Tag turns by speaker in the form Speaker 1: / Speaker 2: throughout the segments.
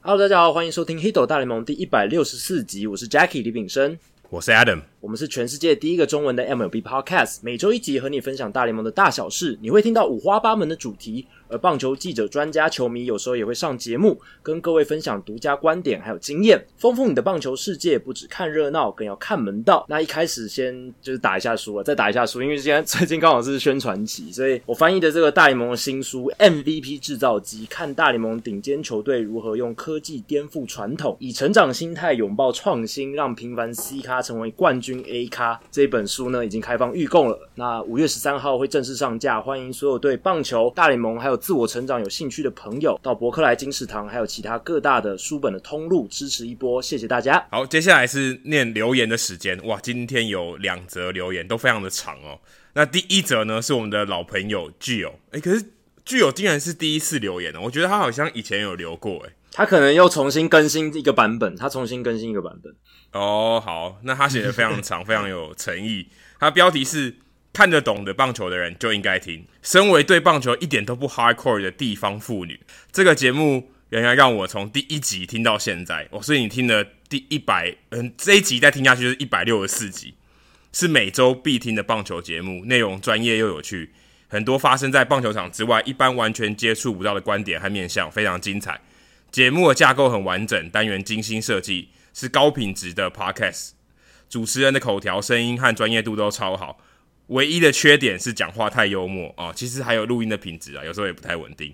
Speaker 1: Hello，大家好，欢迎收听《h i d o 大联盟》第一百六十四集，我是 Jackie 李炳生，
Speaker 2: 我是 Adam，
Speaker 1: 我们是全世界第一个中文的 MLB Podcast，每周一集和你分享大联盟的大小事，你会听到五花八门的主题，而棒球记者、专家、球迷有时候也会上节目，跟各位分享独家观点还有经验，丰富你的棒球世界。不只看热闹，更要看门道。那一开始先就是打一下书啊，再打一下书，因为现在最近刚好是宣传期，所以我翻译的这个大联盟的新书《MVP 制造机》，看大联盟顶尖球队如何用科技颠覆传统，以成长心态拥抱创新，让平凡 C 咖成为冠军 A 咖。这本书呢已经开放预购了，那五月十三号会正式上架，欢迎所有对棒球、大联盟还有自我成长有兴趣的朋友，到伯克莱金石堂还有其他各大的书本的通路支持一波，谢谢大家。
Speaker 2: 好，接下来是念留言的时间。哇，今天有两则留言，都非常的长哦。那第一则呢，是我们的老朋友具友。哎、可是具友竟然是第一次留言哦，我觉得他好像以前有留过哎。
Speaker 1: 他可能又重新更新一个版本，他重新更新一个版本。
Speaker 2: 哦，好，那他写的非常长，非常有诚意。 他标题是“看得懂的棒球的人就应该听”。身为对棒球一点都不 hardcore 的地方妇女，这个节目原来让我从第一集听到现在。哦，所以你听了第一百，嗯，这一集再听下去就是一百六十四集，是每周必听的棒球节目，内容专业又有趣，很多发生在棒球场之外，一般完全接触不到的观点和面向，非常精彩。节目的架构很完整，单元精心设计，是高品质的 podcast。主持人的口条、声音和专业度都超好，唯一的缺点是讲话太幽默啊、哦。其实还有录音的品质啊，有时候也不太稳定。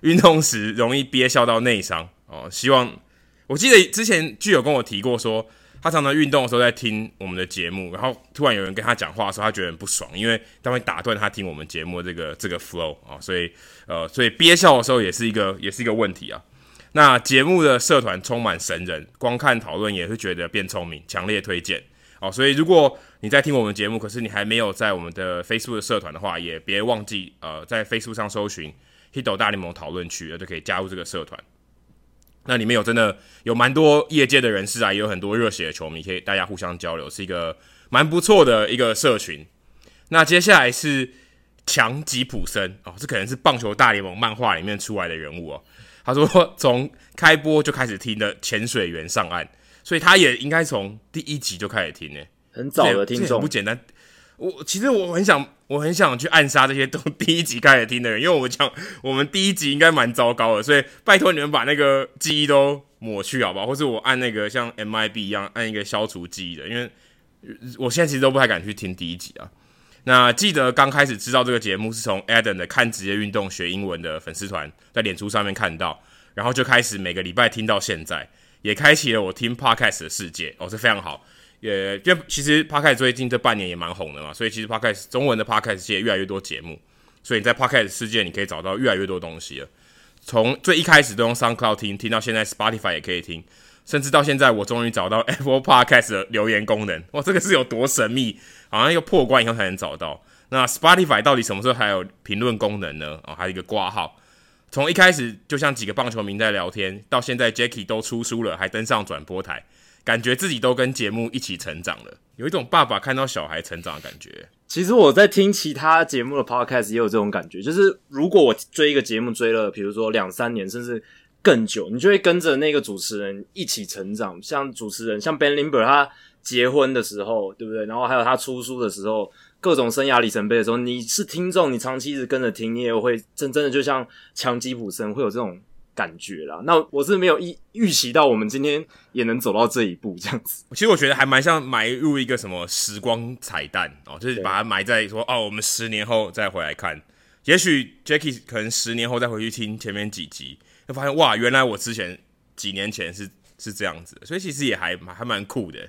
Speaker 2: 运动时容易憋笑到内伤哦。希望我记得之前剧友跟我提过说，他常常运动的时候在听我们的节目，然后突然有人跟他讲话的时候，他觉得很不爽，因为他会打断他听我们节目的这个这个 flow 啊、哦。所以呃，所以憋笑的时候也是一个也是一个问题啊。那节目的社团充满神人，光看讨论也是觉得变聪明，强烈推荐哦。所以如果你在听我们节目，可是你还没有在我们的 Facebook 的社团的话，也别忘记呃在 Facebook 上搜寻 Hito 大联盟讨论区，呃就可以加入这个社团。那里面有真的有蛮多业界的人士啊，也有很多热血的球迷，可以大家互相交流，是一个蛮不错的一个社群。那接下来是强吉普森哦，这可能是棒球大联盟漫画里面出来的人物哦。他说从开播就开始听的《潜水员上岸》，所以他也应该从第一集就开始听呢、
Speaker 1: 很早的
Speaker 2: 这也
Speaker 1: 听
Speaker 2: 这也
Speaker 1: 众
Speaker 2: 不，简单。我其实我很想，我很想去暗杀这些都 第一集开始听的人，因为我讲我们第一集应该蛮糟糕的，所以拜托你们把那个记忆都抹去好不好？或是我按那个像 MIB 一样按一个消除记忆的，因为我现在其实都不太敢去听第一集啊。那记得刚开始知道这个节目是从 Adam 的看职业运动学英文的粉丝团在脸书上面看到，然后就开始每个礼拜听到现在，也开启了我听 podcast 的世界哦，这非常好。也因为其实 podcast 最近这半年也蛮红的嘛，所以其实 podcast 中文的 podcast 界越来越多节目，所以你在 podcast 世界你可以找到越来越多东西了。从最一开始都用 SoundCloud 听，听到现在 Spotify 也可以听，甚至到现在我终于找到 Apple Podcast 的留言功能，哇，这个是有多神秘？好像要破关以后才能找到。那 Spotify 到底什么时候还有评论功能呢？哦，还有一个挂号。从一开始就像几个棒球迷在聊天，到现在 Jacky 都出书了，还登上转播台，感觉自己都跟节目一起成长了，有一种爸爸看到小孩成长的感觉。
Speaker 1: 其实我在听其他节目的 podcast 也有这种感觉，就是如果我追一个节目追了，比如说两三年甚至更久，你就会跟着那个主持人一起成长。像主持人，像 Ben Limber，他结婚的时候，对不对？然后还有他出书的时候，各种生涯里程碑的时候，你是听众，你长期一直跟着听，你也会真真的就像强吉普森会有这种感觉啦。那我是没有预预期到我们今天也能走到这一步，这样子。
Speaker 2: 其实我觉得还蛮像埋入一个什么时光彩蛋哦，就是把它埋在说哦，我们十年后再回来看，也许 Jackie 可能十年后再回去听前面几集，就发现哇，原来我之前几年前是是这样子的，所以其实也还蛮还蛮酷的。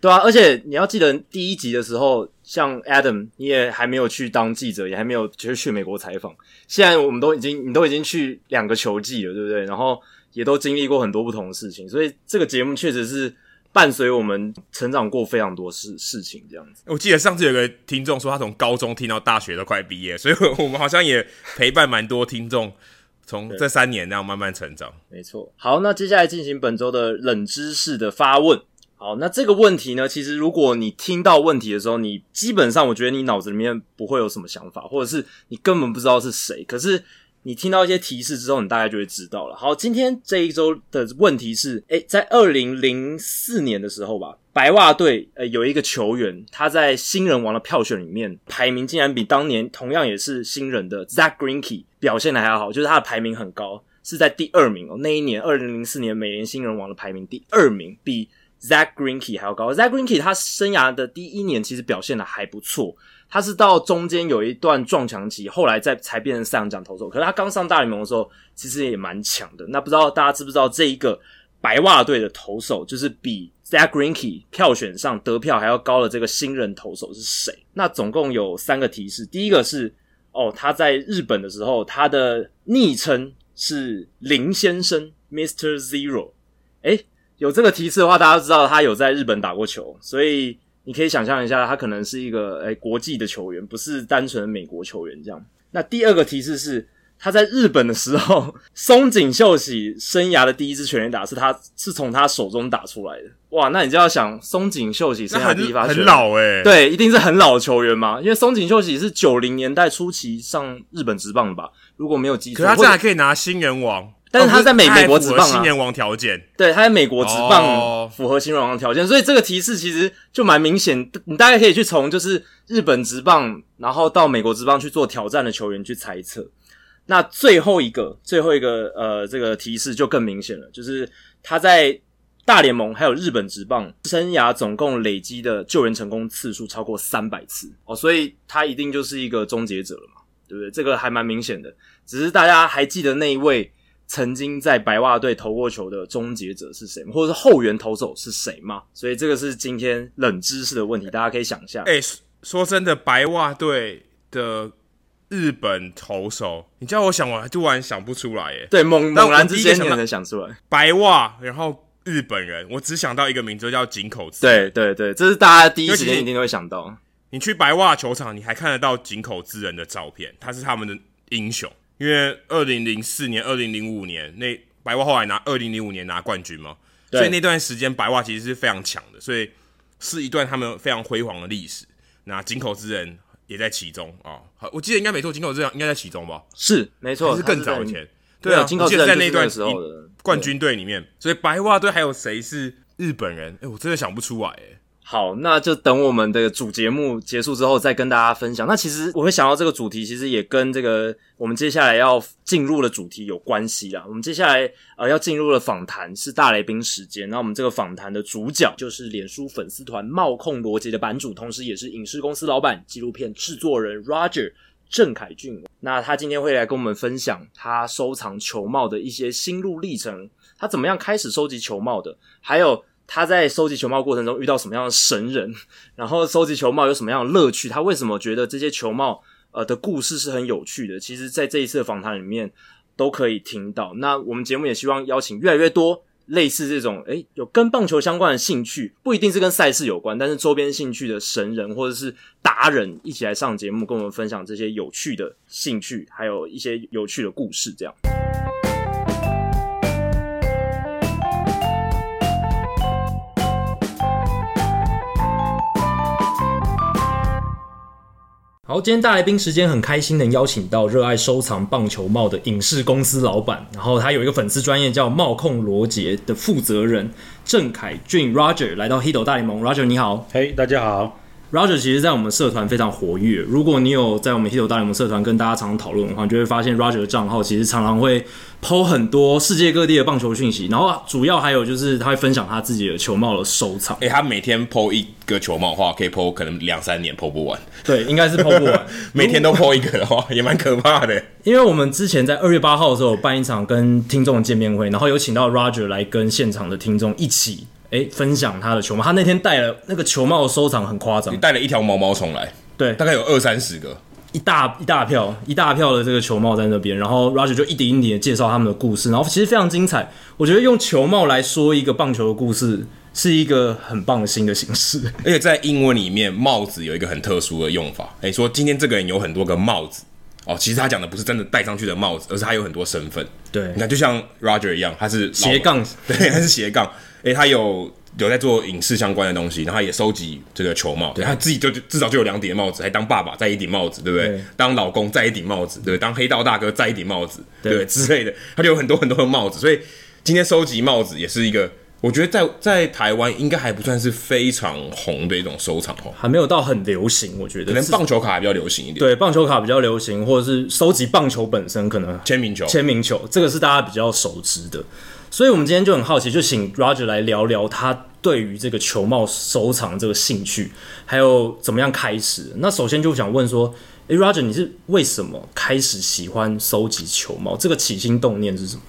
Speaker 1: 对啊，而且你要记得第一集的时候，像 Adam，你也还没有去当记者，也还没有就是去美国采访。现在我们都已经，你都已经去两个球季了，对不对？然后也都经历过很多不同的事情，所以这个节目确实是伴随我们成长过非常多事事情，这样子。
Speaker 2: 我记得上次有个听众说，他从高中听到大学都快毕业，所以我们好像也陪伴蛮多听众，从这三年那样慢慢成长。
Speaker 1: 没错。好，那接下来进行本周的冷知识的发问。好，那这个问题呢，其实如果你听到问题的时候，你基本上我觉得你脑子里面不会有什么想法，或者是你根本不知道是谁。可是你听到一些提示之后，你大概就会知道了。好，今天这一周的问题是，诶，在二零零四年的时候吧，白袜队呃有一个球员，他在新人王的票选里面排名竟然比当年同样也是新人的 Zach Greinke 表现的还要好，就是他的排名很高，是在第二名哦。那一年二零零四年美联新人王的排名第二名，比 Zach Greinke 还要高。Zach Greinke 他生涯的第一年其实表现的还不错，他是到中间有一段撞墙期，后来再才变成赛扬奖投手。可是他刚上大联盟的时候，其实也蛮强的。那不知道大家知不知道这一个白袜队的投手，就是比 Zach Greinke 票选上得票还要高的这个新人投手是谁？那总共有三个提示，第一个是哦，他在日本的时候，他的昵称是林先生 （Mr. Zero）。诶，有这个提示的话，大家都知道他有在日本打过球，所以你可以想象一下，他可能是一个诶国际的球员，不是单纯的美国球员这样。那第二个提示是，他在日本的时候，松井秀喜生涯的第一支全垒打是他是从他手中打出来的。哇，那你就要想松井秀喜
Speaker 2: 那
Speaker 1: 生涯第一
Speaker 2: 很
Speaker 1: 发
Speaker 2: 很
Speaker 1: 全垒打
Speaker 2: 老哎、，
Speaker 1: 对，一定是很老的球员嘛，因为松井秀喜是九零年代初期上日本职棒的吧，如果没有记
Speaker 2: 可
Speaker 1: 错。
Speaker 2: 是他
Speaker 1: 或
Speaker 2: 这
Speaker 1: 者
Speaker 2: 还可以拿新人王，
Speaker 1: 但是他在美
Speaker 2: 哦不是
Speaker 1: 美国
Speaker 2: 他还
Speaker 1: 职
Speaker 2: 符合
Speaker 1: 棒啊
Speaker 2: 新人王条件，
Speaker 1: 对，他在美国职棒
Speaker 2: 哦
Speaker 1: 符合新人王的条件，所以这个提示其实就蛮明显。你大概可以去从就是日本职棒，然后到美国职棒去做挑战的球员去猜测。那最后一个，最后一个呃，这个提示就更明显了，就是他在大联盟还有日本职棒生涯总共累积的救援成功次数超过三百次哦，所以他一定就是一个终结者了嘛，对不对？这个还蛮明显的，只是大家还记得那一位曾经在白袜队投过球的终结者是谁吗？或者是后援投手是谁吗？所以这个是今天冷知识的问题，大家可以想一下。
Speaker 2: 哎、说说真的，白袜队的日本投手，你叫我想，我还突然想不出来哎、
Speaker 1: 对，猛
Speaker 2: 但
Speaker 1: 猛
Speaker 2: 我
Speaker 1: 然
Speaker 2: 第
Speaker 1: 之
Speaker 2: 一个
Speaker 1: 间
Speaker 2: 想
Speaker 1: 你
Speaker 2: 到
Speaker 1: 能想出来。
Speaker 2: 白袜，然后日本人，我只想到一个名字就叫井口资。
Speaker 1: 对对对，这是大家第一
Speaker 2: 尤
Speaker 1: 时
Speaker 2: 其
Speaker 1: 间
Speaker 2: 是
Speaker 1: 一定都会想到。
Speaker 2: 你去白袜球场，你还看得到井口之人的照片，他是他们的英雄。因为二零零四年、二零零五年那白袜后来拿二零零五年拿冠军嘛，
Speaker 1: 对
Speaker 2: 所以那段时间白袜其实是非常强的，所以是一段他们非常辉煌的历史。那井口之人也在其中啊、哦好我记得应该没错，井口之人应该在其中吧，
Speaker 1: 是没错，
Speaker 2: 还是
Speaker 1: 啊他
Speaker 2: 更早
Speaker 1: 在
Speaker 2: 以前。
Speaker 1: 对
Speaker 2: 啊，
Speaker 1: 金口
Speaker 2: 我记
Speaker 1: 之
Speaker 2: 得
Speaker 1: 人
Speaker 2: 在
Speaker 1: 就是那
Speaker 2: 那段
Speaker 1: 个时候
Speaker 2: 一
Speaker 1: 的
Speaker 2: 冠军队里面，所以白袜队还有谁是日本人？哎、我真的想不出来、哎，
Speaker 1: 好，那就等我们的主节目结束之后再跟大家分享。那其实我会想到这个主题，其实也跟这个我们接下来要进入的主题有关系啦。我们接下来呃要进入的访谈是大来宾时间，那我们这个访谈的主角就是脸书粉丝团冒控逻辑的版主，同时也是影视公司老板、纪录片制作人 Roger 郑凯俊。那他今天会来跟我们分享他收藏球帽的一些心路历程，他怎么样开始收集球帽的，还有他在收集球帽过程中遇到什么样的神人， 然后收集球帽有什么样的乐趣，他为什么觉得这些球帽呃的故事是很有趣的？其实，在这一次的访谈里面都可以听到。那我们节目也希望邀请越来越多。类似这种诶、有跟棒球相关的兴趣，不一定是跟赛事有关，但是周边兴趣的神人或者是达人一起来上节目，跟我们分享这些有趣的兴趣，还有一些有趣的故事，这样。好，今天大来宾时间很开心能邀请到热爱收藏棒球帽的影视公司老板，然后他有一个粉丝专业叫帽控罗杰的负责人郑凯俊 Roger 来到 Hito 大联盟，Roger 你好
Speaker 3: 嘿大家好。
Speaker 1: ，Roger 其实在我们社团非常活跃，如果你有在我们 Hito 大联盟社团跟大家常常讨论的话，你就会发现 Roger 的账号其实常常会 PO 很多世界各地的棒球讯息，然后主要还有就是他会分享他自己的球帽的收 藏。
Speaker 2: 哎、他每天剖一个球帽的话，可以剖可能两三年剖不完，
Speaker 1: 对，应该是 PO 不完。
Speaker 2: 每天都 剖一个的话，也蛮可怕的。
Speaker 1: 因为我们之前在二月八号的时候有办一场跟听众见面会，然后有请到 Roger 来跟现场的听众一起诶分享他的球帽。他那天戴了那个球帽的收藏很夸张
Speaker 2: 你，带了一条毛毛虫来，
Speaker 1: 对
Speaker 2: 大，概有二三十个。
Speaker 1: 一大一大票一大票的这个球帽在那边，然后 Roger 就一点一点的介绍他们的故事，然后其实非常精彩。我觉得用球帽来说一个棒球的故事，是一个很棒的新的形式。
Speaker 2: 而且在英文里面，帽子有一个很特殊的用法。哎、说今天这个人有很多个帽子哦，其实他讲的不是真的戴上去的帽子，而是他有很多身份。
Speaker 1: 对
Speaker 2: 你看，就像 Roger 一样，他是老
Speaker 1: 斜杠
Speaker 2: 对，他是斜杠。哎、他有有在做影视相关的东西，然后他也收集这个球帽，对他自己就就至少就有两顶帽子，还当爸爸再一顶帽子，对不对？
Speaker 1: 对
Speaker 2: 当老公再一顶帽子，对不对？当黑道大哥再一顶帽子，对不对之类的，他就有很多很多的帽子，所以今天收集帽子也是一个，我觉得在在台湾应该还不算是非常红的一种收藏哦，
Speaker 1: 还没有到很流行，我觉得
Speaker 2: 可能
Speaker 1: 是
Speaker 2: 棒球卡还比较流行一点，
Speaker 1: 对棒球卡比较流行，或者是收集棒球本身可能
Speaker 2: 签名球，
Speaker 1: 签名球，这个是大家比较熟知的。所以，我们今天就很好奇，就请 Roger 来聊聊他对于这个球帽收藏这个兴趣，还有怎么样开始。那首先就想问说，诶 r o g e r 你是为什么开始喜欢收集球帽？这个起心动念是什么？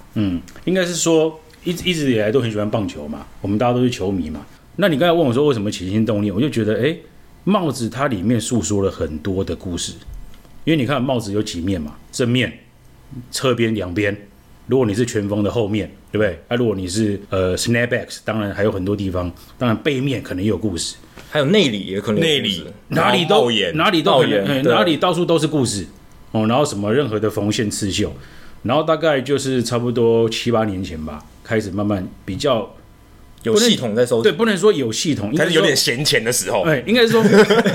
Speaker 3: 应该是说一直一直以来都很喜欢棒球嘛，我们大家都是球迷嘛。那你刚才问我说为什么起心动念，我就觉得哎、诶帽子它里面诉说了很多的故事，因为你看帽子有几面嘛，正面、侧边、两边。如果你是全封的后面，对不对？那、如果你是呃 snapbacks，当然还有很多地方，当然背面可能也有故事，
Speaker 1: 还有内里也可能有
Speaker 2: 内
Speaker 1: 故事
Speaker 2: 里
Speaker 3: 哪里
Speaker 2: 然后
Speaker 3: 都
Speaker 2: 帽檐
Speaker 3: 哪里都可
Speaker 1: 帽
Speaker 3: 能
Speaker 1: 檐
Speaker 3: 哎
Speaker 1: 对
Speaker 3: 哪里到处都是故事哦。然后什么任何的缝线刺绣，然后大概就是差不多七八年前吧，开始慢慢比较
Speaker 1: 有系统在收
Speaker 3: 对，
Speaker 1: 集，
Speaker 3: 不能说有系统，应该
Speaker 2: 但是有
Speaker 3: 说
Speaker 2: 点闲钱的时候，
Speaker 3: 哎，应该说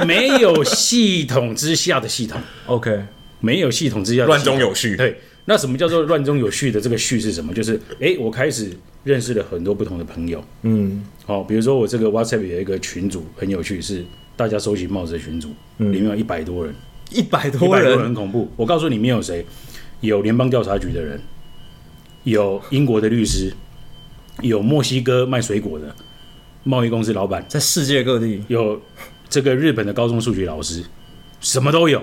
Speaker 3: 没有系统之下的系统，
Speaker 1: OK，
Speaker 3: 没有系统之下的
Speaker 2: 乱
Speaker 3: 系统
Speaker 2: 中有序，
Speaker 3: 对，那什么叫做乱中有序的？这个序是什么？就是哎，我开始认识了很多不同的朋友。嗯，好、比如说我这个 WhatsApp 有一个群组很有趣，是大家收集帽子的群组，
Speaker 2: 嗯
Speaker 3: 里面有一百多人，
Speaker 1: 一百
Speaker 3: 一
Speaker 1: 多
Speaker 3: 百多人
Speaker 1: 人
Speaker 3: 很恐怖。我告诉你，里面有谁？有联邦调查局的人，有英国的律师，有墨西哥卖水果的贸易公司老板，
Speaker 1: 在世界各地，
Speaker 3: 有这个日本的高中数学老师，什么都有，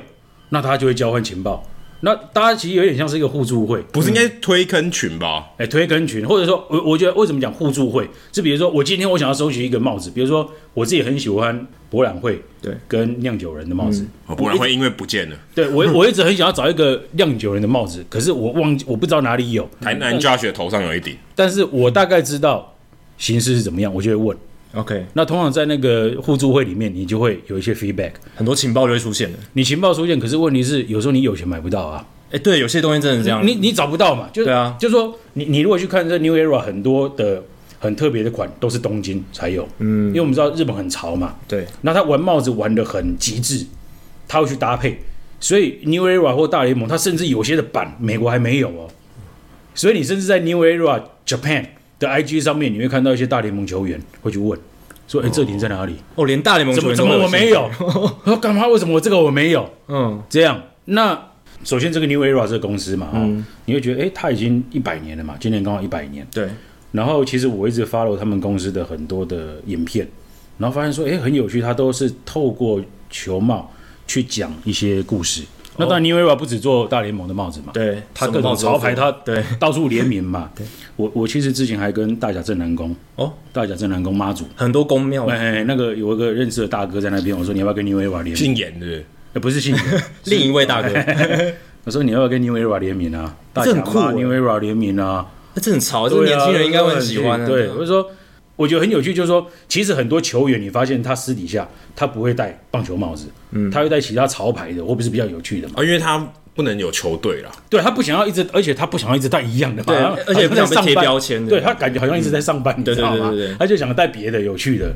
Speaker 3: 那他就会交换情报。那大家其实有点像是一个互助会，
Speaker 2: 不是应该推坑群吧？
Speaker 3: 哎、推跟群，或者说，我我觉得为什么讲互助会？是比如说，我今天我想要收集一个帽子，比如说我自己很喜欢博览会，
Speaker 1: 对，嗯
Speaker 3: 跟酿酒人的帽子，
Speaker 2: 哦不然会因为不见了，
Speaker 3: 对我我一直很想要找一个酿酒人的帽子，可是我忘记我不知道哪里有，
Speaker 2: 台南 Josh 的头上有一顶，
Speaker 3: 但是我大概知道形式是怎么样，我就会问。
Speaker 1: OK，
Speaker 3: 那通常在那个互助会里面，你就会有一些 feedback，
Speaker 1: 很多情报就会出现的。
Speaker 3: 你情报出现，可是问题是有时候你有钱买不到啊，
Speaker 1: 哎，对，有些东西真的是这样。
Speaker 3: 你你找不到嘛？就
Speaker 1: 对啊
Speaker 3: 就说你你如果去看这 New Era 很多的很特别的款都是东京才有，嗯，因为我们知道日本很潮嘛，
Speaker 1: 对，
Speaker 3: 那他玩帽子玩的很极致，他会去搭配，所以 New Era 或大联盟，它甚至有些的版美国还没有哦，所以你甚至在 New Era Japan 的 IG 上面，你会看到一些大联盟球员会去问说：“哎、这顶在哪里？
Speaker 1: 哦，连大联盟
Speaker 3: 怎
Speaker 1: 球
Speaker 3: 么
Speaker 1: 员
Speaker 3: 怎
Speaker 1: 都
Speaker 3: 么
Speaker 1: 会
Speaker 3: 我没
Speaker 1: 兴趣？
Speaker 3: 有？ 说干嘛？为什么我这个我没有？”
Speaker 1: 嗯，
Speaker 3: 这样，那首先这个 New Era 这个公司嘛，哦，你会觉得，哎、它已经一百年了嘛，今年刚好一百年。
Speaker 1: 对，
Speaker 3: 然后其实我一直 follow 他们公司的很多的影片，然后发现说，哎、很有趣，它都是透过球帽去讲一些故事。那当然，New Era 不只做大联盟的帽子嘛，
Speaker 1: 哦对，
Speaker 3: 它
Speaker 1: 什么
Speaker 3: 各种
Speaker 1: 帽子都
Speaker 3: 潮牌，
Speaker 1: 做
Speaker 3: 它
Speaker 1: 对，
Speaker 3: 到处联 名嘛。我我其实之前还跟大甲镇南宫
Speaker 1: 哦，
Speaker 3: 大甲镇南宫妈祖，
Speaker 1: 很多公庙
Speaker 3: 哎、那个有一个认识的大哥在那边，我说你要不要跟 New Era 联名？
Speaker 2: 姓严的，
Speaker 3: 哎不是信仰，
Speaker 1: 另一位大 哥，欸
Speaker 3: 我说你要不要跟 New Era 联名啊？大
Speaker 1: 这
Speaker 3: 甲
Speaker 1: 很酷
Speaker 3: 妈
Speaker 1: 欸
Speaker 3: New Era 联名啊，
Speaker 1: 这很潮，这
Speaker 3: 对啊
Speaker 1: 年轻人应该会很喜欢的。啊
Speaker 3: 对，我就说，我觉得很有趣，就是说，其实很多球员，你发现他私底下他不会戴棒球帽子，嗯，他会戴其他潮牌的，或不是比较有趣的嘛？
Speaker 2: 啊，因为他不能有球队啦，
Speaker 3: 对他不想要一直，而且他不想要一直戴一样的嘛，
Speaker 1: 对
Speaker 3: 好像
Speaker 1: 而且也不想被
Speaker 3: 好像在
Speaker 1: 贴
Speaker 3: 上班
Speaker 1: 标签的
Speaker 3: 对他感觉好像一直在上班，你
Speaker 1: 对
Speaker 3: 知道吗
Speaker 1: 对对对对？
Speaker 3: 他就想戴别的有趣的。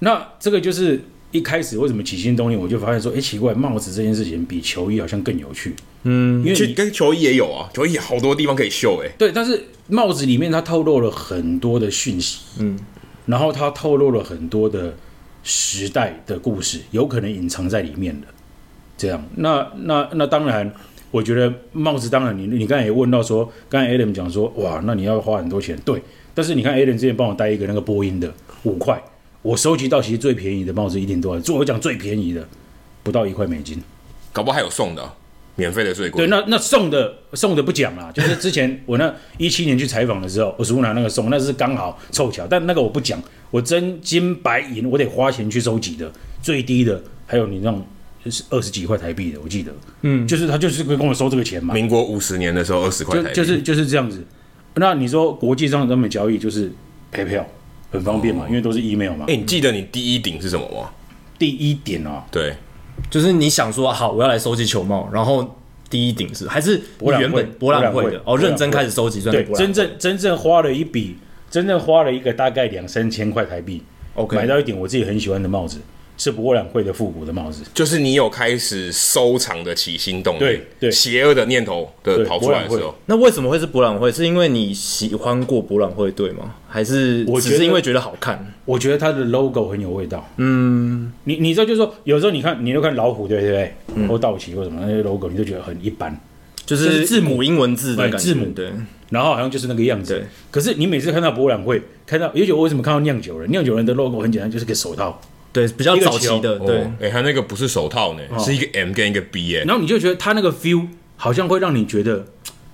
Speaker 3: 那这个就是一开始为什么起心动念，我就发现说，哎，奇怪，帽子这件事情比球衣好像更有趣，嗯，因为
Speaker 2: 其
Speaker 3: 你
Speaker 2: 实跟球衣也有啊，球衣好多地方可以秀哎、
Speaker 3: 对，但是帽子里面它透露了很多的讯息，嗯，然后它透露了很多的时代的故事，有可能隐藏在里面的。这样，那那那当然，我觉得帽子当然你，你刚才也问到说，刚才 Adam 讲说，哇，那你要花很多钱，对。但是你看 Adam 之前帮我戴一个那个波音的五块，我收集到其实最便宜的帽子一顶多少？做我讲最便宜的，不到一块美金。
Speaker 2: 搞不好还有送的啊、免费的最贵。
Speaker 3: 对，那那送的送的不讲啦，就是之前我那一七年去采访的时候，我叔拿那个送，那是刚好凑巧，但那个我不讲，我真金白银，我得花钱去收集的，最低的还有你那种就是二十几块台币的，我记得，嗯，就是他就是跟我收这个钱嘛，
Speaker 2: 民国五十年的时候，二十块
Speaker 3: 就
Speaker 2: 台币，
Speaker 3: 就是就是这样子。那你说国际上的这么交易就是陪票很方便嘛，因为都是 email 嘛
Speaker 2: 哎、。你记得你第一顶是什么吗？
Speaker 3: 第一点哦，
Speaker 2: 对，
Speaker 1: 就是你想说好，我要来收集球帽，然后第一顶是还是你
Speaker 3: 博览会
Speaker 1: 原本博览会
Speaker 3: 博览
Speaker 1: 的
Speaker 3: 会
Speaker 1: 哦，认真开始收集算是
Speaker 3: 对啊
Speaker 1: 博，览会
Speaker 3: 真正真正花了一笔真正花了一个大概两三千块台币
Speaker 2: ，OK，
Speaker 3: 买到一顶我自己很喜欢的帽子，是博览会的复古的帽子。
Speaker 2: 就是你有开始收藏的起心动念，
Speaker 3: 对对
Speaker 2: 邪恶的念头的
Speaker 3: 对
Speaker 2: 跑出来的时
Speaker 3: 博览
Speaker 2: 候
Speaker 3: 会，
Speaker 1: 那为什么会是博览会？是因为你喜欢过博览会队吗？还是
Speaker 3: 我
Speaker 1: 只
Speaker 3: 觉
Speaker 1: 是
Speaker 3: 得
Speaker 1: 因为觉得好看？
Speaker 3: 我觉得它的 logo 很有味道。嗯，你你知道，就是说，有时候你看，你就看老虎，对不对？或道奇或什么那些 logo，你就觉得很一般，
Speaker 1: 就
Speaker 3: 就是是
Speaker 1: 字母英文字的
Speaker 3: 对
Speaker 1: 感觉，
Speaker 3: 字母
Speaker 1: 对，
Speaker 3: 然后好像就是那个样子
Speaker 1: 对。
Speaker 3: 可是你每次看到博览会，看到，也许我为什么看到酿酒人？酿酒人的 logo 很简单，就是个手套。
Speaker 1: 对，比较
Speaker 3: 一个
Speaker 1: 早期
Speaker 3: 球
Speaker 1: 的，对
Speaker 2: 哦，哎、他那个不是手套呢，是一个 M 跟一个 B 耶、
Speaker 3: 然后你就觉得他哦那个 feel 好像会让你觉得，嘖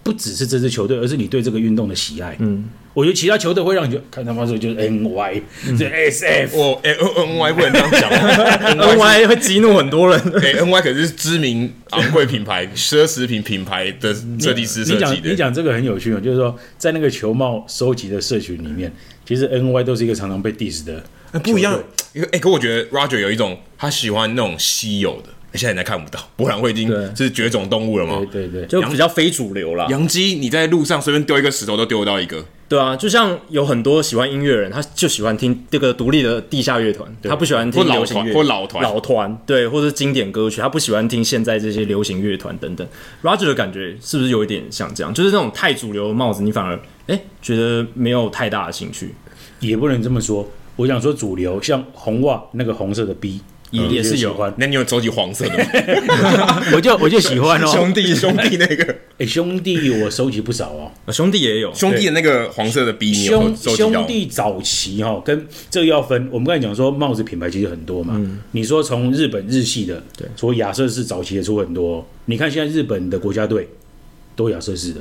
Speaker 3: 不只是这支球队，而是你对这个运动的喜爱。嗯，我觉得其他球队会让你觉得，看他妈这就是 N Y，这 S F，
Speaker 2: 哦，哎、n Y 不能这样讲哦
Speaker 1: ，N
Speaker 2: ，N Y
Speaker 1: Y 会激怒很多人。
Speaker 2: 哎、n Y 可是知名昂贵品牌、奢侈品品牌的设计师
Speaker 3: 你
Speaker 2: 设
Speaker 3: 讲
Speaker 2: 计
Speaker 3: 你
Speaker 2: 的。
Speaker 3: 讲这个很有趣哦，就是说在那个球帽收集的社群里面，其实 N Y 都是一个常常被 diss 的
Speaker 2: 哎不一样，因为哎，可我觉得 Roger 有一种他喜欢那种稀有的，现在人家看不到，博览会已经
Speaker 1: 对
Speaker 2: 是绝种动物了嘛。
Speaker 3: 球队。对对对，
Speaker 1: 就比较非主流啦，
Speaker 2: 杨基，你在路上随便丢一个石头都丢得到一个，
Speaker 1: 对啊，就像有很多喜欢音乐的人，他就喜欢听这个独立的地下乐团，他不喜欢听
Speaker 2: 或老
Speaker 1: 流行乐
Speaker 2: 团或老团
Speaker 1: 老团对，或者是经典歌曲，他不喜欢听现在这些流行乐团等等。Roger 的感觉是不是有一点像这样？就是那种太主流的帽子，你反而哎、觉得没有太大的兴趣，
Speaker 3: 也不能这么说。我想说主流像红袜那个红色的 B，嗯
Speaker 1: 也也是有
Speaker 3: 我就喜欢，
Speaker 2: 那你有收集黄色的吗？
Speaker 3: 我就我就喜欢 哦。
Speaker 2: 兄弟 兄弟那个
Speaker 3: 哎，兄弟，我收集不少哦。
Speaker 1: 呃兄弟也有，
Speaker 2: 兄弟的那个黄色的 B，你有
Speaker 3: 兄
Speaker 2: 收集到
Speaker 3: 兄
Speaker 2: 吗？
Speaker 3: 弟早期哈、跟这个要分。我们刚才讲说帽子品牌其实很多嘛，
Speaker 2: 嗯
Speaker 3: 你说从日本日系的，对，说亚瑟士早期也出很多哦、你看现在日本的国家队都亚瑟士的，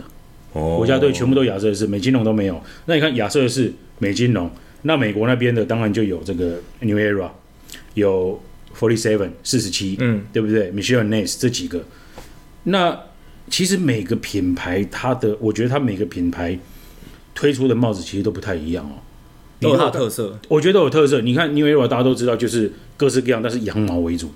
Speaker 2: 国
Speaker 3: 国家
Speaker 2: 哦
Speaker 3: 队全部都亚瑟士，美金龙都没有。那你看亚瑟士、美金龙，那美国那边的当然就有这个 New Era，有 Forty Seven 四十七，嗯，对不对？Michelle Nace 这几个，那其实每个品牌它的，我觉得它每个品牌推出的帽子其实都不太一样哦。
Speaker 1: 都有它的
Speaker 3: 你如果
Speaker 1: 特色。
Speaker 3: 我觉得有特色。你看 New Era 大家都知道，就是各式各样，但是羊毛为主，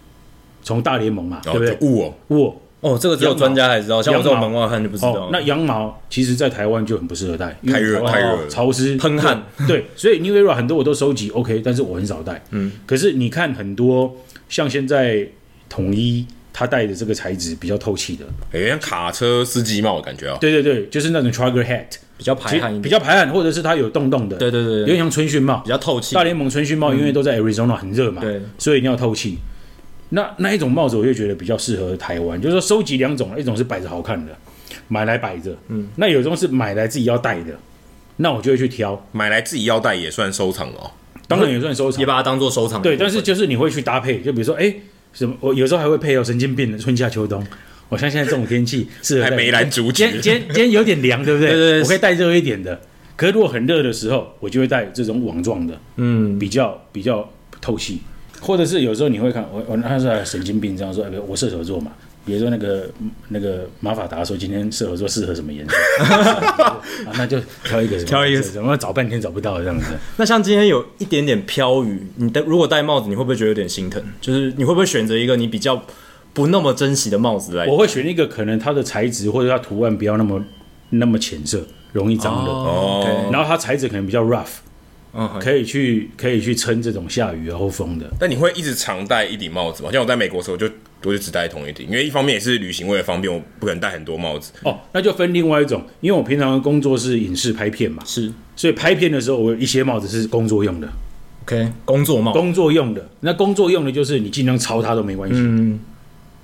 Speaker 3: 从大联盟嘛，对
Speaker 2: 然后
Speaker 3: 不
Speaker 2: 就
Speaker 3: 对？
Speaker 2: 雾哦，
Speaker 3: 沃
Speaker 1: 哦，这个只有
Speaker 3: 羊毛
Speaker 1: 专家才知道，像我这种
Speaker 3: 羊毛
Speaker 1: 门外汉就不知道
Speaker 3: 哦。，那羊毛其实，在台湾就很不适合戴，因为
Speaker 2: 太热
Speaker 3: 台湾
Speaker 2: 太热了
Speaker 3: 潮湿，
Speaker 1: 喷汗
Speaker 3: 对。对，所以 New Era 很多我都收集，OK，但是我很少戴。嗯，可是你看很多像现在统一他戴的这个材质比较透气的，
Speaker 2: 有哎点像卡车司机帽的感觉啊。
Speaker 3: 对对对，就是那种 Trucker Hat，
Speaker 1: 比较
Speaker 3: 其
Speaker 1: 排
Speaker 3: 实
Speaker 1: 汗一
Speaker 3: 比
Speaker 1: 点，
Speaker 3: 较排汗，或者是它有洞洞的，
Speaker 1: 对对对对
Speaker 3: 有点像春训帽
Speaker 1: 比，较透气
Speaker 3: 大。联盟春训帽因为都在 Arizona 很热嘛，
Speaker 1: 对
Speaker 3: 所以一定要透气。那那一种帽子，我就觉得比较适合台湾，就是说收集两种，一种是摆着好看的，买来摆着，嗯，那有一种是买来自己要戴的，那我就会去挑，
Speaker 2: 买来自己腰带也算收藏哦。
Speaker 3: 当然也算收藏
Speaker 1: 也，把它当做收藏。
Speaker 3: 对，但是就是你会去搭配，就比如说，哎、什么，我有时候还会配合神经病的春夏秋冬。我像现在 这种天气适合
Speaker 2: 还
Speaker 3: 戴
Speaker 2: 梅兰竹
Speaker 3: 今
Speaker 2: 菊
Speaker 3: 天今天今天有点凉，对不对？
Speaker 1: 对对对
Speaker 3: 我可以戴热一点的。可是如果很热的时候，我就会戴这种网状的，嗯，比较比较透气，或者是有时候你会看我我那时候还神经病这样说，哎，我射手座嘛。比如说那个那个马法达说今天射手座适合什么颜 色，啊那就挑一个什么
Speaker 1: 挑一个
Speaker 3: 颜色什么找半天找不到这样子。
Speaker 1: 那像今天有一点点飘雨，你戴如果戴帽子，你会不会觉得有点心疼？就是你会不会选择一个你比较不那么珍惜的帽子来？
Speaker 3: 我会选一个可能它的材质或者它图案不要那么那么浅色，容易脏的。嗯
Speaker 1: 哦
Speaker 3: 然后它材质可能比较 rough，
Speaker 1: 嗯，
Speaker 3: 可以去可以去撑这种下雨啊或风的。
Speaker 2: 但你会一直常戴一顶帽子吗？像我在美国的时候，我就我就只戴同一顶，因为一方面也是旅行为了方便，我不可能戴很多帽子。
Speaker 3: 哦，那就分另外一种，因为我平常的工作是影视拍片嘛，
Speaker 1: 是
Speaker 3: 所以拍片的时候我有一些帽子是工作用的，
Speaker 1: OK 工作帽，
Speaker 3: 工作用的。那工作用的就是你尽量超它都没关系，嗯，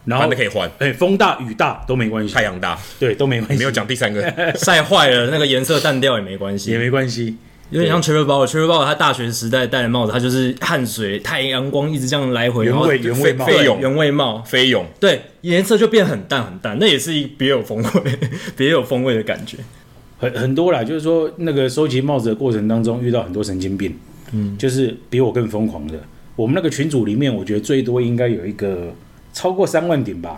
Speaker 3: 然
Speaker 2: 反
Speaker 3: 后
Speaker 2: 正可以换
Speaker 3: 哎，风大雨大都没关系
Speaker 2: 太，阳大，
Speaker 3: 对，都没关系，
Speaker 2: 没有讲第三个
Speaker 1: 晒坏了那个颜色淡掉也没关
Speaker 3: 也
Speaker 1: 系，
Speaker 3: 没关系。
Speaker 1: 有点像 Trevor Bauer，Trevor Bauer 他大学时代戴的帽子，他就是汗水、太阳光一直这样来回，
Speaker 3: 原
Speaker 1: 然后
Speaker 3: 味原味帽，
Speaker 2: 费
Speaker 1: 对
Speaker 2: 用
Speaker 1: 原味帽，
Speaker 2: 飞泳。
Speaker 1: 对颜色就变很淡很淡，那也是一别有风味，别有风味的感觉。
Speaker 3: 很很多啦，就是说那个收集帽子的过程当中遇到很多神经病，嗯，就是比我更疯狂的。我们那个群组里面，我觉得最多应该有一个超过三万顶吧，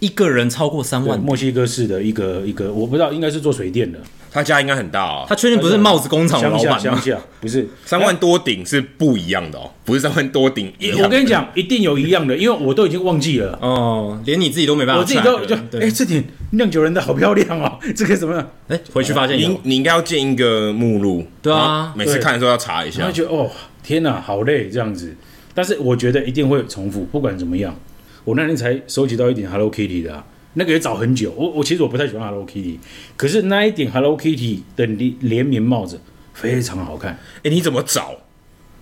Speaker 1: 一个人超过三
Speaker 3: 对，
Speaker 1: 万，
Speaker 3: 墨西哥市的一个一个，我不知道应该是做水电的，
Speaker 2: 他家应该很大 啊、
Speaker 1: 他确定不是帽子工厂的
Speaker 3: 乡
Speaker 1: 老
Speaker 3: 下
Speaker 1: 板
Speaker 3: 乡
Speaker 1: 吗？
Speaker 3: 下不是。
Speaker 2: 三万多顶是不一样的哦，不是三万多 顶一样。
Speaker 3: 我跟你讲，一定有一样的，因为我都已经忘记了，
Speaker 1: 哦，连你自己都没办法
Speaker 3: 我
Speaker 1: track
Speaker 3: 自己
Speaker 1: 了，
Speaker 3: 都就
Speaker 1: 对
Speaker 3: 哎这顶酿酒人的好漂亮哦，这个怎么样？
Speaker 4: 哎，回去发现有
Speaker 2: 你，你应该要建一个目录，
Speaker 4: 对啊
Speaker 2: 然后每次
Speaker 3: 对
Speaker 2: 看的时候要查一
Speaker 3: 然
Speaker 2: 下
Speaker 3: 后。觉得哦，天哪，好累这样子。但是我觉得一定会有重复，不管怎么样，我那天才收集到一点 Hello Kitty 的、啊，那个也找很久。我我其实我不太喜欢 Hello Kitty，可是那一顶 Hello Kitty 的连连棉帽子非常好看。
Speaker 2: 哎，你怎么找？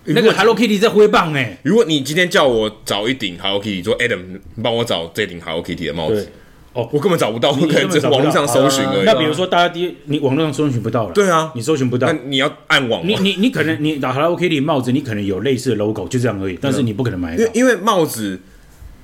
Speaker 3: 那个 Hello Kitty 在挥棒哎、
Speaker 2: 如果你今天叫我找一顶 Hello Kitty，说 Adam 你帮我找这顶 Hello Kitty 的帽
Speaker 3: 对
Speaker 2: 子，，哦我根本找不到，我
Speaker 3: 你
Speaker 2: 可能只是
Speaker 3: 根本找不到
Speaker 2: 网络上搜寻而已。
Speaker 3: 那比如说大家第一，你网络上搜寻不到了，
Speaker 2: 对啊
Speaker 3: 你搜寻不到
Speaker 2: 那，你要暗网
Speaker 3: 你
Speaker 2: 吗？
Speaker 3: 你你可能你打 Hello Kitty 帽子，你可能有类似的 logo，就这样而已，但是你不可能
Speaker 2: 啊
Speaker 3: 买
Speaker 2: 因
Speaker 3: 得
Speaker 2: 为
Speaker 3: 到。
Speaker 2: 因为帽子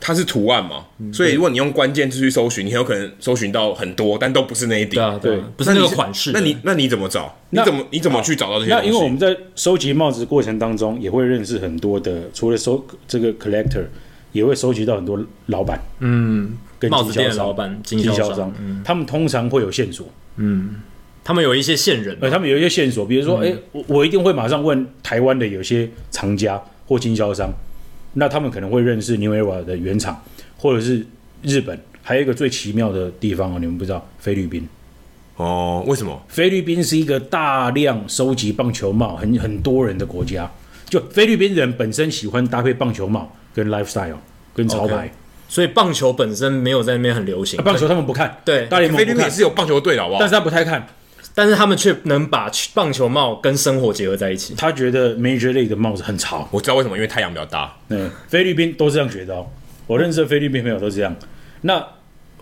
Speaker 2: 它是图案嘛，
Speaker 3: 嗯
Speaker 2: 所以如果你用关键字去搜寻，你很有可能搜寻到很多，但都不是那一顶
Speaker 4: 对。啊，对啊
Speaker 3: 对，
Speaker 4: 不是那
Speaker 2: 你
Speaker 4: 个款式的，
Speaker 2: 那你那你怎么找？你
Speaker 3: 那
Speaker 2: 怎么你怎么去找到这些东
Speaker 3: 那
Speaker 2: 西？
Speaker 3: 因为我们在收集帽子过程当中，也会认识很多的，除了收这个 collector，也会收集到很多老板
Speaker 1: 嗯，
Speaker 3: 跟
Speaker 4: 帽子
Speaker 3: 经销
Speaker 4: 店的
Speaker 3: 商
Speaker 4: 老板、经
Speaker 3: 经
Speaker 4: 销
Speaker 3: 销
Speaker 4: 商嗯
Speaker 3: 商，，他们通常会有线索，
Speaker 4: 他们有一些线人
Speaker 3: 呃，
Speaker 4: 嘛，
Speaker 3: 他们有一些线索，比如说，
Speaker 4: 嗯
Speaker 3: 哎、我我一定会马上问台湾的有些厂家或经销商，那他们可能会认识 New Era 的原厂，或者是日本，还有一个最奇妙的地方哦，你们不知道，菲律宾。
Speaker 2: 哦，为什么？
Speaker 3: 菲律宾是一个大量收集棒球帽很很多人的国家，就菲律宾人本身喜欢搭配棒球帽跟 lifestyle 跟潮牌
Speaker 4: 所以棒球本身没有在那边很流行
Speaker 3: 啊，棒球他们不看，
Speaker 4: 对
Speaker 3: 大联盟
Speaker 2: 菲律
Speaker 3: 不
Speaker 2: 宾也
Speaker 3: 看，
Speaker 2: 是有棒球队的，好不好
Speaker 3: 但？是他不太看，
Speaker 4: 但是他们却能把棒球帽跟生活结合在一起。
Speaker 3: 他觉得 major league 的帽子很潮。
Speaker 2: 我知道为什么，因为太阳比较大。
Speaker 3: 嗯，菲律宾都是这样觉得哦，我认识的菲律宾朋友都是这样。那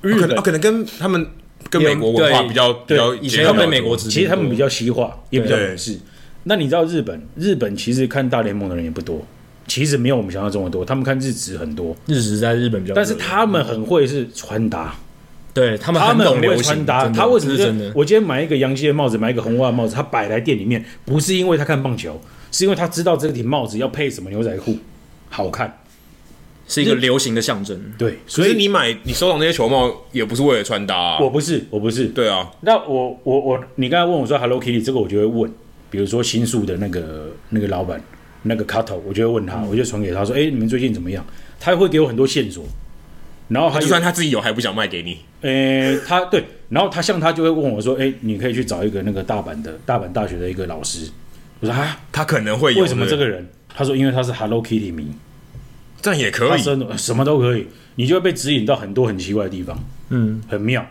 Speaker 3: 日
Speaker 2: 哦可
Speaker 3: 本
Speaker 2: 能可能跟他们跟
Speaker 4: 也
Speaker 2: 美国文化
Speaker 4: 对
Speaker 2: 比较比
Speaker 3: 对
Speaker 2: 较
Speaker 4: 以
Speaker 2: 结
Speaker 4: 前
Speaker 2: 合
Speaker 4: 要
Speaker 2: 比较
Speaker 4: 被美
Speaker 2: 多
Speaker 4: 国殖民，
Speaker 3: 其实他们比较西化，也比较
Speaker 2: 对
Speaker 3: 美式。那你知道日本？日本其实看大联盟的人也不多，其实没有我们想象中的多，他们看日职很
Speaker 2: 呃
Speaker 3: 多，
Speaker 4: 日职在日本比较热，
Speaker 3: 但是他
Speaker 2: 嗯
Speaker 3: 们很会是穿搭。
Speaker 4: 对他们
Speaker 3: 他
Speaker 4: 很
Speaker 3: 们
Speaker 4: 懂
Speaker 3: 很会
Speaker 4: 流行
Speaker 3: 穿搭，
Speaker 4: 真的
Speaker 3: 他为什么
Speaker 4: 这
Speaker 3: 就是
Speaker 4: 真的？
Speaker 3: 我今天买一个洋基的帽子，买一个红袜的帽子，他摆来店里面，不是因为他看棒球，是因为他知道这顶帽子要配什么牛仔裤，好看。
Speaker 4: 是一个流行的象征。
Speaker 3: 对，
Speaker 2: 可
Speaker 3: 所
Speaker 2: 是
Speaker 3: 以
Speaker 2: 你买你收藏那些球帽也不是为了穿搭、啊，
Speaker 3: 我不是，我不是。
Speaker 2: 对啊，
Speaker 3: 那我我我，你刚才问我说 Hello Kitty 这个，我就会问，比如说新宿的那个那个老板那个 Kato，我就会问他，我就传给他说，哎、你们最近怎么样？他会给我很多线索，然后还
Speaker 2: 就
Speaker 3: 有
Speaker 2: 算他自己有还不想卖给你，
Speaker 3: 诶、他对，然后他像他就会问我说：“诶，你可以去找一个那个大阪的大阪大学的一个老师。”我说：“啊，
Speaker 2: 他可能会有
Speaker 3: 为什么这
Speaker 2: 对不
Speaker 3: 个人？”他说：“因为他是 Hello Kitty 迷，
Speaker 2: 对这样也
Speaker 3: 他
Speaker 2: 可以？
Speaker 3: 真的什么都可以，你就会被指引到很多很奇怪的地方，
Speaker 4: 嗯，
Speaker 3: 很妙。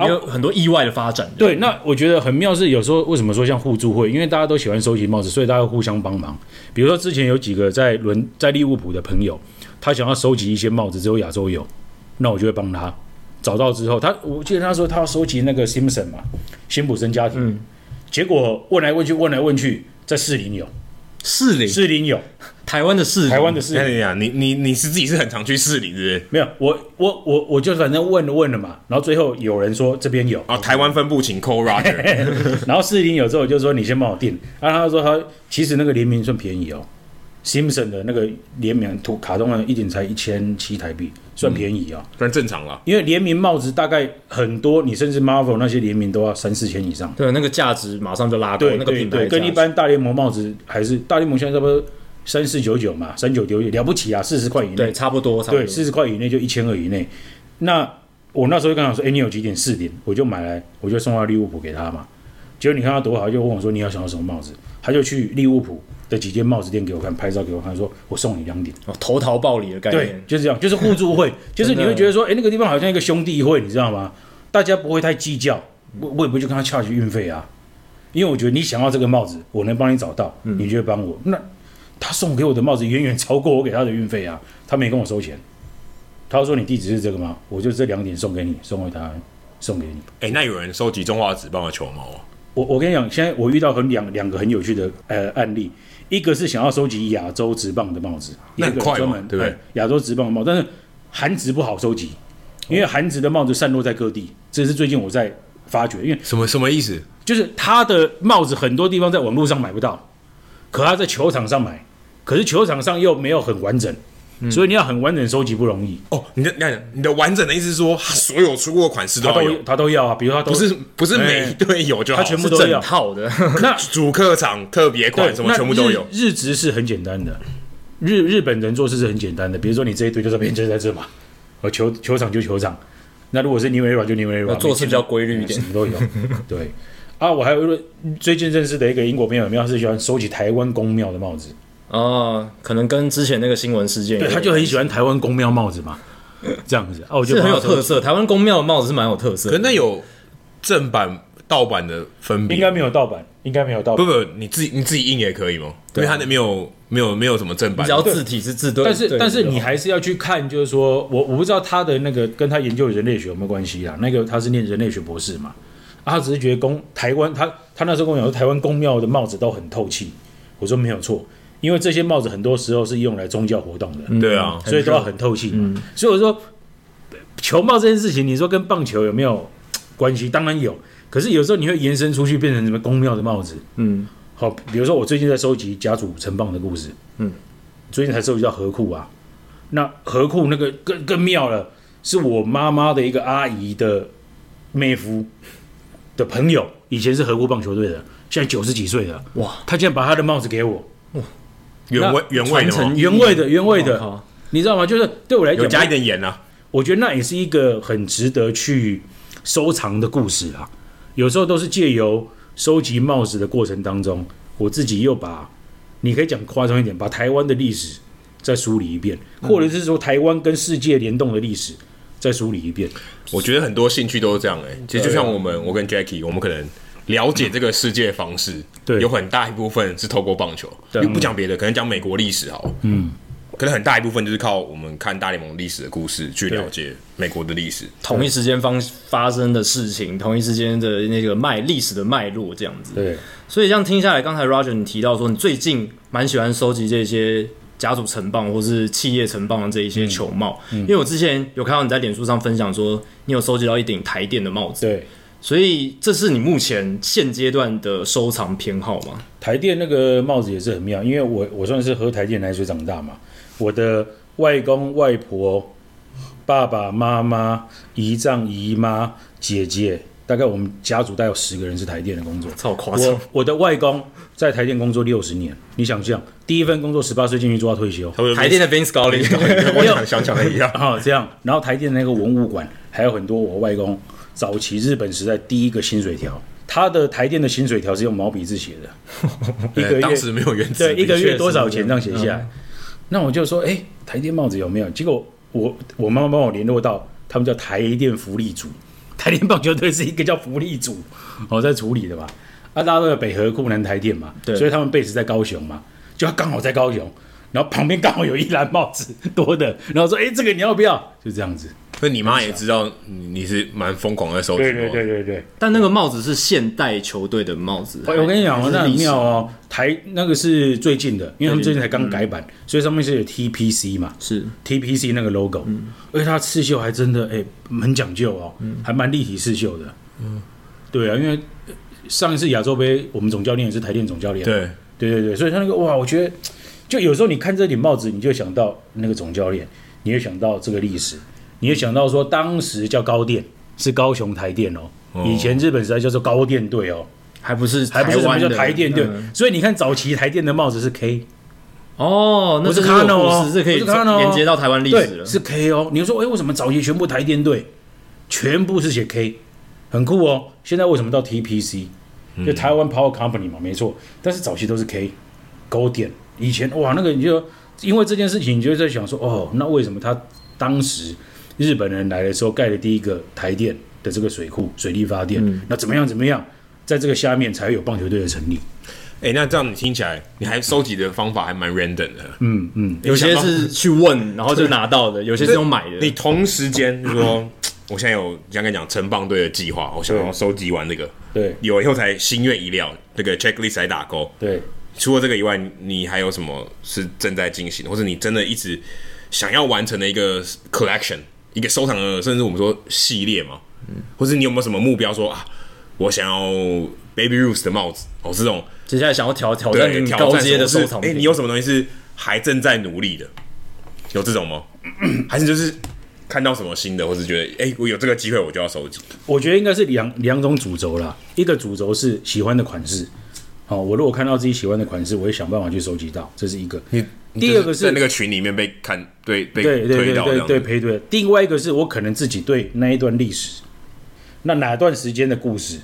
Speaker 4: 也有很多意外的发展。”，
Speaker 3: 对，那我觉得很妙是有时候为什么说像互助会，因为大家都喜欢收集帽子，所以大家互相帮忙。比如说之前有几个在伦在利物浦的朋友，他想要收集一些帽子，只有亚洲有，那我就会帮他找到之后，他我记得他说他要收集那个 Simpson 嘛，辛普森家庭，结果问来问去问来问去，在士林有，
Speaker 4: 士林，
Speaker 3: 士林有，
Speaker 4: 台湾的士林，
Speaker 3: 台湾的士
Speaker 2: 哎
Speaker 3: 林。
Speaker 2: 呀，你你你是自己是很常去市里是不是？
Speaker 3: 没有，我我我我就反正问了问了嘛，然后最后有人说这边有，
Speaker 2: 啊，台湾分部请 call Roger，
Speaker 3: 然后四零有之后就说你先帮我订，然后他说他其实那个联名算便宜哦，Simpson 的那个联名图卡通的一顶才一千七台币，算便宜哦。
Speaker 2: 算正常了。
Speaker 3: 因为联名帽子大概很多，你甚至 Marvel 那些联名都要三四千以上。
Speaker 4: 对那个价值马上就拉高，
Speaker 3: 对
Speaker 4: 哦那个
Speaker 3: 对
Speaker 4: 品牌
Speaker 3: 对，
Speaker 4: 价值
Speaker 3: 跟一般大联盟帽子还是大联盟现在差不多三四九九嘛，三九九九了不起啊，四十块以内。
Speaker 4: 对差不多，差不
Speaker 3: 对，
Speaker 4: 多
Speaker 3: 四十块以内就一千二以内。那我那时候就跟他说：“哎、你有几点四点？”我就买来，我就送到利物浦给他嘛。结果你看他多好，他就问我说：“你要想要什么帽子？”他就去利物浦的几间帽子店给我看，拍照给我看，说：“我送你两顶。
Speaker 4: 哦投桃报李的”概
Speaker 3: 对
Speaker 4: 念，。
Speaker 3: 就是这样，就是互助 会，就是你
Speaker 4: 真的
Speaker 3: 会觉得说：“哎、那个地方好像一个兄弟会，你知道吗？大家不会太计较，我我也不会去跟他 charge 运费啊，因为我觉得你想要这个帽子，我能帮你找到，
Speaker 4: 嗯
Speaker 3: 你就会帮我。那他送给我的帽子远远超过我给他的运费啊，他没跟我收钱。他说你地址是这个吗？我就这两点送给你，送回他，送给你。
Speaker 2: 哎、那有人收集中华纸棒的球帽啊？
Speaker 3: 我我跟你讲，现在我遇到很两两个很有趣的呃案例，一个是想要收集亚洲直棒的帽子，
Speaker 2: 那
Speaker 3: 一
Speaker 2: 很
Speaker 3: 个
Speaker 2: 快嘛
Speaker 3: 专门
Speaker 2: 对不对
Speaker 3: 哎亚洲直棒的帽子，但是韩职不好收集，因为韩职的帽子散落在各地，这是最近我在发掘，因为
Speaker 2: 什么什么意思？
Speaker 3: 就是他的帽子很多地方在网络上买不到，可他在球场上买，可是球场上又没有很完整，
Speaker 2: 嗯
Speaker 3: 所以你要很完整收集不容易。
Speaker 2: 哦，你的那你的完整的意思是说，他所有出过的款式都
Speaker 3: 他
Speaker 2: 要
Speaker 3: 都
Speaker 2: 有，
Speaker 3: 他都要啊，比如他都
Speaker 2: 不是不是每
Speaker 3: 哎
Speaker 2: 一队有就好，
Speaker 3: 他全部
Speaker 4: 是
Speaker 3: 都要
Speaker 4: 整套的，
Speaker 3: 那
Speaker 2: 主客场特别
Speaker 3: 对
Speaker 2: 款什么全部都有
Speaker 3: 那。日日职是很简单的，日日本人做事是很简单的，比如说你这一队就是边就是在这嘛，呃球球场就球场，那如果是 New Era 就 New
Speaker 4: 要
Speaker 3: Era，
Speaker 4: 啊做事比较规律一点
Speaker 3: 什。么都有。 对啊，我还有一个最近认识的一个英国朋友，他是喜欢收集台湾公庙的帽子，
Speaker 4: 哦，可能跟之前那个新闻事件有
Speaker 3: 对，
Speaker 4: 关，
Speaker 3: 他就很喜欢台湾公庙帽子嘛，这样子啊，我觉
Speaker 4: 是
Speaker 3: 得
Speaker 4: 很有特，色。台湾公庙的帽子是蛮有特色
Speaker 2: 可
Speaker 4: 的，
Speaker 2: 是那有正版、盗版的分别，
Speaker 3: 应该没有盗版，应该没有盗
Speaker 2: 不
Speaker 3: 版，
Speaker 2: 不，你自己你自己印也可以吗？因为它那没有没有没有什么正
Speaker 4: 你
Speaker 2: 版
Speaker 4: 只，要字体是字对，
Speaker 3: 但是
Speaker 4: 对哦
Speaker 3: 但是
Speaker 4: 的
Speaker 3: 你还是要去看，就是说我我不知道他的那个跟他研究人类学有没有关系啦，啊那个他是念人类学博士嘛，啊，他只是觉得公台湾他他那时候跟我讲说台湾公庙的帽子都很透气，我说没有错，因为这些帽子很多时候是用来宗教活动的，
Speaker 4: 嗯
Speaker 2: 对啊，
Speaker 3: 所以都要很透气嘛。所以我说，呃球帽这件事情，你说跟棒球有没有关系？当然有，可是有时候你会延伸出去，变成什么公庙的帽子？
Speaker 1: 嗯，
Speaker 3: 好，比如说我最近在收集甲组城棒的故事，嗯，最近才收集到河库啊。那河库那个更更妙了，是我妈妈的一个阿姨的妹夫的朋友，以前是河库棒球队的，现在九十几岁了，
Speaker 4: 哇！
Speaker 3: 他竟然把他的帽子给我，
Speaker 2: 原味原味的
Speaker 4: 传
Speaker 2: 吗
Speaker 4: 承？
Speaker 3: 原味的原味
Speaker 4: 我
Speaker 3: 的
Speaker 4: 靠，
Speaker 3: 你知道吗？就是对我来讲，
Speaker 2: 有加一点盐啊，
Speaker 3: 我觉得那也是一个很值得去收藏的故事啊。有时候都是借由收集帽子的过程当中，我自己又把你可以讲夸张一点，把台湾的历史再梳理一遍，或者是说台湾跟世界联动的历史再梳理一遍。
Speaker 2: 我觉得很多兴趣都是这样哎、其实就像我们，我跟 Jackie，我们可能了解这个世界方式，
Speaker 3: 对
Speaker 2: 有很大一部分是透过棒球，因为不讲别的，可能讲美国历史好，嗯，可能很大一部分就是靠我们看大联盟历史的故事去了解美国的历史。
Speaker 4: 同一时间方发生的事情，同一时间的那个脉历史的脉络这样子。
Speaker 3: 对，
Speaker 4: 所以这样听下来，刚才 Roger 你提到说，你最近蛮喜欢收集这些家族承棒或是企业承棒的这一
Speaker 3: 嗯
Speaker 4: 些球帽，因为我之前有看到你在脸书上分享说，你有收集到一顶台电的帽子，
Speaker 3: 对，
Speaker 4: 所以这是你目前现阶段的收藏偏好吗？
Speaker 3: 台电那个帽子也是很妙，因为我我算是喝台电奶水长大嘛，我的外公外婆、爸爸妈妈、姨丈姨妈、姐姐，大概我们家族大概有十个人是台电的工作。
Speaker 4: 超夸张
Speaker 3: 我！我的外公在台电工作六十年，你想象第一份工作十八岁进去做到退休，
Speaker 2: 他们
Speaker 4: 台电的 Vince Scully，
Speaker 2: 我想想想的一样，
Speaker 3: 然后这样，然后台电的那个文物馆还有很多我外公早期日本时代第一个薪水条，他的台电的薪水条是用毛笔字写 的，一个
Speaker 2: 对，
Speaker 3: 月
Speaker 2: 当时没有原
Speaker 3: 对，
Speaker 2: 子，
Speaker 3: 一个
Speaker 4: 确
Speaker 3: 月
Speaker 4: 是
Speaker 3: 多少钱
Speaker 4: 这
Speaker 3: 这
Speaker 4: 样
Speaker 3: 样写下来。那我就说，哎、台电帽子有没有？结果我我妈妈帮我联络到，他们叫台电福利组，台电棒球队是一个叫福利组，我、哦、在处理的嘛。啊，大家都有北河库南台电嘛，
Speaker 4: 对
Speaker 3: 所以他们 base 在高雄嘛，就他刚好在高雄，然后旁边刚好有一篮帽子多的，然后说，哎、这个你要不要？就这样子。
Speaker 2: 所以你妈也知道你你是蛮疯狂在收集
Speaker 3: 对
Speaker 2: 的，
Speaker 3: 对对对对。
Speaker 4: 但那个帽子是现代球队的帽子。
Speaker 3: 我我跟你讲哦，那很
Speaker 4: 你
Speaker 3: 妙哦，台那个是最近的，因为他们最近才刚改版，所以上面是有 TPC 嘛，
Speaker 4: 是
Speaker 3: TPC 那个 logo，、而
Speaker 4: 嗯
Speaker 3: 且它刺绣还真的哎、很讲究哦，还蛮立体刺绣的。嗯，对啊，因为呃上一次亚洲杯我们总教练也是台电总教练，
Speaker 2: 对
Speaker 3: 对对对，所以他那个哇，我觉得就有时候你看这顶帽子，你就想到那个总教练，你会想到这个历史，你会想到说当时叫高电是高雄台电哦，以前日本时代叫做高电队哦，
Speaker 4: 还不是
Speaker 3: 还不是
Speaker 4: 台
Speaker 3: 什么
Speaker 4: 湾
Speaker 3: 叫
Speaker 4: 的
Speaker 3: 台电队，
Speaker 4: 嗯
Speaker 3: 所以你看早期台电的帽子是 K。
Speaker 4: 哦，那
Speaker 3: 不是
Speaker 4: 这有
Speaker 3: Kano 哦
Speaker 4: 故事这可以
Speaker 3: 不是 Kano 哦
Speaker 4: 连接到台湾历
Speaker 3: 对，
Speaker 4: 史了。
Speaker 3: 是 K 哦。你说，哎，为什么早期全部台电队全部是写 K，很酷哦。现在为什么到 TPC，就台湾 Power Company 嘛，没错。但是早期都是 K 勾点，以前哇，那个你就因为这件事情，你就在想说，哦，那为什么他当时日本人来的时候盖的第一个台电的这个水库、水力发电，那怎么样怎么样，在这个下面才有棒球队的成立。
Speaker 2: 哎、那这样你听起来，你还收集的方法还蛮 random 的。
Speaker 3: 嗯嗯，
Speaker 4: 有些是去问，然后就拿到的；有些是用买的。
Speaker 2: 你同时间 就说，我现在有像跟你讲城棒队的计划，我想要收集完这个，
Speaker 3: 对
Speaker 2: 有以后才心愿意料，那个 checklist 来打勾。
Speaker 3: 对。
Speaker 2: 除了这个以外，你还有什么是正在进行的，或者你真的一直想要完成的一个 collection，一个收藏的，甚至我们说系列嘛？
Speaker 4: 嗯
Speaker 2: 或者你有没有什么目标说啊，我想要 Baby Ruth 的帽子哦，这种
Speaker 4: 接下来想要挑挑战
Speaker 2: 对
Speaker 4: 更
Speaker 2: 挑
Speaker 4: 高
Speaker 2: 战
Speaker 4: 阶的
Speaker 2: 什
Speaker 4: 收
Speaker 2: 么
Speaker 4: 藏
Speaker 2: 是哎、
Speaker 4: 品。
Speaker 2: 你有什么东西是还正在努力的？有这种吗？还是就是看到什么新的，或是觉得哎、我有这个机会我就要收集？
Speaker 3: 我觉得应该是两两种主轴啦，一个主轴是喜欢的款式，好、我如果看到自己喜欢的款式，我会想办法去收集到，这是一个。
Speaker 2: 你
Speaker 3: 第二个
Speaker 2: 就是在
Speaker 3: 是
Speaker 2: 那个群里面被看对被
Speaker 3: 对对
Speaker 2: 推
Speaker 3: 对
Speaker 2: 到这
Speaker 3: 对
Speaker 2: 样
Speaker 3: 对
Speaker 2: 子，
Speaker 3: 配对。另外一个是我可能自己对那一段历史，那哪段时间的故事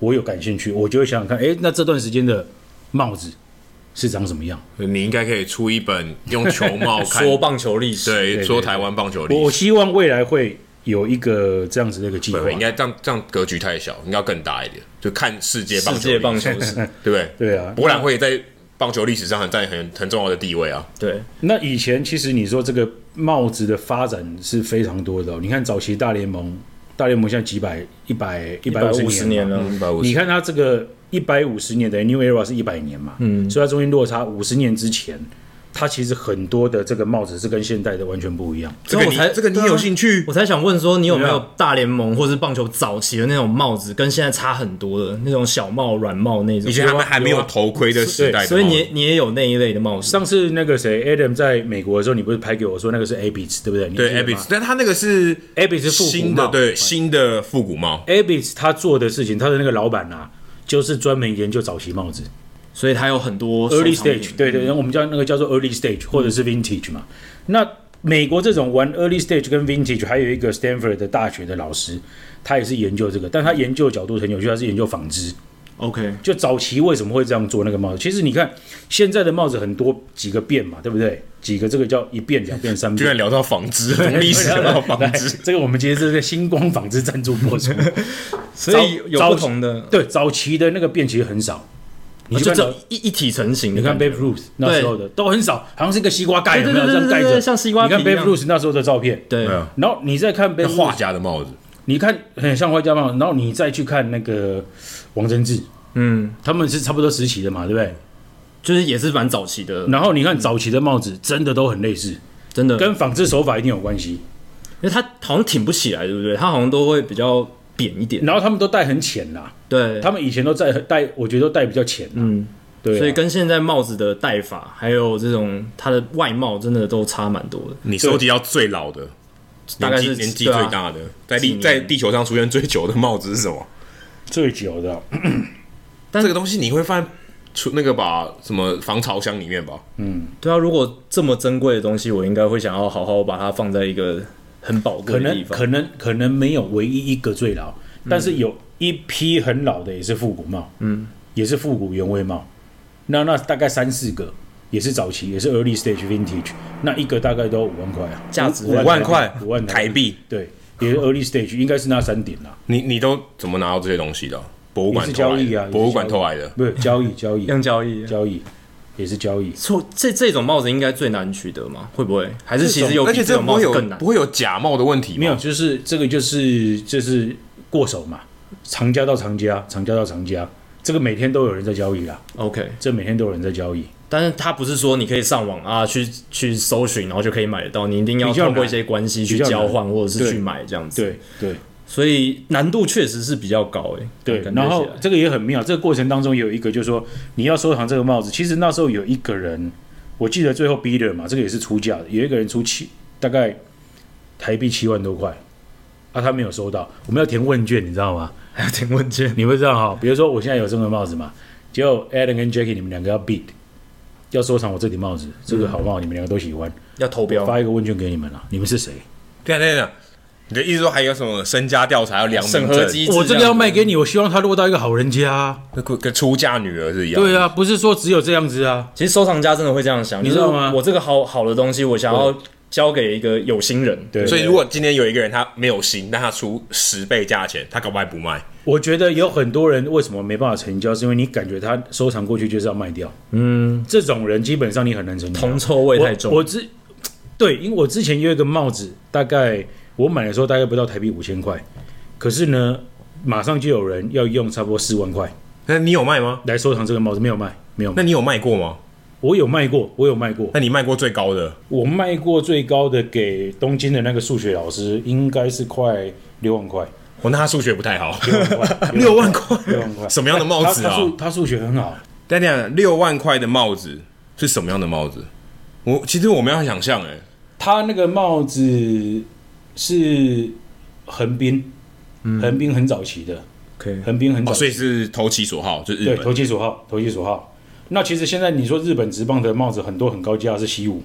Speaker 3: 我有感兴趣，我就会想想看，诶，那这段时间的帽子是长什么样？
Speaker 2: 你应该可以出一本用球帽看
Speaker 1: 说棒球历史，
Speaker 2: 对
Speaker 3: 对
Speaker 2: 说
Speaker 3: 对
Speaker 2: 台湾棒球历
Speaker 3: 我
Speaker 2: 史，
Speaker 3: 希望未来会有一个这样子的一个计
Speaker 2: 不
Speaker 3: 划
Speaker 2: 会，应该这样这样格局太小，应该要更大一点，就看世界棒
Speaker 1: 世
Speaker 2: 球
Speaker 1: 界
Speaker 2: 历史
Speaker 1: 棒球史，
Speaker 2: 对不对？
Speaker 3: 对啊，
Speaker 2: 博览会在棒球历史上很占很很重要的地位啊。
Speaker 1: 对，
Speaker 3: 那以前其实你说这个帽子的发展是非常多的哦、你看早期大联盟，大联盟现在几百、一百、一
Speaker 1: 一
Speaker 3: 百
Speaker 1: 百五十
Speaker 3: 五十
Speaker 1: 年
Speaker 3: 嘛。
Speaker 1: 了，
Speaker 3: 你看它这个一百五十年的 New Era 是一百年嘛，嗯，所以它中间落差五十年之前，它其实很多的这个帽子是跟现代的完全不一样。
Speaker 2: 这
Speaker 1: 所
Speaker 2: 个
Speaker 1: 以我
Speaker 2: 你
Speaker 1: 才
Speaker 2: 这个你
Speaker 1: 对啊
Speaker 2: 有兴趣？
Speaker 1: 我才想问说，你有没
Speaker 3: 对
Speaker 1: 有
Speaker 3: 啊
Speaker 1: 大联盟或是棒球早期的那种帽子，跟现在差很多的那种小帽、软帽那种？啊
Speaker 2: 以前他们还没有头盔的时代的帽子，哦
Speaker 1: 所以你你也有那一类的帽子，
Speaker 3: 上次那个谁 Adam 在美国的时候，你不是拍给我说那个是 Abits 对不对？你
Speaker 2: 对 a b i s 但他那个是
Speaker 3: Abits 是复古
Speaker 2: 新
Speaker 3: 帽
Speaker 2: 的，对新的复古帽，
Speaker 3: Abits 他做的事情，他的那个老板啊，就是专门研究早期帽子。
Speaker 1: 所以它有很多收藏
Speaker 3: early
Speaker 1: 品
Speaker 3: stage，对
Speaker 1: 嗯
Speaker 3: 对，我们叫那个叫做 early stage 或者是 vintage 嘛。那美国这种玩 early stage 跟 vintage，还有一个 Stanford 的大学的老师，他也是研究这个，但他研究的角度很有趣，他是研究纺织。
Speaker 1: OK，
Speaker 3: 就早期为什么会这样做那个帽子？其实你看现在的帽子很多几个变嘛，对不对？几个这个叫一变、两变、三
Speaker 2: 居
Speaker 3: 变
Speaker 2: 然。聊到纺织，从 历史聊到纺织
Speaker 3: 来，这个我们今天是在星光纺织赞助 播出。
Speaker 1: 所以有
Speaker 3: 早
Speaker 1: 有不同的，
Speaker 3: 对，早期的那个变其实很少，你
Speaker 1: 啊
Speaker 3: 就
Speaker 1: 就
Speaker 3: 看到
Speaker 1: 这一一体成型的
Speaker 3: 你
Speaker 1: 感
Speaker 3: 看
Speaker 1: 觉。
Speaker 3: Babe Ruth 那时候的都很少，好像是一个西瓜盖，有没
Speaker 1: 对
Speaker 3: 有
Speaker 1: 对对
Speaker 3: 这样盖
Speaker 1: 对对
Speaker 3: 着，
Speaker 1: 对像西瓜
Speaker 3: 你
Speaker 1: 皮
Speaker 3: 看
Speaker 1: 一
Speaker 3: Babe
Speaker 1: 样
Speaker 3: Ruth 那时候的照片，
Speaker 1: 对
Speaker 2: 没有
Speaker 3: 然后你再看 Babe
Speaker 2: 那
Speaker 3: Ruth，
Speaker 2: 啊画家的帽子，
Speaker 3: 你看很像画家嘛，然后你再去看那个王贞治，
Speaker 1: 嗯，
Speaker 3: 他们是差不多时期的嘛，对不对？
Speaker 1: 就是也是蛮早期的，
Speaker 3: 然后你看早期的帽子真的都很类似，
Speaker 1: 真的，因
Speaker 3: 跟纺织手法一定有关系。
Speaker 1: 为它好像挺不起来，对不对？它好像都会比较扁一点，
Speaker 3: 然后他们都戴很浅啦，
Speaker 1: 对，
Speaker 3: 他们啊以前都戴戴，我觉得都戴比较浅啦，
Speaker 1: 嗯，
Speaker 3: 对啊，
Speaker 1: 所以跟现在帽子的戴法，还有这种它的外貌，真的都差蛮多的。
Speaker 2: 你收集到最老的，
Speaker 1: 大概
Speaker 2: 年
Speaker 1: 是
Speaker 2: 纪年纪
Speaker 1: 对啊
Speaker 2: 最大的，在
Speaker 1: 几
Speaker 2: 地
Speaker 1: 年
Speaker 2: 在地球上出现最久的帽子是什么？
Speaker 3: 最久的啊
Speaker 2: 这个东西你会放在出那个吧什么防潮箱里面吧？
Speaker 1: 对啊，如果这么珍贵的东西，我应该会想要好好把它放在一个很宝
Speaker 3: 可
Speaker 1: 贵的地
Speaker 3: 能
Speaker 1: 方。
Speaker 3: 可能可能没有唯一一个最老，但是有一批很老的也是复古帽，嗯，也是复古原味帽。那那大概三四个也是早期，也是 early stage vintage，那一个大概都五万块啊，
Speaker 1: 价值
Speaker 3: 五
Speaker 2: 五万块，
Speaker 3: 五万
Speaker 2: 台
Speaker 3: 币，
Speaker 2: 币，
Speaker 3: 对，也是 early stage，应该是那三点啦，
Speaker 2: 你你都怎么拿到这些东西的？博物
Speaker 3: 也
Speaker 2: 馆
Speaker 3: 是
Speaker 2: 偷
Speaker 3: 交
Speaker 2: 来
Speaker 3: 易
Speaker 2: 的
Speaker 3: 啊，，
Speaker 2: 博物馆
Speaker 3: 也是交易
Speaker 2: 偷来的。
Speaker 3: 不是交易交易
Speaker 1: 用交易，
Speaker 3: 交易也是交易，
Speaker 1: 错这这种帽子应该最难取得嘛？会不会？还是其实有
Speaker 2: 而
Speaker 1: 比
Speaker 2: 且
Speaker 1: 这
Speaker 2: 这
Speaker 1: 种
Speaker 2: 不
Speaker 1: 帽
Speaker 2: 会
Speaker 1: 子
Speaker 2: 有
Speaker 1: 更难
Speaker 2: 不？会有假冒的问题吗？
Speaker 3: 没有，就是这个就是就是过手嘛，藏家到藏家，藏家到藏家，这个每天都有人在交易啦。
Speaker 1: OK，
Speaker 3: 这每天都有人在交易，
Speaker 1: 但是它不是说你可以上网啊去去搜寻，然后就可以买得到，你一定要
Speaker 3: 比较
Speaker 1: 通过
Speaker 3: 难
Speaker 1: 一些关系去
Speaker 3: 比较难
Speaker 1: 交换或者
Speaker 3: 对
Speaker 1: 是去买这样子。，
Speaker 3: 对
Speaker 1: 所以难度确实是比较高诶、
Speaker 3: 对
Speaker 1: 感觉起来
Speaker 3: 然后这个也很妙，这个过程当中有一个就是说你要收藏这个帽子，其实那时候有一个人，我记得最后 bidder 嘛，这个也是出价的，有一个人出七大概台币七万多块，啊，他没有收到，我们要填问卷，你知道吗？
Speaker 1: 还要填问卷，
Speaker 3: 你会知道哈，比如说我现在有这个帽子嘛，结果 Adam 跟 Jackie 你们两个要 bid，要收藏我这顶帽子，这个好帽你们两个都喜欢，
Speaker 1: 要投标。
Speaker 3: 发一个问卷给你们了、你们是谁？
Speaker 2: 对啊，对啊对啊，你的意思说还有什么身家调查要良民
Speaker 1: 审核
Speaker 2: 证
Speaker 1: 机制，
Speaker 3: 我这个要卖给你，我希望它落到一个好人家、啊。
Speaker 2: 跟跟出嫁女儿是一样的。
Speaker 3: 对啊，不是说只有这样子啊。
Speaker 1: 其实收藏家真的会这样想，
Speaker 3: 你知道吗
Speaker 1: 就是我这个好好的东西，我想要交给一个有心人。
Speaker 3: 对
Speaker 2: 所以如果今天有一个人他没有心，但他出十倍价钱，他搞不好还不卖。
Speaker 3: 我觉得有很多人为什么没办法成交，是因为你感觉他收藏过去就是要卖掉。嗯，这种人基本上你很难成交。
Speaker 1: 铜臭味太重
Speaker 3: 我我之对，因为我之前有一个帽子，大概我买的时候大概不到台币五千块，可是呢，马上就有人要用差不多四万块
Speaker 2: 那你有卖吗？
Speaker 3: 来收藏这个帽子，没有卖，没有卖
Speaker 2: 那。你有卖过吗？
Speaker 3: 我有卖过，我有卖过，
Speaker 2: 那你卖过最高的？
Speaker 3: 我卖过最高的给东京的那个数学老师，应该是快六万块，
Speaker 2: 哦，那他数学不太 好，
Speaker 3: 六
Speaker 2: 万块
Speaker 3: 六万块。
Speaker 2: 什么样的帽
Speaker 3: 他
Speaker 2: 子啊
Speaker 3: 他？数他数学很好，
Speaker 2: 等一下等一下，六万块的帽子是什么样的帽子？我其实我没有想象哎，
Speaker 3: 他那个帽子是横滨，横滨很早期的，
Speaker 1: OK，
Speaker 3: 横滨很早
Speaker 2: 哦，所以是投其所好，就是日
Speaker 3: 对，
Speaker 2: 本
Speaker 3: 投其所好，投其所好。那其实现在你说日本职棒的帽子很多很高啊价是西武，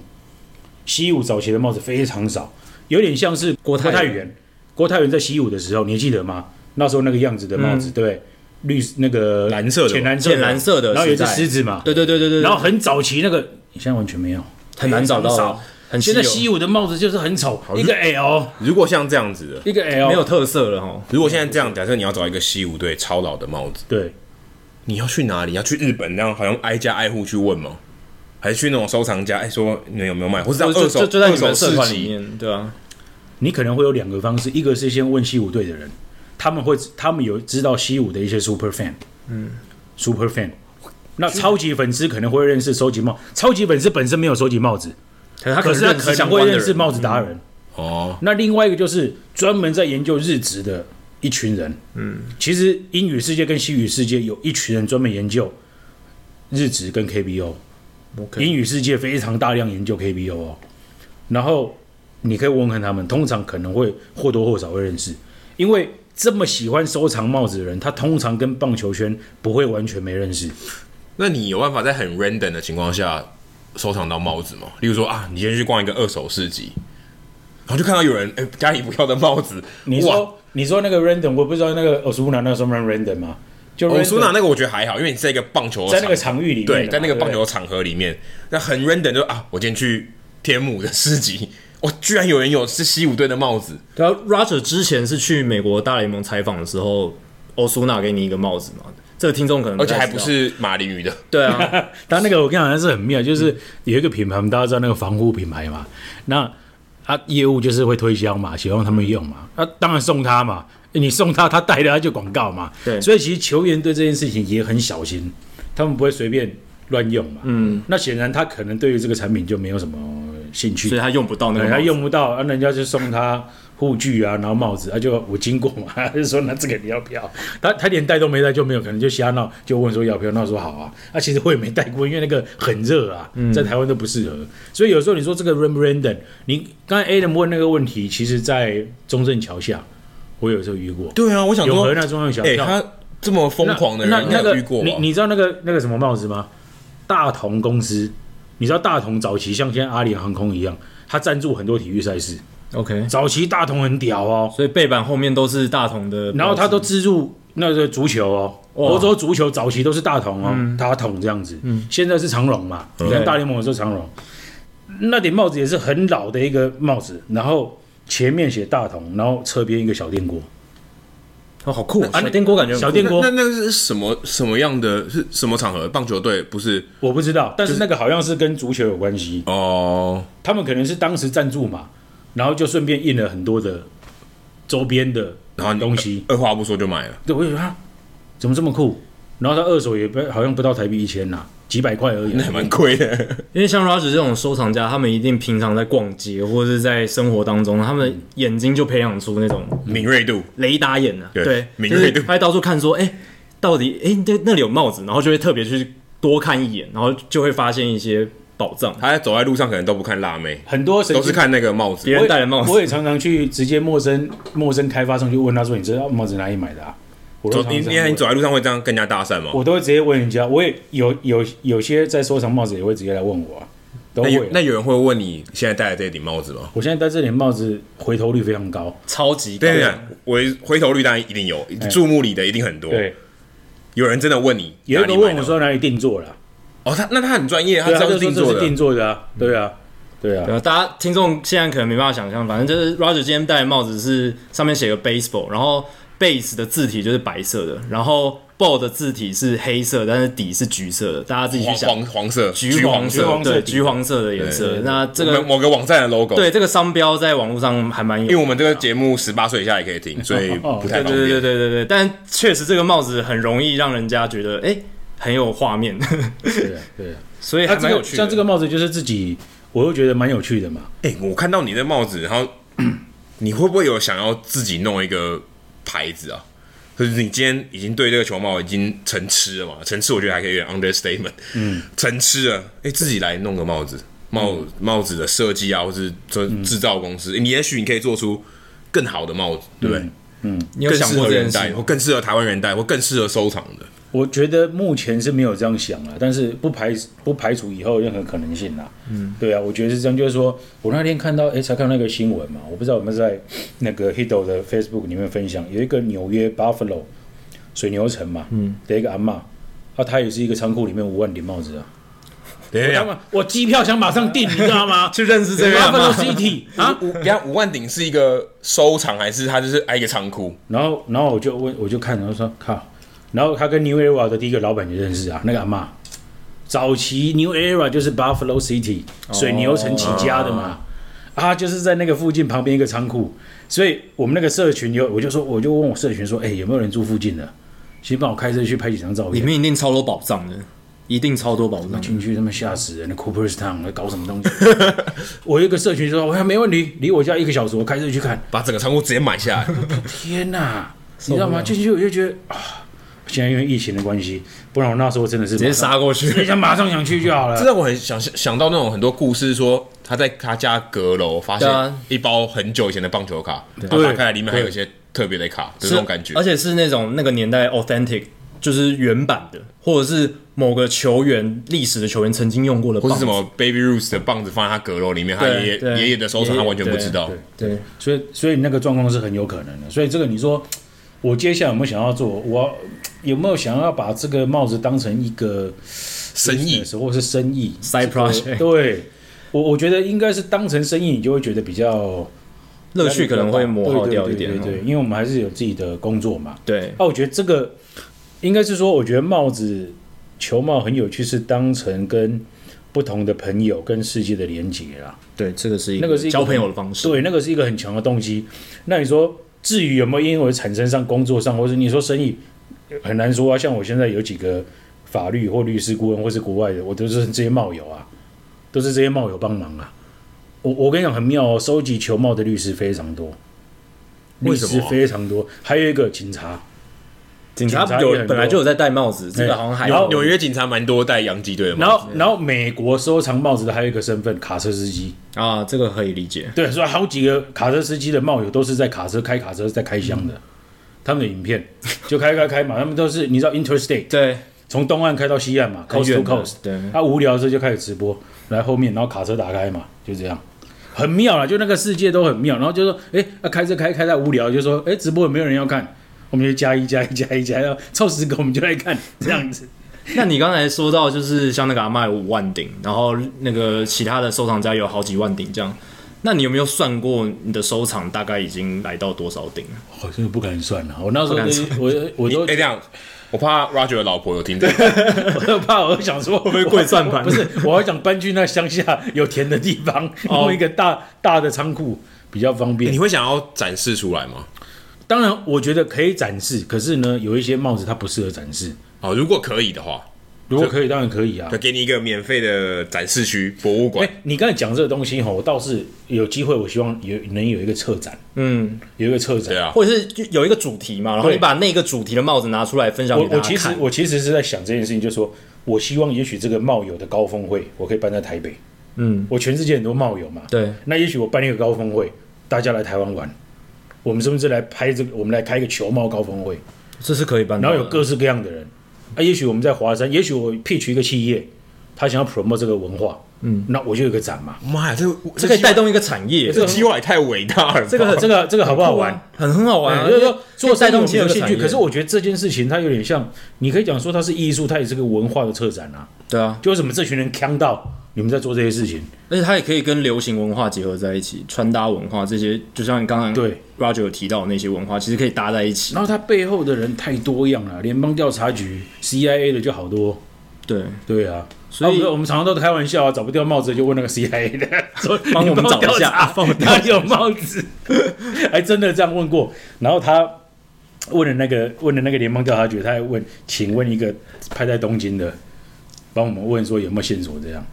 Speaker 3: 西武早期的帽子非常少，有点像是国
Speaker 1: 泰
Speaker 3: 泰元，国泰元在西武的时候，你还记得吗？那时候那个样子的帽子，对不对，绿那个
Speaker 2: 蓝色的
Speaker 3: 浅蓝色的，
Speaker 1: 浅蓝色的时代，
Speaker 3: 然后有一只狮子嘛，
Speaker 1: 对对对对对，
Speaker 3: 然后很早期那个，你现在完全没有。
Speaker 1: 很难找
Speaker 3: 很
Speaker 1: 到
Speaker 3: 少，
Speaker 1: 很稀
Speaker 3: 现
Speaker 1: 有
Speaker 3: 在西武的帽子就是很丑，一个 L，
Speaker 5: 如果像这样子的，
Speaker 3: 一个 L，
Speaker 1: 没有特色了哈。
Speaker 2: 如果现在这样，假设你要找一个西武队超老的帽子，
Speaker 3: 对，
Speaker 2: 你要去哪里？要去日本，然后好像挨家挨户去问吗？还是去那种收藏家？哎，说你们有没有卖？或是到
Speaker 1: 就
Speaker 2: 二
Speaker 1: 就
Speaker 2: 手
Speaker 1: 就就在
Speaker 2: 二
Speaker 1: 你
Speaker 2: 手
Speaker 1: 们社
Speaker 2: 市
Speaker 1: 团里
Speaker 2: 集？
Speaker 1: 面，对啊，
Speaker 3: 你可能会有两个方式，一个是先问西武队的人，他们会他们有知道西武的一些 super fan，嗯，super fan，那超级粉丝可能会认识收集帽，超级粉丝本身没有收集帽子，
Speaker 1: 可是他
Speaker 3: 可是他
Speaker 1: 认识
Speaker 3: 可
Speaker 1: 相
Speaker 3: 能
Speaker 1: 关
Speaker 3: 会
Speaker 1: 的
Speaker 3: 认识
Speaker 1: 人嗯
Speaker 3: 帽子达人。
Speaker 2: 哦，
Speaker 3: 那另外一个就是专门在研究日职的一群人，嗯，其实英语世界跟西语世界有一群人专门研究日职跟 KBO，英语世界非常大量研究 KBO 哦，然后你可以问问看他们，通常可能会或多或少会认识，因为这么喜欢收藏帽子的人，他通常跟棒球圈不会完全没认识，
Speaker 2: 那你有办法在很 random 的情况下收藏到帽子吗？例如说啊，你今天去逛一个二手市集，然后就看到有人哎家里不要的帽子，
Speaker 3: 你
Speaker 2: 哇，
Speaker 3: 说你说那个 random，我不知道那个 Osuna 那个什么 random 吗？就
Speaker 2: 我说
Speaker 3: random
Speaker 2: 哦那那个我觉得还好，因为你在一个棒球
Speaker 3: 在那个
Speaker 2: 场
Speaker 3: 场域里面啊的嘛，
Speaker 2: 对，在那个
Speaker 3: 不
Speaker 2: 棒球场合里面，那很 random 就啊，我今天去天母的市集，哇，居然有人有是西武队的帽子，
Speaker 1: 对啊，Roger 之前是去美国大联盟采访的时候，欧苏娜给你一个帽子嘛，这个听众可能
Speaker 2: 而且还
Speaker 1: 太
Speaker 2: 不
Speaker 1: 知道
Speaker 2: 是马林鱼的，
Speaker 1: 对 啊，
Speaker 3: 但那个我跟你讲，是很妙，就是有一个品牌，我们大家知道那个防护品牌嘛，那啊业务就是会推销嘛，希望他们用嘛，那、当然送他嘛，欸你送他，他带了他就广告嘛，
Speaker 1: 对
Speaker 3: 所以其实球员对这件事情也很小心，他们不会随便乱用嘛，嗯，那显然他可能对于这个产品就没有什么兴趣，
Speaker 1: 所以他用不到那个
Speaker 3: 人
Speaker 2: 嗯
Speaker 1: 帽
Speaker 3: 家
Speaker 1: 子，
Speaker 3: 用不到，啊，人家就送他护具啊，然后帽子，啊，就我经过嘛， 他就说那这个你要不要？他他连带都没带就没有，可能就瞎闹，就问说要不要？那我说好啊，啊，其实我也没带过，因为那个很热啊，
Speaker 2: 嗯
Speaker 3: 在台湾都不适合，所以有时候你说这个 r a m r a n d o n 你刚才 Adam 问那个问题，其实在中正桥下，我有时候遇过，
Speaker 2: 对啊，我想
Speaker 3: 永
Speaker 2: 说
Speaker 3: 和，那中正桥
Speaker 2: 哎、
Speaker 3: 下，
Speaker 2: 他这么疯
Speaker 3: 那
Speaker 2: 狂的
Speaker 3: 那
Speaker 2: 人，
Speaker 3: 那
Speaker 2: 有
Speaker 3: 个
Speaker 2: 遇过
Speaker 3: 你
Speaker 2: 吗？
Speaker 3: 你知道那个那个什么帽子吗？大同公司，你知道大同早期像现在阿联航空一样，它赞助很多体育赛事。
Speaker 1: OK，
Speaker 3: 早期大同很屌哦，
Speaker 1: 所以背板后面都是大同的帽子，
Speaker 3: 然后他都资助那个足球哦，欧洲足球早期都是大同哦，
Speaker 2: 嗯
Speaker 3: 大同这样子，现在是长荣嘛，你看大联盟的时候长荣，那顶帽子也是很老的一个帽子，然后前面写大同，然后侧边一个小电锅，
Speaker 1: 哦好酷哦，
Speaker 3: 啊
Speaker 1: 小电锅感觉很酷
Speaker 3: 小电锅
Speaker 2: 那那那是什么什么样的？是什么场合？棒球队不是
Speaker 3: 我不知道，但是那个好像是跟足球有关系，
Speaker 2: 哦，
Speaker 3: 他们可能是当时赞助嘛，然后就顺便印了很多的周边的
Speaker 2: 然后你
Speaker 3: 东西，
Speaker 2: 二话不说就买了，
Speaker 3: 对，我就觉得啊，怎么这么酷？然后他二手也不好像不到台币一千呐，几百块而已啊。
Speaker 2: 那还蛮贵的。
Speaker 1: 因为像 Roger 这种收藏家，他们一定平常在逛街或者是在生活当中，他们眼睛就培养出那种
Speaker 2: 敏锐度，
Speaker 1: 雷达眼啊，
Speaker 2: 对
Speaker 1: 对，
Speaker 2: 敏锐
Speaker 1: 就
Speaker 2: 度
Speaker 1: 是他会到处看说，哎、到底哎、那那里有帽子，然后就会特别去多看一眼，然后就会发现一些宝藏。
Speaker 2: 他在走在路上可能都不看辣妹，
Speaker 3: 很多神
Speaker 2: 都
Speaker 3: 经
Speaker 2: 是看那个帽子
Speaker 1: 别。人
Speaker 3: 我也
Speaker 1: 戴的帽子
Speaker 3: 我也常常去直接陌生陌生开发商去问他说：“你这帽子哪里买的啊？”我都
Speaker 2: 走
Speaker 3: 常
Speaker 2: 你
Speaker 3: 常这
Speaker 2: 你
Speaker 3: 样
Speaker 2: 看你
Speaker 3: 问
Speaker 2: 走在路上会这样跟人家搭讪吗？
Speaker 3: 我都会直接问人家。我也有有有些在收藏帽子也会直接来问我、啊，都
Speaker 2: 那
Speaker 3: 会
Speaker 2: 有
Speaker 3: 啊。
Speaker 2: 那有人会问你现在戴的这顶帽子吗？
Speaker 3: 我现在戴这顶帽子回头率非常高，
Speaker 1: 超级高
Speaker 2: 对对对，我回头率当然一定有，注目礼的一定很多。
Speaker 3: 对，
Speaker 2: 有人真的问你
Speaker 3: 有
Speaker 2: 哪
Speaker 3: 一个
Speaker 2: 里买的
Speaker 3: 问我
Speaker 2: 吗，
Speaker 3: 说哪里定做了啊，
Speaker 2: 哦，他那他很专业，他
Speaker 3: 对
Speaker 2: 知
Speaker 3: 啊，
Speaker 2: 道
Speaker 3: 他就说
Speaker 2: 定
Speaker 3: 这
Speaker 2: 做
Speaker 3: 是
Speaker 2: 的
Speaker 3: 定。做的啊，对啊，对
Speaker 1: 对
Speaker 3: 啊，
Speaker 1: 啊，大家听众现在可能没办法想象，反正就是 Roger 今天戴的帽子是上面写个 baseball，然后 base 的字体就是白色的，然后 ball 的字体是黑色，但是底是橘色的，大家自己去
Speaker 2: 黄
Speaker 1: 想。
Speaker 2: 黄黄色，
Speaker 1: 橘黄
Speaker 2: 色，
Speaker 3: 黄色
Speaker 1: 对，
Speaker 3: 底
Speaker 1: 橘黄色的颜色。那这
Speaker 2: 我们
Speaker 1: 个
Speaker 2: 某个网站的 logo，
Speaker 1: 对这个商标在网络上还蛮有，
Speaker 2: 因为我们这个节目十八岁以下也可以 听，所以不
Speaker 1: 对对
Speaker 2: 太方
Speaker 1: 对
Speaker 2: 便。
Speaker 1: 对对对，但确实这个帽子很容易让人家觉得哎、诶很有画面，
Speaker 3: 对啊，对啊。
Speaker 1: 所以
Speaker 3: 他
Speaker 1: 还
Speaker 3: 这
Speaker 1: 蛮有
Speaker 3: 个
Speaker 1: 趣的。
Speaker 3: 像这个帽子就是自己，我又觉得蛮有趣的嘛。
Speaker 2: 哎、我看到你的帽子，然后 你会不会有想要自己弄一个牌子啊？就是你今天已经对这个球帽已经成痴了嘛？成痴我觉得还可以有点 understatement，嗯，成痴了，哎、自己来弄个帽子，帽、
Speaker 1: 嗯
Speaker 2: 帽子的设计啊，或是制制造公司，诶你也许你可以做出更好的帽子，对不对？嗯，
Speaker 1: 你有
Speaker 2: 更
Speaker 1: 想
Speaker 2: 适
Speaker 1: 过
Speaker 2: 合
Speaker 1: 这件
Speaker 2: 人
Speaker 1: 事
Speaker 2: 带，
Speaker 1: 吗
Speaker 2: 或更适合台湾人带，或更适合收藏的。
Speaker 3: 我觉得目前是没有这样想了，但是不排不排除以后任何可能性啦。嗯，对啊，我觉得是这样，就是说我那天看到，哎，才看到那个新闻嘛，我不知道有没有在那个 Hido 的 Facebook 里面分享，有一个纽约 Buffalo 水牛城嘛，嗯，的一个阿嬷，啊，她也是一个仓库里面五万顶帽子啊，
Speaker 2: 等一
Speaker 3: 我他
Speaker 2: 下，
Speaker 3: 妈我机票想马上订，你知道吗？
Speaker 1: 去认识这个
Speaker 3: Buffalo
Speaker 1: 吗？
Speaker 3: City 啊，
Speaker 2: 五，等一下五万顶是一个收藏，还是它就是挨一个仓库？
Speaker 3: 然后然后我就问，我就看，然后说靠，然后他跟 New Era 的第一个老板就认识啊，那个阿嬷，早期 New Era 就是 Buffalo City
Speaker 1: 哦
Speaker 3: 水牛城起家的嘛，啊，就是在那个附近旁边一个仓库，所以我们那个社群有，我就说我就问我社群说，哎、有没有人住附近的？先帮我开车去拍几张照
Speaker 1: 里
Speaker 3: 片。
Speaker 1: 面一定超多宝藏的，一定超多宝藏的。
Speaker 3: 进去他妈吓死人了，Cooperstown 在搞什么东西？ 我有一个社群说，我没问题，离我家一个小时，我开车去看。
Speaker 2: 把整个仓库直接买下来，
Speaker 3: 天呐、你知道吗？进去我就觉得啊，现在因为疫情的关系，不然我那时候真的是直
Speaker 1: 直接杀嗯过
Speaker 3: 直接
Speaker 1: 去，
Speaker 3: 想马上想去就好
Speaker 2: 这
Speaker 3: 了。
Speaker 2: 让我很想想到那种很多故事，说他在他家阁楼发
Speaker 1: 对
Speaker 2: 现
Speaker 1: 啊
Speaker 2: 一包很久以前的棒球卡，然后
Speaker 3: 对
Speaker 2: 打开来里面还有一些特别的卡，就是这种感觉
Speaker 1: 而。且是那种那个年代 authentic，就是原版的，或者是某个球员历史的球员曾经用过的棒
Speaker 2: 或
Speaker 1: 子，
Speaker 2: 是什么 Baby Ruth 的棒子放在他阁楼里面，他
Speaker 1: 对
Speaker 2: 爷
Speaker 1: 对
Speaker 2: 爷爷的收藏
Speaker 1: 爷
Speaker 2: 他
Speaker 1: 爷
Speaker 2: 完全不知道。
Speaker 1: 对，
Speaker 3: 所以，所以那个状况是很有可能的。所以这个你说，我接下来有没有想要做？我有没有想要把这个帽子当成一个
Speaker 2: 生意
Speaker 3: business 或是生意
Speaker 1: Side
Speaker 3: 这个
Speaker 1: project
Speaker 3: 对，我我觉得应该是当成生意，你就会觉得比较
Speaker 1: 乐趣可能会磨耗掉一点
Speaker 3: 对对对对
Speaker 1: 哦。
Speaker 3: 对，因为我们还是有自己的工作嘛。
Speaker 1: 对，
Speaker 3: 啊，我觉得这个应该是说，我觉得帽子球帽很有趣，是当成跟不同的朋友跟世界的连接啦。
Speaker 1: 对，这个是一
Speaker 3: 那个是一个
Speaker 1: 交朋友的方式。
Speaker 3: 对，那个是一个很强的动机。那你说，至于有没有因为产生上工作上，或者你说生意，很难说啊。像我现在有几个法律或律师顾问，或是国外的，我都是这些帽友啊，都是这些帽友帮忙啊。我我跟你讲很妙哦，收集球帽的律师非常多，律
Speaker 2: 为什
Speaker 3: 师
Speaker 2: 么啊
Speaker 3: 非常多，还有一个警察。
Speaker 1: 警
Speaker 3: 察
Speaker 1: 察
Speaker 3: 也
Speaker 1: 有
Speaker 3: 很多
Speaker 1: 本来就有在戴帽子，这个好像还
Speaker 3: 然后
Speaker 1: 好。
Speaker 2: 纽约警察蛮多戴洋基队的嘛，
Speaker 3: 然后，然后美国收藏帽子的还有一个身份，卡车司机。
Speaker 1: 啊，这个可以理解。
Speaker 3: 对，所以好几个卡车司机的帽友都是在卡车开卡车在开箱的，他们的影片就开开开嘛，他们都是你知道 interstate
Speaker 1: 对，
Speaker 3: 从东岸开到西岸嘛
Speaker 1: 很
Speaker 3: ，coast
Speaker 1: 远
Speaker 3: to
Speaker 1: 的
Speaker 3: coast，
Speaker 1: 对
Speaker 3: 他、无聊的时候就开始直播，来后面然后卡车打开嘛，就这样。很妙啦，就那个世界都很妙。然后就说，哎、啊、开车开开到无聊，就说，哎、直播有没有人要看？我们就加一加一加一加一，然后凑十个我们就来看，这样子。
Speaker 1: 那你刚才说到，就是像那个阿嬷有五万顶，然后那个其他的收藏家有好几万顶这样。那你有没有算过你的收藏大概已经来到多少顶了？
Speaker 3: 我真的不敢算了，我那时候
Speaker 1: 不敢
Speaker 3: 就是我我
Speaker 2: 你
Speaker 3: 都
Speaker 2: 哎这样，我怕 Roger 的老婆有听到，
Speaker 3: 我就怕，我就想说会不
Speaker 1: 会跪算盘
Speaker 3: 不是，我要想搬去那乡下有田的地方，
Speaker 1: 哦
Speaker 3: 弄一个大大的仓库比较方
Speaker 2: 你
Speaker 3: 便。
Speaker 2: 会想要展示出来吗？
Speaker 3: 当然，我觉得可以展示，可是呢，有一些帽子它不适合展示。
Speaker 2: 哦，如果可以的话，
Speaker 3: 如果可以，当然可以啊
Speaker 2: 就。给你一个免费的展示区博物
Speaker 3: 哎、
Speaker 2: 馆。
Speaker 3: 你刚才讲这个东西哈，我倒是有机会，我希望有能有一个策展，
Speaker 1: 嗯，
Speaker 3: 有一个策展。
Speaker 2: 对啊，
Speaker 1: 或者是就有一个主题嘛，然后
Speaker 3: 对
Speaker 1: 你把那个主题的帽子拿出来分享
Speaker 3: 我
Speaker 1: 给大
Speaker 3: 我
Speaker 1: 家
Speaker 3: 其实
Speaker 1: 看。
Speaker 3: 我其实是在想这件事情，就是说我希望也许这个帽友的高峰会，我可以办在台北。
Speaker 1: 嗯，
Speaker 3: 我全世界很多帽友嘛，
Speaker 1: 对，
Speaker 3: 那也许我办一个高峰会，大家来台湾玩，我们甚至来拍这个，我们来开一个球帽高峰会，
Speaker 1: 这是可以办到
Speaker 3: 然
Speaker 1: 的。
Speaker 3: 后有各式各样的人。啊，也许我们在华山，也许我 pitch 一个企业，他想要 promote 这个文化，嗯，那我就有个展嘛。
Speaker 2: 妈呀，这
Speaker 1: 这可以带动一个产业，
Speaker 2: 这计划也太伟大了吧，
Speaker 3: 这个这个这个好不好玩？
Speaker 1: 很很好玩啊。
Speaker 3: 哎就是说做
Speaker 1: 带
Speaker 3: 生意我
Speaker 1: 动
Speaker 3: 们
Speaker 1: 起这
Speaker 3: 有
Speaker 1: 个
Speaker 3: 兴
Speaker 1: 产
Speaker 3: 趣，
Speaker 1: 业
Speaker 3: 可是我觉得这件事情它有点像，你可以讲说它是艺术，它也是个文化的策展啊。
Speaker 1: 对啊，
Speaker 3: 就为什么这群人坑到你们在做这些事情？
Speaker 1: 而且它也可以跟流行文化结合在一起，穿搭文化这些，就像你刚刚
Speaker 3: 对
Speaker 1: Roger 有提到的那些文化，其实可以搭在一起。
Speaker 3: 然后它背后的人太多样了，联邦调查局、CIA 的就好多。
Speaker 1: 对，
Speaker 3: 对啊，
Speaker 1: 所
Speaker 3: 所
Speaker 1: 以
Speaker 3: 以、我们常常都开玩笑啊，找不掉帽子就问那个 CIA 的，说
Speaker 1: 帮我们找一下
Speaker 3: 啊， 哪里有帽子？ 还真的这样问过。然后他问了那个问了那个联邦调查局，他还问，请问一个派在东京的，帮我们问说有没有线索这样。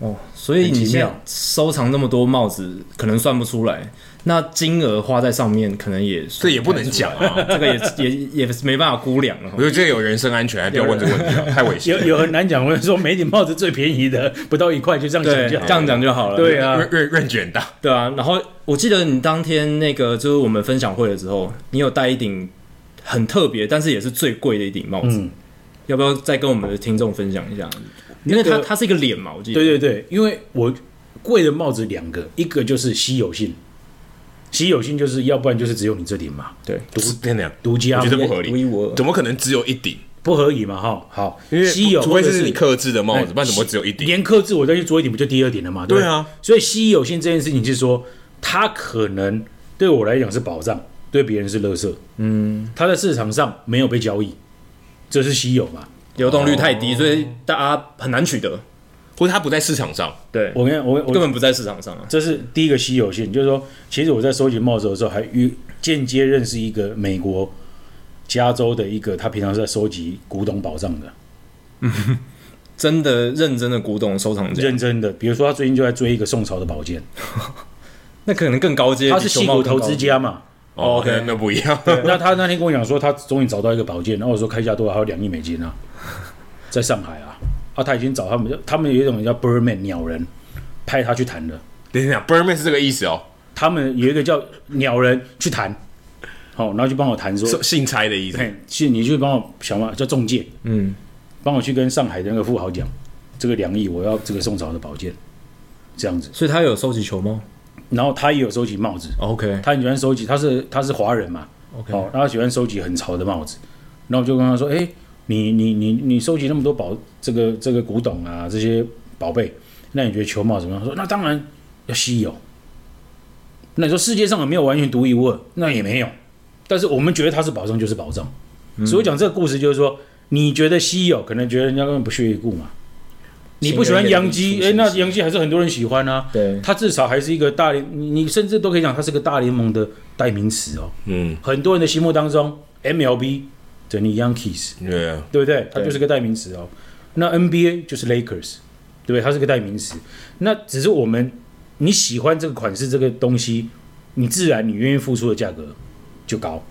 Speaker 1: 哦，所以
Speaker 3: 很奇
Speaker 1: 你现在
Speaker 3: 妙
Speaker 1: 收藏那么多帽子，可能算不出来。那金额花在上面，可能也
Speaker 2: 这
Speaker 1: 这
Speaker 2: 也不能讲啊。
Speaker 1: 这个也也也没办法估量了
Speaker 2: 我。觉得这个有人身安全，还不要问这个问题啊，太危险
Speaker 3: 有
Speaker 2: 了。
Speaker 3: 有很难讲，我说每顶帽子最便宜的不到一块，就这样
Speaker 1: 对，
Speaker 3: 讲就好
Speaker 1: 这样讲就好了。
Speaker 3: 对啊，
Speaker 2: 润润润卷大，
Speaker 1: 对啊，然后我记得你当天那个就是我们分享会的时候，你有戴一顶很特别，但是也是最贵的一顶帽子，
Speaker 3: 嗯
Speaker 1: 要不要再跟我们的听众分享一下？因为它它是一个脸嘛，我记得。
Speaker 3: 对对对，因为我贵的帽子两个，一个就是稀有性，稀有性就是要不然就是只有你这顶嘛，
Speaker 2: 不是真的，
Speaker 3: 独家
Speaker 2: 我觉得不合理
Speaker 1: 独一无二，
Speaker 2: 怎么可能只有一顶？
Speaker 3: 不合理嘛哈。好，
Speaker 2: 因为
Speaker 3: 稀有
Speaker 2: 除非
Speaker 3: 或者
Speaker 2: 是你克制的帽子，
Speaker 3: 哎
Speaker 2: 不然怎么只有一顶？
Speaker 3: 连克制我再去做一顶，不就第二顶了嘛？对不
Speaker 2: 对啊，
Speaker 3: 所以稀有性这件事情是说，它可能对我来讲是宝藏，对别人是垃圾，嗯，它在市场上没有被交易，这是稀有嘛？
Speaker 1: 流动率太低，所
Speaker 3: 哦
Speaker 1: 以大家很难取得。
Speaker 2: 或者它不在市场上，
Speaker 1: 对，
Speaker 3: 我跟你讲我我
Speaker 1: 根本不在市场上啊。
Speaker 3: 这是第一个稀有性，就是说，其实我在收集帽子的时候，还遇间接认识一个美国加州的一个，他平常是在收集古董宝藏的，
Speaker 1: 真的认真的古董收藏家
Speaker 3: 认，真的。比如说，他最近就在追一个宋朝的宝剑，
Speaker 1: 那可能更高阶，
Speaker 3: 他
Speaker 1: 比
Speaker 3: 是
Speaker 1: 熊
Speaker 3: 戏
Speaker 1: 猫
Speaker 3: 骨
Speaker 1: 更
Speaker 3: 投
Speaker 1: 高
Speaker 3: 资
Speaker 1: 阶。
Speaker 3: 家嘛。
Speaker 2: 哦，那那不一样。
Speaker 3: 那他那天跟我讲说，他终于找到一个宝剑，然后我说开价多少？还有两亿美金啊，在上海啊，啊，他已经找他们，他们有一种叫 Birdman 鸟人，派他去谈的，
Speaker 2: 等一下，Birdman 是这个意思哦，
Speaker 3: 他们有一个叫鸟人去谈，好，然后就帮我谈说，
Speaker 2: 是信差的意思。
Speaker 3: 嘿，是你去帮我想办法叫中介，嗯，帮我去跟上海的那个富豪讲，这个两亿我要这个宋朝的宝剑，这样子。
Speaker 1: 所以他有收集球吗
Speaker 3: 然后他也有收集帽子，
Speaker 1: ？OK，
Speaker 3: 他很喜欢收集，他是他是华人嘛
Speaker 1: OK
Speaker 3: 哦，然后他喜欢收集很潮的帽子。然后我就跟他说，哎、你你你你收集那么多宝这个这个古董啊这些宝贝，那你觉得球帽怎么样？他说那当然要稀有。那你说世界上有没有完全独一无二？那也没有，但是我们觉得它是宝藏就是宝藏。所以我讲这个故事就是说，你觉得稀有，可能觉得人家根本不屑一顾嘛。你不喜欢洋基，
Speaker 1: 新
Speaker 3: 哎、
Speaker 1: 人也
Speaker 3: 那
Speaker 1: 很出现
Speaker 3: 洋基还是很多人喜欢啊。
Speaker 1: 对
Speaker 3: 它至少还是一个大联，你你甚至都可以讲它是个大联盟的代名词哦。
Speaker 2: 嗯，
Speaker 3: 很多人的心目当中，MLB 等于 Yankees，
Speaker 2: 对啊，
Speaker 3: 对不对？它就是个代名词哦。那 NBA 就是 Lakers，对不对？它是个代名词。那只是我们你喜欢这个款式这个东西，你自然你愿意付出的价格就高。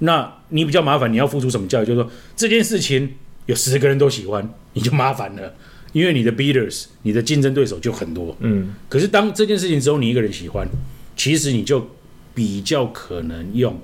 Speaker 3: 那你比较麻烦，你要付出什么价格？就是说这件事情有十个人都喜欢，你就麻烦了，因为你的 bidders，你的竞争对手就很多。嗯。可是当这件事情只有你一个人喜欢，其实你就比较可能用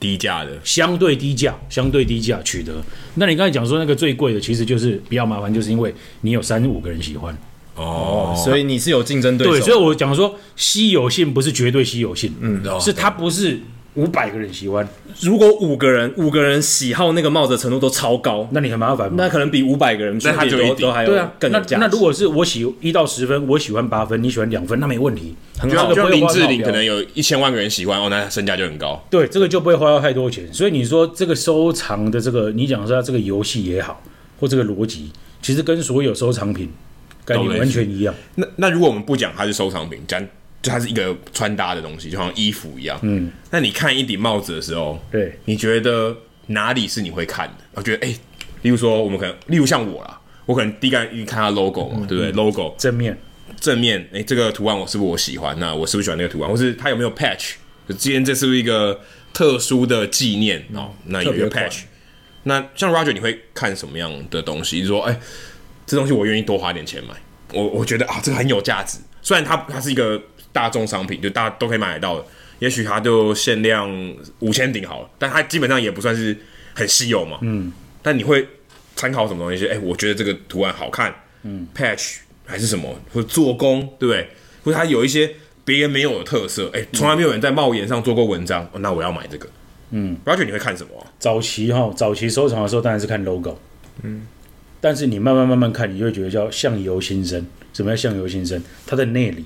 Speaker 2: 低价的，
Speaker 3: 相对低价，相对低价取得。那你刚才讲说那个最贵的，其实就是比较麻烦，就是因为你有三五个人喜欢。
Speaker 2: 哦，
Speaker 1: 所以你是有竞争对手。
Speaker 3: 所以我讲说稀有性不是绝对稀有性，嗯，是它不是五百个人喜欢，
Speaker 1: 如果五个人五个人喜好那个帽子的程度都超高，
Speaker 3: 那你很麻烦嘛。
Speaker 1: 那可能比五百个人
Speaker 2: 那他
Speaker 1: 出去
Speaker 2: 就一
Speaker 1: 都
Speaker 2: 定
Speaker 1: 都还有
Speaker 3: 对啊，
Speaker 1: 更
Speaker 3: 那
Speaker 1: 有价值
Speaker 3: 那如果是我喜一到十分，我喜欢八分，你喜欢两分，那没问题，很
Speaker 2: 就
Speaker 3: 好
Speaker 2: 像
Speaker 3: 的
Speaker 2: 就
Speaker 3: 哦
Speaker 2: 像
Speaker 3: 不会
Speaker 2: 林
Speaker 3: 花
Speaker 2: 志
Speaker 3: 到
Speaker 2: 玲
Speaker 3: 表
Speaker 2: 可能有一千万个人喜欢，哦，那他身价就很高。
Speaker 3: 对，这个就不会花到太多钱。所以你说这个收藏的这个，你讲说它这个游戏也好，或这个逻辑，其实跟所有收藏品概
Speaker 2: 都类
Speaker 3: 念
Speaker 2: 似
Speaker 3: 完全一样。
Speaker 2: 那那如果我们不讲它是收藏品，讲就它是一个穿搭的东西，就好像衣服一样。嗯，那你看一顶帽子的时候，
Speaker 3: 对，
Speaker 2: 你觉得哪里是你会看的？我觉得，哎、例如说我们可能，例如像我啦，我可能第一个一看它 logo 嘛，对不对？logo
Speaker 3: 正面
Speaker 2: 正面，哎、这个图案我是不是我喜欢？那我是不是喜欢那个图案？或是它有没有 patch？就今天这是不是一个特殊的纪念哦，那
Speaker 1: 嗯
Speaker 2: 有一
Speaker 1: 特别
Speaker 2: 个
Speaker 1: 款
Speaker 2: patch。那像 Roger，你会看什么样的东西？你说，哎、这东西我愿意多花点钱买，我我觉得啊，这个很有价值。虽然它它是一个大众商品，就大家都可以买得到的，也许它就限量五千顶好了，但它基本上也不算是很稀有嘛。嗯，但你会参考什么东西？哎、我觉得这个图案好看，嗯，patch 还是什么，或者做工，对不对？或者它有一些别人没有的特色，
Speaker 3: 嗯
Speaker 2: 哎、从来没有人在帽檐上做过文章，哦那我要买这个。嗯，Roger，你会看什么啊、
Speaker 3: 早期哈，早期收藏的时候当然是看 logo，嗯，但是你慢慢慢慢看，你就会觉得叫相由心生。什么叫相由心生？它的内里，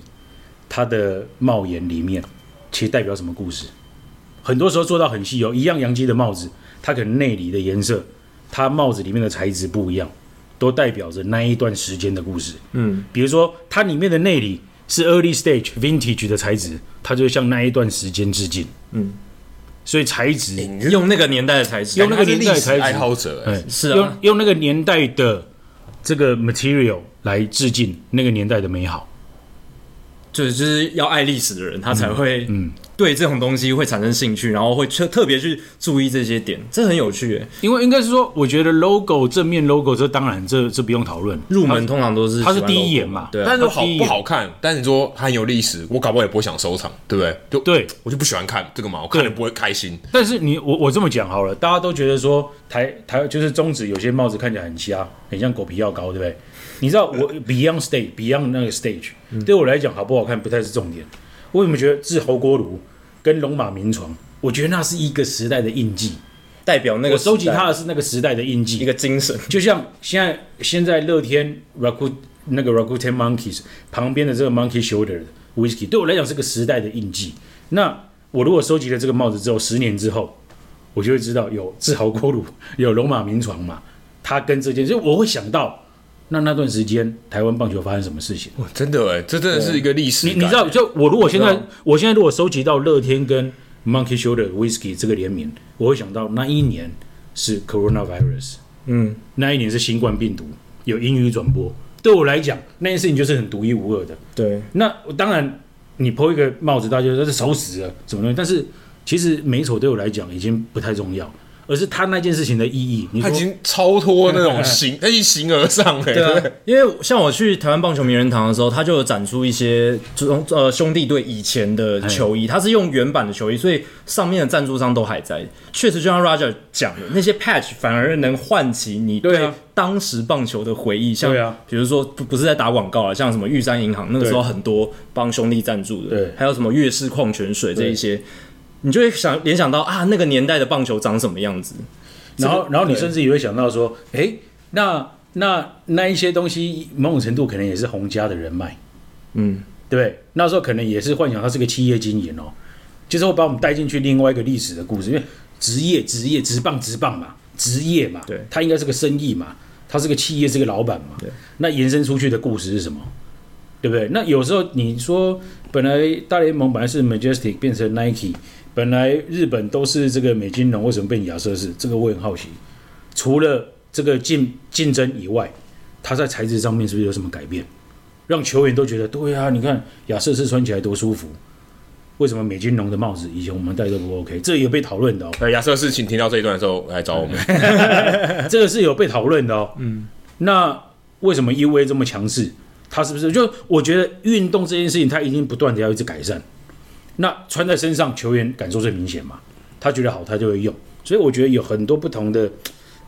Speaker 3: 它的帽檐里面，其实代表什么故事？很多时候做到很细哦，一样洋基的帽子，它可能内里的颜色，它帽子里面的材质不一样，都代表着那一段时间的故事。嗯，比如说它里面的内里是 early stage vintage 的材质，它就向那一段时间致敬。嗯，所以材质。
Speaker 1: 用那个年代的材质，
Speaker 3: 用那个年代
Speaker 2: 他是
Speaker 3: 的
Speaker 2: 历史
Speaker 3: 材质
Speaker 2: 爱好者、哎
Speaker 1: 是
Speaker 3: 用
Speaker 1: 啊，
Speaker 3: 用那个年代的这个 material 来致敬那个年代的美好。
Speaker 1: 就是就是要爱历史的人，他才会
Speaker 3: 嗯
Speaker 1: 对这种东西会产生兴趣，然后会特特别去注意这些点，这很有趣耶。
Speaker 3: 因为应该是说，我觉得 logo 正面 logo 这当然这这不用讨论，
Speaker 1: 入门通常都是
Speaker 3: 它是
Speaker 1: 喜欢
Speaker 3: 第一
Speaker 1: logo
Speaker 3: 眼嘛
Speaker 1: 对啊，
Speaker 2: 但是好
Speaker 3: 它第一
Speaker 2: 不好看？但你说它很有历史，我搞不好也不会想收藏，对不对？就
Speaker 3: 对，
Speaker 2: 我就不喜欢看这个嘛，我看了不会开心。
Speaker 3: 但是你我我这么讲好了，大家都觉得说台台就是中指有些帽子看起来很瞎，很像狗皮药膏，对不对？你知道 我 Beyond Stage Beyond 那个 stage、对我来讲好不好看不太是重点，我怎么觉得治侯锅炉跟龙马名床，我觉得那是一个时代的印记，
Speaker 1: 代表那个
Speaker 3: 我收集
Speaker 1: 时代
Speaker 3: 它的是那个时代的印
Speaker 1: 一
Speaker 3: 记。
Speaker 1: 个精神，
Speaker 3: 就像现在现在乐天 Raku 那个 Rakuten Monkeys 旁边的这个 Monkey Shoulder 的 Whisky，对我来讲是个时代的印记。那我如果收集了这个帽子之后，十年之后，我就会知道有自豪锅炉， 有龙马名床嘛，它跟这件，所以我会想到。那那段时间，台湾棒球发生什么事情？
Speaker 2: 哇真的哎，这真的是一个历史
Speaker 3: 你
Speaker 2: 感。
Speaker 3: 你知道，就我如果现在，我现在如果收集到乐天跟 Monkey Shoulder Whisky 这个联名，我会想到那一年是 Coronavirus，
Speaker 1: 嗯，
Speaker 3: 那一年是新冠病毒，有英语转播。对我来讲，那件事情就是很独一无二的。
Speaker 1: 对，
Speaker 3: 那当然，你抛一个帽子，大家就说这手死了什么东西，但是其实美丑对我来讲已经不太重要，而是他那件事情的意义。你
Speaker 2: 他
Speaker 3: 说
Speaker 2: 已经超脱那种 形，他已经形而上哎，
Speaker 1: 对啊，因为像我去台湾棒球名人堂的时候，他就有展出一些这种呃兄弟队以前的球衣，他是用原版的球衣，所以上面的赞助商都还在。确实，就像 Roger 讲的，那 些 patch 反而能唤起你
Speaker 3: 对
Speaker 1: 对
Speaker 3: 啊
Speaker 1: 当时棒球的回忆，像
Speaker 3: 对啊
Speaker 1: 比如说不不是在打广告啊，像什么玉山银行那个时候
Speaker 3: 对
Speaker 1: 很多帮兄弟赞助的，
Speaker 3: 对
Speaker 1: 还有什么月氏矿泉水这一些。你就会想联想到啊，那个年代的棒球长什么样子？
Speaker 3: 然后，然后你甚至也会想到说，诶，那那那一些东西，某种程度可能也是洪家的人脉，嗯，对不对？那时候可能也是幻想它是个企业经营哦，就是会把我们带进去另外一个历史的故事，因为职业、职业、职棒、职棒嘛，职业嘛，
Speaker 1: 对
Speaker 3: 它应该是个生意嘛，它是个企业，是个老板嘛，对，那延伸出去的故事是什么？对不对？那有时候你说，本来大联盟本来是 Majestic 变成 Nike，本来日本都是这个美金龙，为什么变亚瑟士？这个我很好奇。除了这个竞竞争以外，它在材质上面是不是有什么改变，让球员都觉得对啊？你看亚瑟士穿起来多舒服，为什么美金龙的帽子以前我们戴都不 OK？这也被讨论的哦，
Speaker 2: 呃，亚瑟士，请听到这一段的时候来找我们。
Speaker 3: 这个是有被讨论的哦。嗯，那为什么 E U A 这么强势？它是不是就我觉得运动这件事情，它已经不断的要一直改善。那穿在身上，球员感受最明显嘛，他觉得好，他就会用。所以我觉得有很多不同的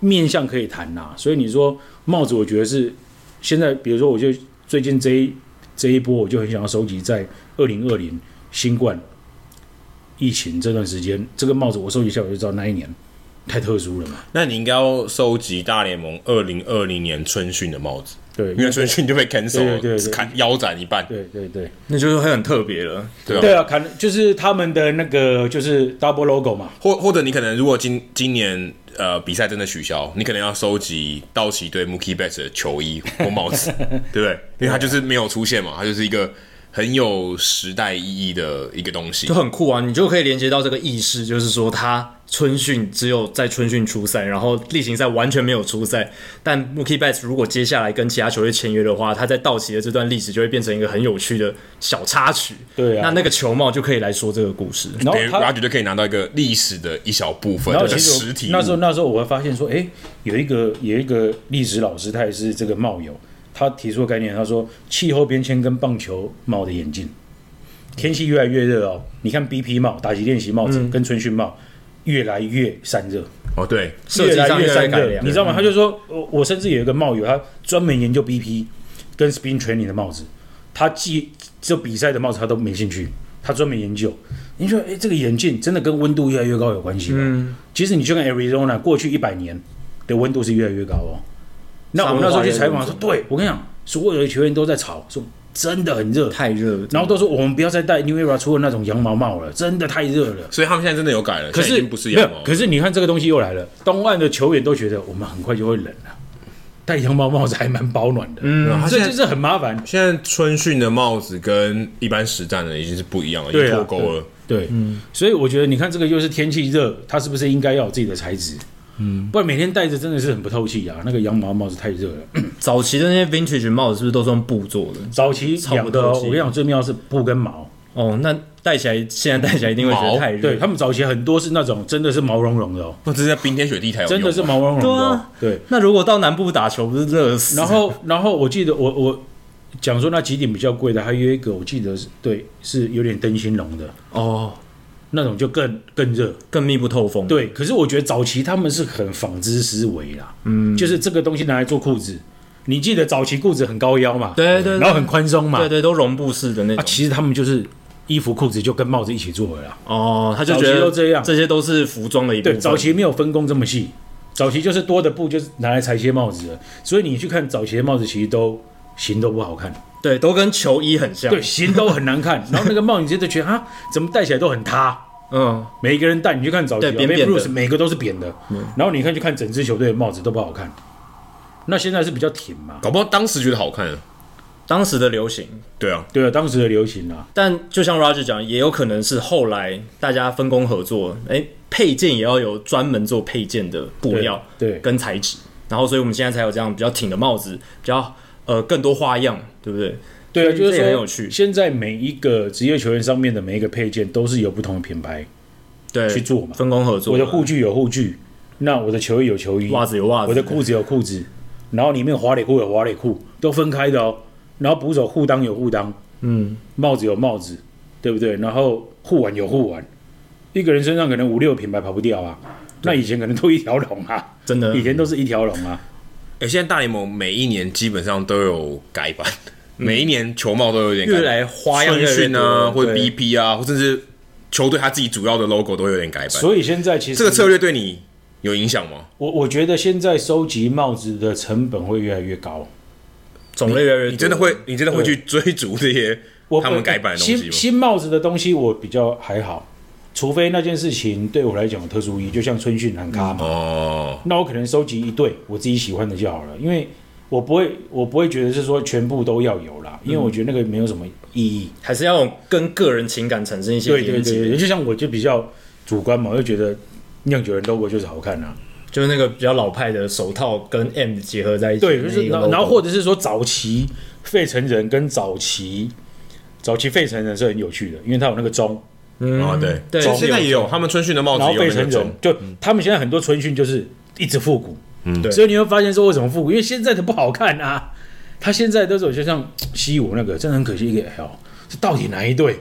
Speaker 3: 面向可以谈呐、所以你说帽子，我觉得是现在，比如说，我就最近这一这一波，我就很想要收集在二零二零新冠疫情这段时间，这个帽子我收集下来，我就知道那一年太特殊了嘛。
Speaker 2: 那你应该要收集大联盟二零二零年春训的帽子，
Speaker 3: 对，
Speaker 2: 因为春训就被 cancel 了，
Speaker 3: 对对对
Speaker 2: 只砍腰斩一半，
Speaker 3: 对对对
Speaker 1: 那就是会很特别了。
Speaker 2: 对吧？
Speaker 3: 对啊，可能就是他们的那个就是 double logo 嘛，
Speaker 2: 或或者你可能如果今今年呃比赛真的取消，你可能要收集道奇对 Mookie Betts 的球衣或帽 子，对不对？因为
Speaker 3: 啊
Speaker 2: 它就是没有出现嘛，它就是一个很有时代意义的一个东西
Speaker 1: 就。很酷啊！你就可以连接到这个意识，就是说他春训只有在春训出赛，然后例行赛完全没有出赛。但 Mookie Betts 如果接下来跟其他球队签约的话，他在道奇的这段历史就会变成一个很有趣的小插曲。
Speaker 3: 对啊
Speaker 1: 那那个球帽就可以来说这个故事。
Speaker 3: 然后
Speaker 2: 等于
Speaker 3: 他
Speaker 2: Roger 就可以拿到一个历史的一小部分
Speaker 3: 然后
Speaker 2: 的
Speaker 3: 其实
Speaker 2: 啊实
Speaker 3: 我
Speaker 2: 体物
Speaker 3: 那时候那时候我会发现说，哎，有一个有一个历史老师，他也是这个帽友，他提出的概念，他说气候变迁跟棒球帽的演进，天气越来越热哦，你看 BP 帽、打击练习帽子跟春训帽越来越散热，
Speaker 2: 哦，对，
Speaker 1: 设计
Speaker 3: 越
Speaker 1: 上
Speaker 3: 来越
Speaker 1: 在
Speaker 3: 散
Speaker 1: 改
Speaker 3: 热，
Speaker 1: 良，嗯
Speaker 3: 你知道吗？他就说，我我甚至有一个帽友，他专门研究 BP 跟 spin training 的帽子，他既就比赛的帽子他都没兴趣，他专门研究。你说，哎，这个眼镜真的跟温度越来越高有关系吗？
Speaker 1: 嗯
Speaker 3: 其实你就跟 Arizona 过去一百年的温度是越来越高哦。那我那时候去采访说，对我跟你讲，所有的球员都在吵，说真的很热，
Speaker 1: 太热了。
Speaker 3: 然后都说我们不要再戴 New Era 出的那种羊毛帽了，真的太热了。
Speaker 2: 所以他们现在真的有改了，现
Speaker 3: 可
Speaker 2: 在
Speaker 3: 是
Speaker 2: 已经不是
Speaker 3: 没
Speaker 2: 羊
Speaker 3: 有
Speaker 2: 毛了，
Speaker 3: 可是你看这个东西又来了，东岸的球员都觉得我们很快就会冷了、戴羊毛帽子还蛮保暖的，嗯，
Speaker 2: 嗯他
Speaker 3: 这
Speaker 2: 现在
Speaker 3: 这这很麻烦。
Speaker 2: 现在春训的帽子跟一般实战的已经是不一样了，已
Speaker 3: 对
Speaker 2: 经
Speaker 3: 啊
Speaker 2: 脱钩了。
Speaker 3: 嗯对，所以我觉得你看这个又是天气热，它是不是应该要有自己的材质？嗯，不然每天戴着真的是很不透气啊。那个羊毛帽子太热了。嗯
Speaker 1: 早期的那些 vintage 帽子是不是都是用布做的？
Speaker 3: 早期
Speaker 1: 超
Speaker 3: 养
Speaker 1: 不
Speaker 3: 的
Speaker 1: 透
Speaker 3: 哦，
Speaker 1: 气
Speaker 3: 我跟你讲，最妙是布跟毛。
Speaker 1: 哦，那戴起来现在戴起来一定会觉得
Speaker 2: 嗯
Speaker 1: 太热。
Speaker 3: 对他们早期很多是那种真的是毛茸茸的哦，
Speaker 2: 那这是在冰天雪地才有用
Speaker 3: 真
Speaker 2: 吧，
Speaker 3: 的是毛茸茸的、
Speaker 1: 对
Speaker 3: 哦
Speaker 1: 啊。
Speaker 3: 对，
Speaker 1: 那如果到南部打球，不是热死？
Speaker 3: 然后然后我记得我我讲说那几顶比较贵的，还有一个我记得是对是有点灯芯绒的
Speaker 1: 哦，
Speaker 3: 那种就更更热。
Speaker 1: 更密不透风。，
Speaker 3: 对，可是我觉得早期他们是很纺织思维啦，嗯，就是这个东西拿来做裤子，你记得早期裤子很高腰嘛，
Speaker 1: 对对对
Speaker 3: 然后很宽松嘛，
Speaker 1: 对对，都绒布式的那
Speaker 3: 啊，
Speaker 1: 种。
Speaker 3: 其实他们就是衣服裤子就跟帽子一起做的啦，
Speaker 1: 哦，他就觉
Speaker 3: 早期
Speaker 1: 得
Speaker 3: 都这样
Speaker 1: 些都是服装的一部
Speaker 3: 对，
Speaker 1: 分。
Speaker 3: 早期没有分工这么细，早期就是多的布就是拿来裁切帽子的，所以你去看早期的帽子，其实都型都不好看，
Speaker 1: 对都跟球衣很像。
Speaker 3: 对，，型都很难 看，然后那个帽你真的觉得啊，怎么戴起来都很塌。
Speaker 1: 嗯，
Speaker 3: 每一个人戴，你去看早期
Speaker 1: 对扁
Speaker 3: Babe
Speaker 1: 扁的嗯
Speaker 3: Ruth 每个都是扁的，然后你看去看整支球队的帽子都不好看。那现在是比较挺嘛，
Speaker 2: 搞不好当时觉得好看啊。
Speaker 1: 当时的流行，
Speaker 2: 对啊，
Speaker 3: 对啊，当时的流行啊，
Speaker 1: 但就像 Roger 讲，也有可能是后来大家分工合作，哎，配件也要有专门做配件的布料，
Speaker 3: 对对
Speaker 1: 跟材质，然后所以我们现在才有这样比较挺的帽子，比较呃更多花样，对不对？
Speaker 3: 对啊，
Speaker 1: 这
Speaker 3: 就是
Speaker 1: 也
Speaker 3: 说
Speaker 1: 很有趣
Speaker 3: 现在每一个职业球员上面的每一个配件都是由不同的品牌，
Speaker 1: 对，
Speaker 3: 去做嘛
Speaker 1: 分工合作。
Speaker 3: 我的护具有护具，那我的球衣有球衣，
Speaker 1: 袜子有袜子
Speaker 3: 我的裤子有裤子，然后里面滑垒裤有滑垒裤，都分开的哦。然后捕手护裆有护裆，嗯，帽子有帽子，对不对？然后护腕有护腕，一个人身上可能五六个品牌跑不掉啊。那以前可能都一条龙啊，
Speaker 1: 真的
Speaker 3: 以前都是一条龙啊。
Speaker 2: 哎，现在大联盟每一年基本上都有改版，每一年球帽都有点改版
Speaker 1: 越来花样越来
Speaker 2: 春
Speaker 1: 越
Speaker 2: 训
Speaker 1: 多
Speaker 2: 啊，或者
Speaker 1: 对
Speaker 2: BP 啊，或甚至球队他自己主要的 logo 都有点改版。
Speaker 3: 嗯所以现在其实
Speaker 2: 这个策，略对你有影响吗？
Speaker 3: 我我觉得现在收集帽子的成本会越来越高。
Speaker 1: 种类越来越多，
Speaker 2: 你真的会，你真的会去追逐这些
Speaker 3: 我
Speaker 2: 他们改版的东西
Speaker 3: 新
Speaker 2: 吗？
Speaker 3: 新帽子的东西我比较还好，除非那件事情对我来讲有特殊意义，就像春训南咖嘛，
Speaker 2: 哦，
Speaker 3: 那我可能收集一对我自己喜欢的就好了，因为我不会我不会觉得是说全部都要有啦，因为我觉得那个没有什么意义。
Speaker 1: 还是要有跟个人情感产生一些
Speaker 3: 嗯对对
Speaker 1: 连接，
Speaker 3: 对对，就像我就比较主观嘛，我就觉得酿酒人 logo 就是好看啊。
Speaker 1: 就是那个比较老派的手套跟 M 结合在一起，
Speaker 3: 对，就是然后然后或
Speaker 1: 或
Speaker 3: 者是说早期费城人跟早期早期费城人是很有趣的，因为他有那个钟，
Speaker 2: 啊，对，
Speaker 1: 对
Speaker 2: 其实现在也有他们春训的帽子
Speaker 3: 然后
Speaker 2: 也
Speaker 3: 费
Speaker 2: 有那
Speaker 3: 城
Speaker 2: 个
Speaker 3: 人
Speaker 2: 种，嗯
Speaker 3: 就他们现在很多春训就是一直复古，
Speaker 1: 对
Speaker 3: 所以你会发现说为什么复古，因为现在的不好看啊。他现在都是有些像西武那个，真的很可惜一个 L，这到底哪一队？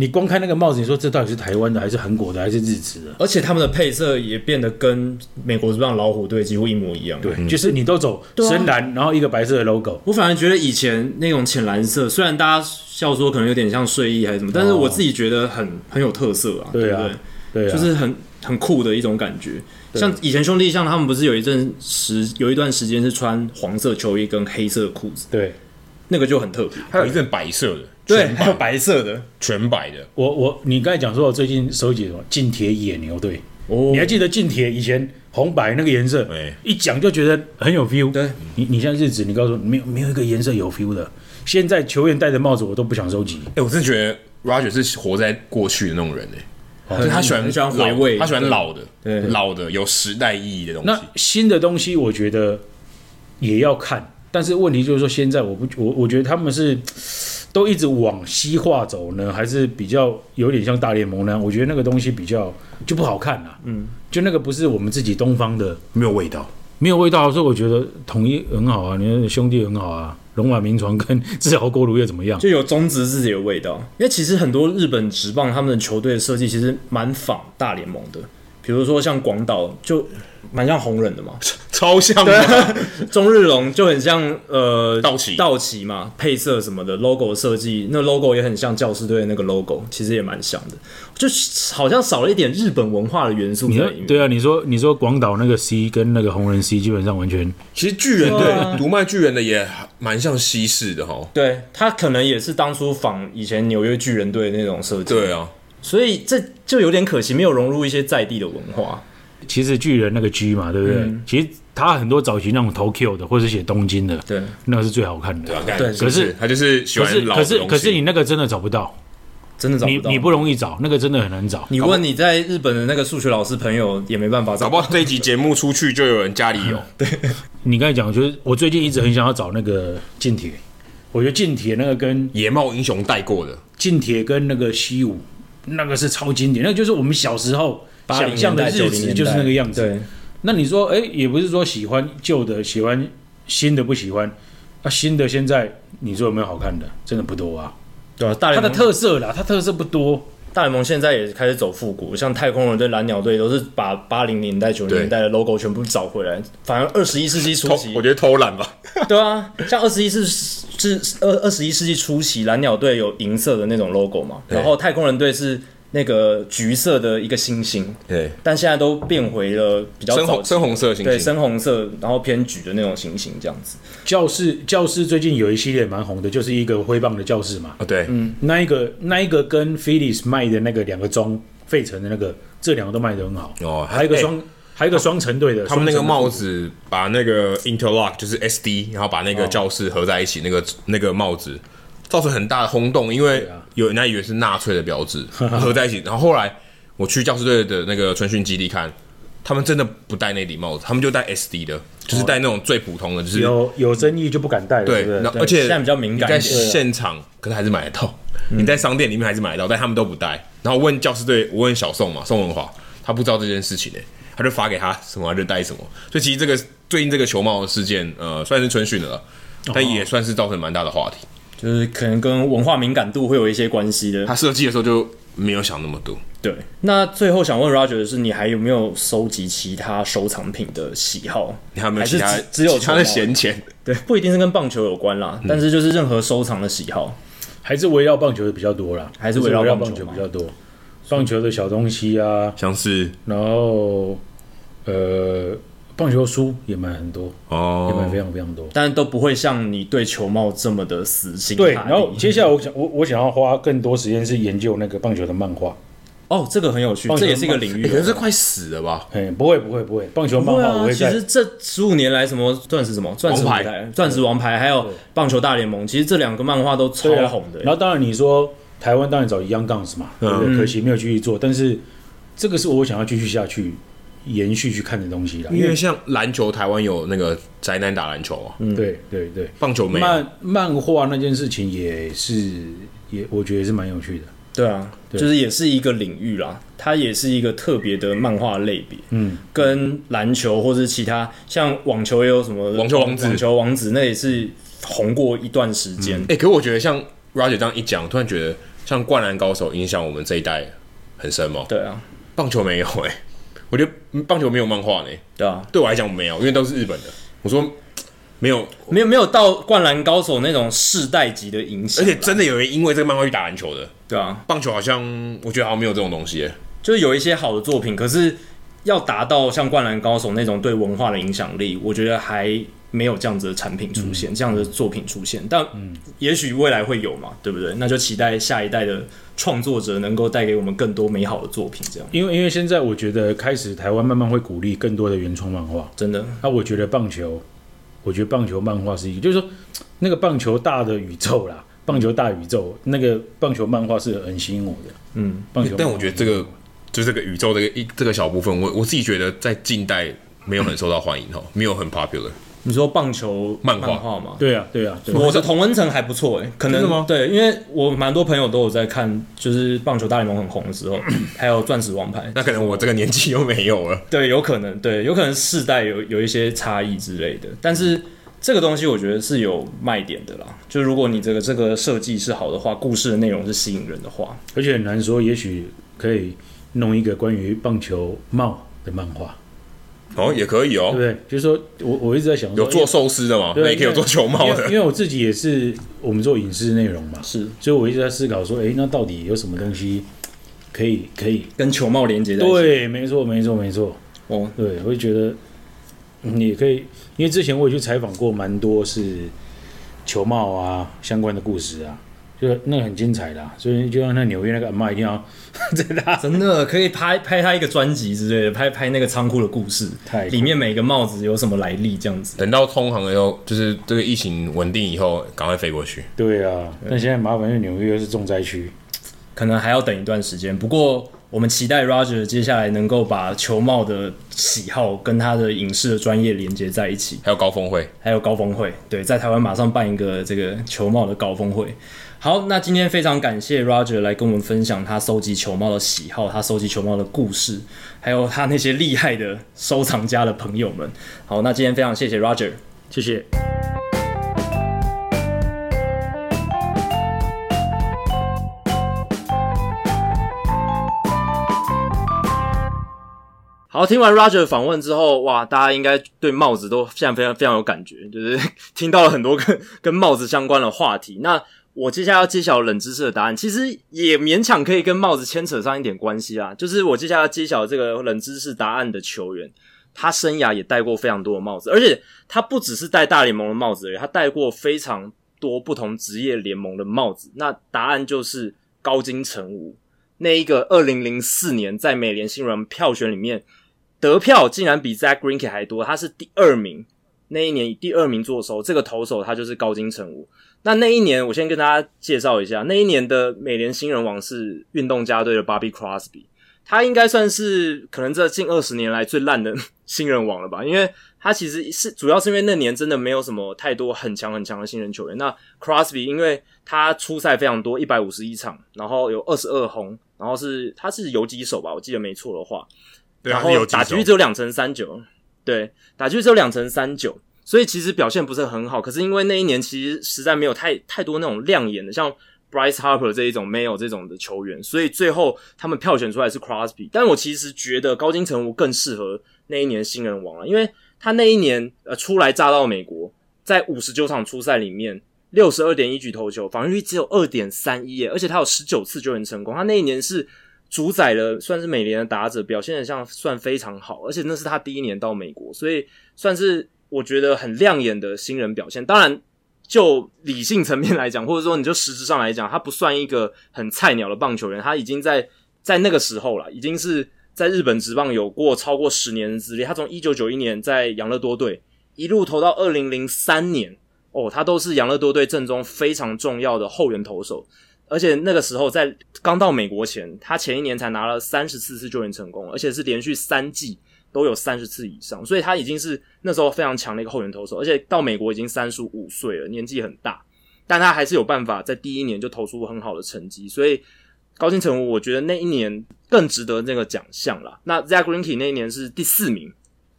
Speaker 3: 你光看那个帽子，你说这到底是台湾的，还是韩国的，还是日职的？
Speaker 1: 而且他们的配色也变得跟美国这棒老虎队几乎一模一样。
Speaker 3: 对，，
Speaker 2: 嗯
Speaker 3: 就是你都走深蓝，然后一个白色的 logo，
Speaker 1: 我反而觉得以前那种浅蓝色，虽然大家笑说可能有点像睡衣还是什么，但是我自己觉得很很有特色啊，
Speaker 3: 哦对
Speaker 1: 不
Speaker 3: 啊
Speaker 1: 对？
Speaker 3: 对啊，
Speaker 1: 就是很很酷的一种感觉。像以前兄弟像他们不是有一阵时有一段时间是穿黄色球衣跟黑色的裤子，
Speaker 3: 对
Speaker 1: 那个就很特别。
Speaker 2: 还有哦一阵白色的，
Speaker 1: 对， 还有白色的
Speaker 2: 全白的，
Speaker 3: 我我你刚才讲说我最近收集什么近铁野牛队，
Speaker 1: 哦
Speaker 3: 你还记得近铁以前红白那个颜色
Speaker 2: 对，
Speaker 3: 一讲就觉得很有 feel。
Speaker 1: 对，
Speaker 3: 你你像日子，你告诉我没有没有一个颜色有 feel 的。现在球员戴的帽子我都不想收集，
Speaker 2: 哎、我真的觉得 Roger 是活在过去的那种人哎、就是他喜欢
Speaker 1: 很喜欢
Speaker 2: 老
Speaker 1: 回味
Speaker 2: 他喜欢
Speaker 1: 对
Speaker 2: 老的，
Speaker 1: 对
Speaker 2: 老的有时代意义的东
Speaker 3: 那
Speaker 2: 西。
Speaker 3: 新的东西我觉得也要看，但是问题就是说现在我不我我觉得他们是都一直往西化走呢，还是比较有点像大联盟呢？我觉得那个东西比较就不好看啦、嗯，就那个不是我们自己东方的，
Speaker 2: 没有味道，
Speaker 3: 没有味道，所以我觉得统一很好啊，你看兄弟很好啊，龙马名床跟自豪锅炉又怎么样？
Speaker 1: 就有中职自己的味道。因为其实很多日本职棒他们的球队的设计其实蛮仿大联盟的，比如说像广岛就蛮像红人的 嘛，
Speaker 2: 超像 的。
Speaker 1: 中日龙就很像呃
Speaker 2: 道奇
Speaker 1: 道奇嘛，配色什么的，logo 设计，那 logo 也很像教师队的那个 logo，其实也蛮像的，就好像少了一点日本文化的元素
Speaker 3: 你
Speaker 1: 在
Speaker 3: 说
Speaker 1: 里面。
Speaker 3: 对啊，你说你说广岛那个 C 跟那个红人 C 基本上完全
Speaker 2: 其实巨人对独卖巨人的也蛮像西式的哈。
Speaker 1: 对他可能也是当初仿以前纽约巨人队那种设计，
Speaker 2: 对，啊，
Speaker 1: 所以这就有点可惜，没有融入一些在地的文化。
Speaker 3: 其实巨人那个 G 嘛，对不对？
Speaker 1: 嗯
Speaker 3: 其实他很多早期那种 Tokyo 的，或者写东京的，
Speaker 1: 对，
Speaker 3: 那个是最好看的。
Speaker 2: 对啊，干
Speaker 1: 对
Speaker 2: 是不
Speaker 3: 可
Speaker 2: 是
Speaker 3: 是
Speaker 2: 他就是喜
Speaker 3: 可
Speaker 2: 欢
Speaker 3: 是
Speaker 2: 老
Speaker 3: 可
Speaker 2: 的
Speaker 3: 是
Speaker 2: 东
Speaker 3: 可是
Speaker 2: 西
Speaker 3: 你。那个真的找不到，
Speaker 1: 真的找
Speaker 3: 你
Speaker 1: 不到。
Speaker 3: 你不容易找，那个真的很难找。
Speaker 1: 你问你在日本的那个数学老师朋友也没办法
Speaker 2: 搞
Speaker 1: 找
Speaker 2: 不好这一集节目出去就有人家里有，
Speaker 3: 你刚才讲，就是我最近一直很想要找那个近铁，我觉得近铁那个跟
Speaker 2: 野猫英雄带过的，
Speaker 3: 近铁跟那个西武那个是超经典，那个就是我们小时候
Speaker 1: 80
Speaker 3: 想象的
Speaker 1: 年代
Speaker 3: 日
Speaker 1: 90
Speaker 3: 子
Speaker 1: 年代
Speaker 3: 就是那个样子。
Speaker 1: 对，
Speaker 3: 那你说，哎、也不是说喜欢旧的，喜欢新的不喜欢，那、新的现在你说有没有好看的？真的不多啊。
Speaker 1: 对啊，
Speaker 2: 哎
Speaker 1: 大
Speaker 3: 它
Speaker 1: 联
Speaker 3: 的
Speaker 1: 盟
Speaker 3: 特色啦，它特色不多。
Speaker 1: 大联盟现在也开始走复古，像太空人队、蓝鸟队都是把八零年代、九零
Speaker 2: 对
Speaker 1: 年代的 logo 全部找回来。反而二十一世纪初
Speaker 2: 偷
Speaker 1: 期，
Speaker 2: 我觉得偷懒吧，
Speaker 1: 对啊，像二十一世是二二十一世纪初期，蓝鸟队有银色的那种 logo 嘛，然后太空人队是那个橘色的一个星星，
Speaker 2: 对，
Speaker 1: 但现在都变回了比较
Speaker 2: 深
Speaker 1: 早
Speaker 2: 红
Speaker 1: 期
Speaker 2: 深红色星
Speaker 1: 对
Speaker 2: 星，
Speaker 1: 深红色，然后偏橘的那种星星这样子。
Speaker 3: 教室教室最近有一系列蛮红的，就是一个挥棒的教室嘛。
Speaker 2: 啊对，
Speaker 3: 那一个那一个跟 Felix 卖的那个两个钟，费城的那个，这两个都卖得很好。
Speaker 2: 哦
Speaker 3: 还有一个
Speaker 2: 哎
Speaker 3: 双，还有一个双城队的，
Speaker 2: 他们那个
Speaker 3: 双城的
Speaker 2: 帽子把那个 interlock 就是 SD，然后把那
Speaker 3: 哦
Speaker 2: 个教室合在一起，那个那个帽子造成很大的轰动，因为
Speaker 3: 啊
Speaker 2: 有人家以为是纳粹的标 志合在一起。然后后来我去教师队的那个春训基地看，他们真的不戴那顶帽子，他们就戴 SD 的，就是戴那种最普通的，就是
Speaker 3: 哦有有争议就不敢戴了，对
Speaker 2: 对，
Speaker 3: 不对？
Speaker 2: 然后而且
Speaker 1: 现在比较敏感
Speaker 2: 你在
Speaker 1: 一点对嗯啊
Speaker 2: 现场可是还是买得到，你在商店里面还是买得到，但他们都不戴。然后问教师队，我问小宋嘛，宋文华，他不知道这件事情呢、他就发给他什么他就戴什么。所以其实这个最近这个球帽的事件，呃，算是春训了啦，
Speaker 1: 哦
Speaker 2: 但也算是造成蛮大的话题。
Speaker 1: 就是可能跟文化敏感度会有一些关系的
Speaker 2: 他，设计的时候就没有想那么多，
Speaker 1: 对。那最后想问 Roger 的是，你还有没有收集其他收藏品的喜好？
Speaker 2: 你还有没有
Speaker 1: 还是
Speaker 2: 其他
Speaker 1: 只只有
Speaker 2: 其他的
Speaker 1: 球帽
Speaker 2: 闲嗯钱？
Speaker 1: 对，不一定是跟棒球有关啦，但是就是任何收藏的喜好，
Speaker 3: 还是围绕棒球的比较多啦，
Speaker 1: 还是围绕
Speaker 3: 还是
Speaker 1: 棒
Speaker 3: 棒
Speaker 1: 球
Speaker 3: 球
Speaker 1: 嘛
Speaker 3: 比较多。棒球的小东西啊，
Speaker 2: 像是
Speaker 3: 然后呃，棒球书也买很多，也买
Speaker 2: 哦，
Speaker 3: 非常非常多。
Speaker 1: 但都不会像你对球帽这么的死心塌地。
Speaker 3: 对，然后接下来我想我我想要花更多时间是研究那个棒球的漫画。
Speaker 1: 哦，这个很有趣，
Speaker 3: 棒球
Speaker 1: 这也是一个领域
Speaker 2: 欸可
Speaker 1: 哦、
Speaker 2: 是这快死了吧？
Speaker 3: 哎，不会不会不会，棒球漫
Speaker 1: 对
Speaker 3: 画我
Speaker 1: 啊，
Speaker 3: 会
Speaker 1: 其
Speaker 3: 在
Speaker 1: 实这十五年来，什么钻石什么钻石舞
Speaker 2: 王牌
Speaker 1: 台、钻石王牌，还有棒球大联盟，其实这两个漫画都超
Speaker 3: 对啊
Speaker 1: 红的、嗯
Speaker 3: 然后当然你说台湾当然找一样杠子嘛，对不对？可惜没有继续做，但是这个是我想要继续下去延续去看的东西啦。
Speaker 1: 嗯
Speaker 2: 因为像篮球，台湾有那个宅男打篮球啊，
Speaker 3: 对对对，
Speaker 2: 棒球没有。
Speaker 3: 漫漫画那件事情也是也我觉得也是蛮有趣的。
Speaker 1: 对啊，就是也是一个领域啦，它也是一个特别的漫画类别，嗯，跟篮球或是其他像网球也有什么
Speaker 2: 网球王子
Speaker 1: 网球王子那也是红过一段时间，
Speaker 2: 哎、可我觉得像 Roger 这样一讲，突然觉得像《灌篮高手》影响我们这一代很深哦。
Speaker 1: 对啊，
Speaker 2: 棒球没有哎、我觉得棒球没有漫画呢、
Speaker 1: 对啊，
Speaker 2: 对我来讲没有，因为都是日本的。我说没有，
Speaker 1: 没有没有到灌篮高手那种世代级的影响
Speaker 2: 而
Speaker 1: 啦，
Speaker 2: 且真的有人因为这个漫画去打篮球的。
Speaker 1: 对啊，
Speaker 2: 棒球好像我觉得好像没有这种东西、欸，
Speaker 1: 就是有一些好的作品，可是要达到像《灌篮高手》那种对文化的影响力，我觉得还没有这样子的产品出现，这样的作品出现。但也许未来会有嘛，对不对？那就期待下一代的创作者能够带给我们更多美好的作品。这样
Speaker 3: 因为因为现在我觉得开始台湾慢慢会鼓励更多的原创漫画，
Speaker 1: 真的
Speaker 3: 那啊我觉得棒球，我觉得棒球漫画是一个，就是说那个棒球大的宇宙啦，棒球大宇宙那个棒球漫画是很吸引我的，嗯，棒球漫画。
Speaker 2: 但我觉得这个就这个宇宙这个一这个小部分，我我自己觉得在近代没有很受到欢迎哦，没有很 popular。
Speaker 1: 你说棒球
Speaker 2: 漫画
Speaker 1: 画吗？
Speaker 3: 对啊，对啊，对啊
Speaker 1: 我的同温层还不错诶、欸可能
Speaker 2: 真的吗
Speaker 1: 对，因为我蛮多朋友都有在看，就是棒球大联盟很红的时候，还有钻石王牌，
Speaker 2: 那可能我这个年纪又没有了。
Speaker 1: 对，有可能，对，有可能世代有有一些差异之类的，但是这个东西我觉得是有卖点的啦。就如果你这个这个设计是好的话，故事的内容是吸引人的话，
Speaker 3: 而且很难说，也许可以弄一个关于棒球帽的漫画，
Speaker 2: 哦，也可以
Speaker 3: 对不
Speaker 2: 哦，
Speaker 3: 对？就是说我我一直在想说
Speaker 2: 有做寿司的嘛，
Speaker 3: 对
Speaker 2: 那也可以有做球帽
Speaker 3: 因为
Speaker 2: 的
Speaker 3: 因。为我自己也是我们做影视内容嘛，
Speaker 1: 是
Speaker 3: 所以我一直在思考说，哎，那到底有什么东西可以可以？
Speaker 1: 跟球帽连接在一起。
Speaker 3: 对，没错，没错，没错。
Speaker 1: 哦，
Speaker 3: 对，我就觉得嗯也可以，因为之前我也去采访过蛮多是球帽啊相关的故事啊，就是那个很精彩的、啊，所以就像那纽约那个阿妈一定要在他
Speaker 1: 真的可以拍拍他一个专辑之类的，拍拍那个仓库的故事
Speaker 3: 太，酷
Speaker 1: 里面每个帽子有什么来历这样子。
Speaker 2: 等到通航以后，就是这个疫情稳定以后，赶快飞过去。
Speaker 3: 对啊，但现在麻烦是纽约是重灾区，
Speaker 4: 可能还要等一段时间。不过，我们期待 Roger 接下来能够把球帽的喜好跟他的影视的专业连接在一起。
Speaker 6: 还有高峰会，
Speaker 4: 还有高峰会，对，在台湾马上办一个这个球帽的高峰会。好，那今天非常感谢 Roger 来跟我们分享他收集球帽的喜好，他收集球帽的故事，还有他那些厉害的收藏家的朋友们。好，那今天非常谢谢 Roger。
Speaker 1: 谢谢。好，听完 Roger 的访问之后，哇，大家应该对帽子都现在非常非常有感觉，就是 听到了很多跟 跟帽子相关的话题。那我接下来要揭晓冷知识的答案，其实也勉强可以跟帽子牵扯上一点关系啊。就是我接下来要揭晓这个冷知识答案的球员，他生涯也戴过非常多的帽子，而且他不只是戴大联盟的帽子而已，他戴过非常多不同职业联盟的帽子。那答案就是高金成武，那一个二零零四年在美联新人票选里面得票竟然比 Zach Greinke 还多，他是第二名。那一年以第二名做收，这个投手他就是高金成武。那那一年我先跟大家介绍一下，那一年的美联新人王是运动家队的 Bobby Crosby。他应该算是可能这近二十年来最烂的新人王了吧？因为他其实是主要是因为那年真的没有什么太多很强很强的新人球员。那 Crosby 因为他出赛非常多，一百五十一场，然后有二十二红，然后是他是游击手吧，我记得没错的话，
Speaker 2: 对啊，
Speaker 1: 然
Speaker 2: 他是游
Speaker 1: 后
Speaker 2: 击
Speaker 1: 打
Speaker 2: 手
Speaker 1: 击率只有两成三九，对，打击率只有两成三九，所以其实表现不是很好。可是因为那一年其实实在没有太太多那种亮眼的，像 Bryce Harper 这一种没有这种的球员，所以最后他们票选出来是 Crosby。但我其实觉得高金成武更适合那一年新人王了，因为他那一年呃初来乍到美国，在五十九场初赛里面。六十二点一局投球，防御率只有二点三一，而且他有十九次救援成功。他那一年是主宰了算是美联的打者，表现的像算非常好，而且那是他第一年到美国，所以算是我觉得很亮眼的新人表现。当然，就理性层面来讲，或者说你就实质上来讲，他不算一个很菜鸟的棒球员，他已经在在那个时候了，已经是在日本职棒有过超过十年的资历。他从一九九一年在养乐多队一路投到二零零三年，哦，他都是养乐多队阵中非常重要的后援投手。而且那个时候在刚到美国前，他前一年才拿了三十四次救援成功，而且是连续三季都有三十次以上，所以他已经是那时候非常强的一个后援投手，而且到美国已经三十五岁了，年纪很大，但他还是有办法在第一年就投出很好的成绩，所以高金成武我觉得那一年更值得那个奖项啦。那 Zach Greinke 那一年是第四名，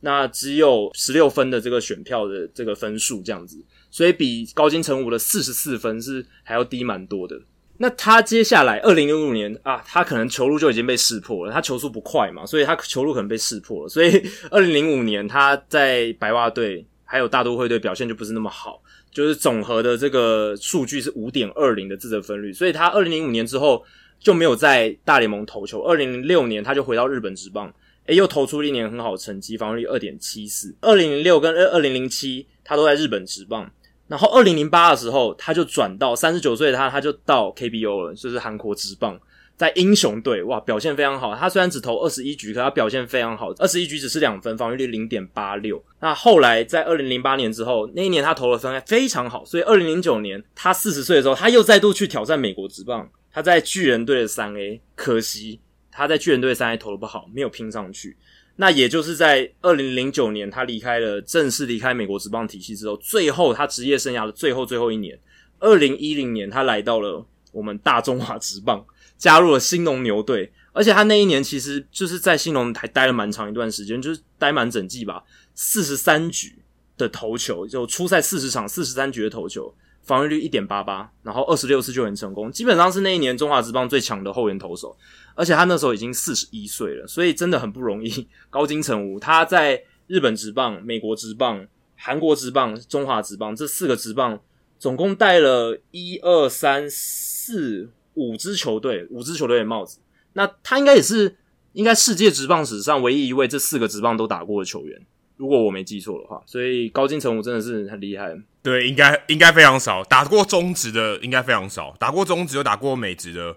Speaker 1: 那只有十六分的这个选票的这个分数这样子，所以比高金成武的四十四分是还要低蛮多的。那他接下来二零零五年啊，他可能球路就已经被识破了，他球速不快嘛，所以他球路可能被识破了，所以 二零零五年他在白袜队还有大都会队表现就不是那么好，就是总和的这个数据是五点二零的自责分率，所以他二零零五年之后就没有在大联盟投球，二零零六年他就回到日本职棒，诶，又投出了一年很好的成绩，防御率二点七四，二零零六跟二零零七他都在日本职棒。然后二零零八的时候，他就转到三十九岁的他，他就到 KBO 了，就是韩国职棒，在英雄队哇表现非常好。他虽然只投二十一局，可他表现非常好，二十一局只是两分，防御率零点八六。那后来在二零零八年之后，那一年他投的分非常好，所以二零零九年他四十岁的时候，他又再度去挑战美国职棒，他在巨人队的三 A，可惜他在巨人队三 A 投的不好，没有拼上去。那也就是在二零零九年，他离开了正式离开美国职棒体系之后，最后他职业生涯的最后最后一年，二零一零年他来到了我们大中华职棒，加入了兴农牛队，而且他那一年其实就是在兴农还待了蛮长一段时间，就是待满整季吧，四十三局的投球，就初赛四十场四十三局的投球，防御率一点八八，然后二十六次救援成功，基本上是那一年中华职棒最强的后援投手。而且他那时候已经四十一岁了，所以真的很不容易。 高金成武他在日本职棒、美国职棒、韩国职棒、中华职棒这四个职棒，总共带了一二三四五支球队，五支球队的帽子。那他应该也是应该世界职棒史上唯一一位这四个职棒都打过的球员，如果我没记错的话。所以高金成武真的是很厉害。
Speaker 2: 对，应该应该非常少，打过中职的应该非常少，打过中职有打过美职的，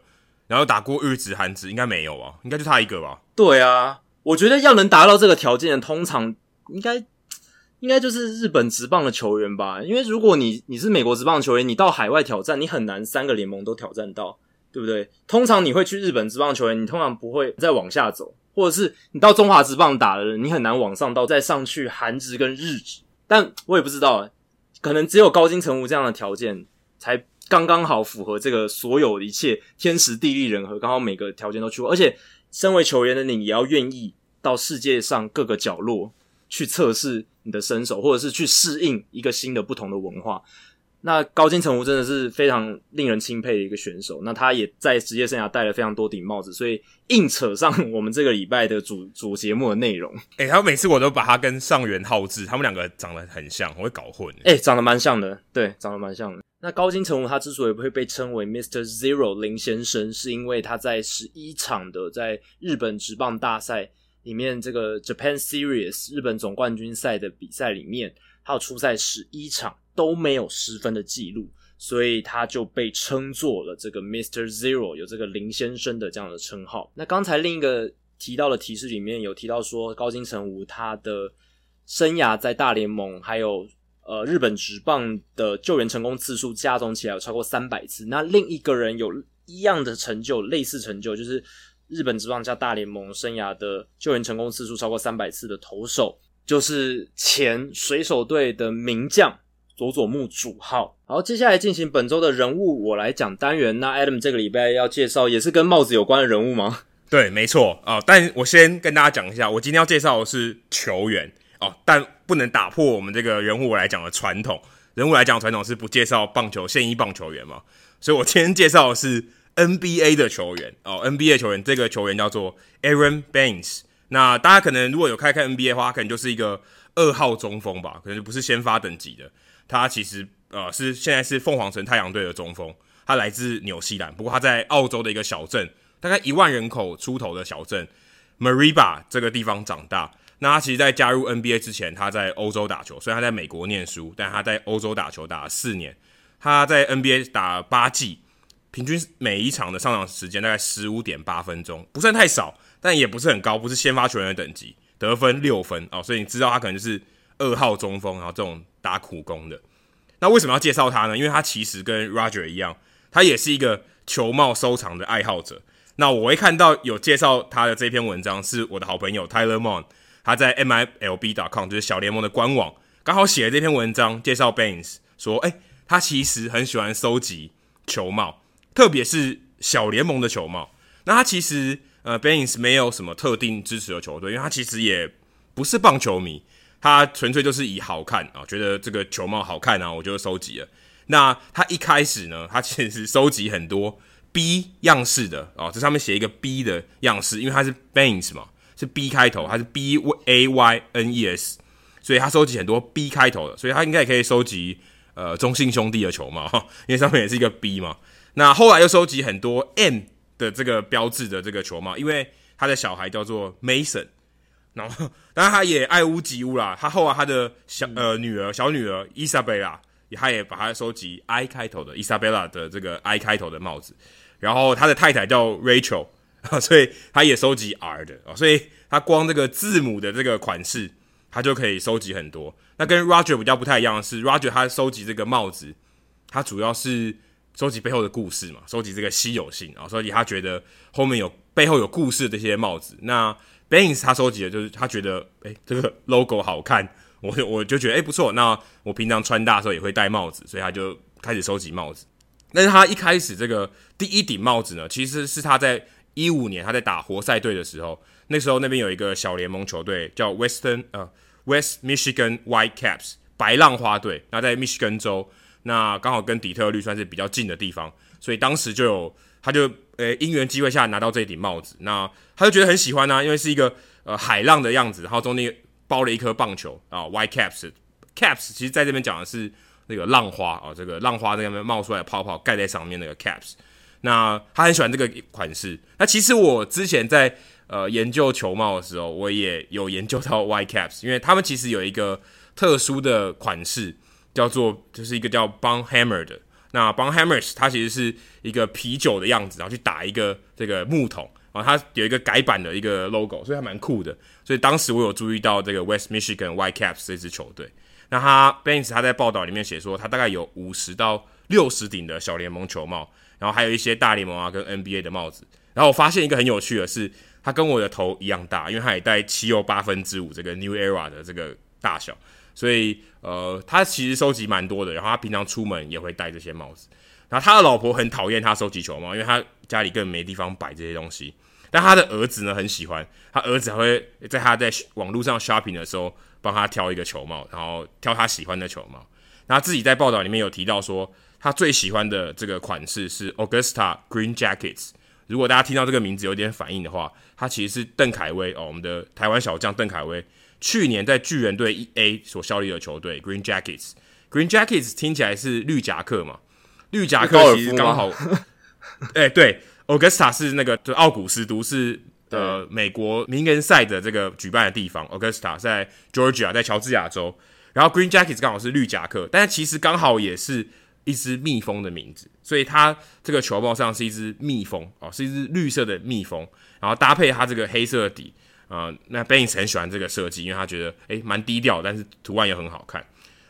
Speaker 2: 然后打过日职、韩职应该没有啊吧？应该就他一个吧？
Speaker 1: 对啊，我觉得要能达到这个条件的，通常应该应该就是日本职棒的球员吧。因为如果你你是美国职棒球员，你到海外挑战，你很难三个联盟都挑战到。对不对？通常你会去日本职棒球员，你通常不会再往下走，或者是你到中华职棒打了，你很难往上到再上去韩职跟日职。但我也不知道，可能只有高金成武这样的条件，才刚刚好符合这个所有一切天时地利人和，刚好每个条件都去过。而且，身为球员的你，也要愿意到世界上各个角落去测试你的身手，或者是去适应一个新的不同的文化。那高金成吾真的是非常令人钦佩的一个选手，那他也在职业生涯戴了非常多顶帽子，所以硬扯上我们这个礼拜的主主节目的内容。
Speaker 2: 哎、然后每次我都把他跟上元浩志他们两个长得很像，我会搞混。欸
Speaker 1: 哎、长得蛮像的，对，长得蛮像的。那高金成武他之所以会被称为 Mr. Zero 林先生，是因为他在十一场的在日本职棒大赛里面，这个 Japan Series 日本总冠军赛的比赛里面，他有出赛十一场都没有失分的记录，所以他就被称作了这个 Mr. Zero，有这个林先生的这样的称号。那刚才另一个提到的提示里面有提到说，高金成吾他的生涯在大联盟还有呃日本职棒的救援成功次数加总起来有超过三百次。那另一个人有一样的成就，类似成就就是日本职棒加大联盟生涯的救援成功次数超过三百次的投手，就是前水手队的名将。佐佐木主浩，好，接下来进行本周的人物我来讲单元。那 Adam 这个礼拜要介绍也是跟帽子有关的人物吗？
Speaker 2: 对，没错啊、哦但我先跟大家讲一下，我今天要介绍的是球员哦，但不能打破我们这个人物来讲的传统。人物来讲的传统是不介绍棒球现役棒球员嘛，所以我今天介绍的是 NBA 的球员哦，NBA 球员这个球员叫做 Aaron Baines。那大家可能如果有开看 NBA 的话，他可能就是一个二号中锋吧，可能就不是先发等级的。他其实呃是现在是凤凰城太阳队的中锋，他来自纽西兰，不过他在澳洲的一个小镇，大概一万人口出头的小镇 Mariba 这个地方长大。那他其实，在加入 NBA 之前，他在欧洲打球，虽然他在美国念书，但他在欧洲打球打了四年。他在 NBA 打了八季，平均每一场的上场时间大概十五点八分钟，不算太少，但也不是很高，不是先发球员的等级。得分六分哦，所以你知道他可能就是二号中锋，然后这种打苦工的。那为什么要介绍他呢？因为他其实跟 Roger 一样，他也是一个球帽收藏的爱好者。那我会看到有介绍他的这篇文章，是我的好朋友 Tyler Mon，他在 MILB.com 就是小联盟的官网，刚好写了这篇文章介绍 Baines，说，哎、他其实很喜欢收集球帽，特别是小联盟的球帽。那他其实呃，Baines 没有什么特定支持的球队，因为他其实也不是棒球迷，他纯粹就是以好看啊，觉得这个球帽好看啊，我就收集了。那他一开始呢，他其实收集很多 B 样式的啊，这上面写一个 B 的样式，因为他是 Baines 嘛，是 B 开头，他是 B A Y N E S，所以他收集很多 B 开头的，所以他应该也可以收集呃中信兄弟的球帽，哈因为上面也是一个 B 嘛。那后来又收集很多 M 的这个标志的这个球帽，因为他的小孩叫做 Mason，然后当然他也爱屋及乌啦。他后来他的小呃女儿小女儿伊莎贝拉，他也把他收集 I 开头的伊莎贝拉的这个 I 开头的帽子，然后他的太太叫 Rachel，啊， 所以他也收集 R 的啊，所以他光这个字母的这个款式，他就可以收集很多。那跟 Roger 比较不太一样的是，Roger 他收集这个帽子，他主要是收集背后的故事嘛，收集这个稀有性啊，所以他觉得后面有背后有故事的这些帽子。那 Baines 他收集的就是他觉得，哎、这个 logo 好看， 我就我就觉得哎、诶不错，那我平常穿搭的时候也会戴帽子，所以他就开始收集帽子。但是他一开始这个第一顶帽子呢，其实是他在一五年他在打活塞队的时候，那时候那边有一个小联盟球队叫 Western 呃 West Michigan Whitecaps 白浪花队，那在密西根州，那刚好跟底特律算是比较近的地方，所以当时就有他就呃因缘机会下拿到这一顶帽子，那他就觉得很喜欢啊，因为是一个呃海浪的样子，然后中间包了一颗棒球啊，Whitecaps caps 其实在这边讲的是那个浪花啊，这个浪花在那边冒出来的泡泡盖在上面那个 caps。那他很喜欢这个款式。那其实我之前在呃研究球帽的时候，我也有研究到 Y caps，因为他们其实有一个特殊的款式，叫做就是一个叫 Bun Hammer 的。那 Bun Hammers 它其实是一个啤酒的样子，然后去打一个这个木桶，然后它有一个改版的一个 logo，所以还蛮酷的。所以当时我有注意到这个 West Michigan Y caps 这支球队。那他 Banks 他在报道里面写说，他大概有五十到六十顶的小联盟球帽，然后还有一些大联盟啊跟 NBA 的帽子。然后我发现一个很有趣的是，它跟我的头一样大，因为它也带七又八分之五这个 New Era 的这个大小，所以呃，他其实收集蛮多的。然后他平常出门也会戴这些帽子。然后他的老婆很讨厌他收集球帽，因为他家里根本没地方摆这些东西。但他的儿子呢很喜欢，他儿子还会在他在网络上 shopping 的时候帮他挑一个球帽，然后挑他喜欢的球帽。那自己在报道里面有提到说，他最喜欢的这个款式是 Augusta Green Jackets。如果大家听到这个名字有点反应的话，他其实是邓凯威哦，我们的台湾小将邓凯威，去年在巨人队一 E A 所效力的球队 Green Jackets。Green Jackets 听起来是绿夹克嘛？绿夹克其实刚好，哎、对，Augusta 是那个就奥古斯都是呃美国名人赛的这个举办的地方，Augusta 在 Georgia 在乔治亚州，然后 Green Jackets 刚好是绿夹克，但其实刚好也是一只蜜蜂的名字，所以它这个球帽上是一只蜜蜂哦，是一只绿色的蜜蜂，然后搭配它这个黑色的底，啊，那 Baines 很喜欢这个设计，因为他觉得诶蛮低调，但是图案也很好看。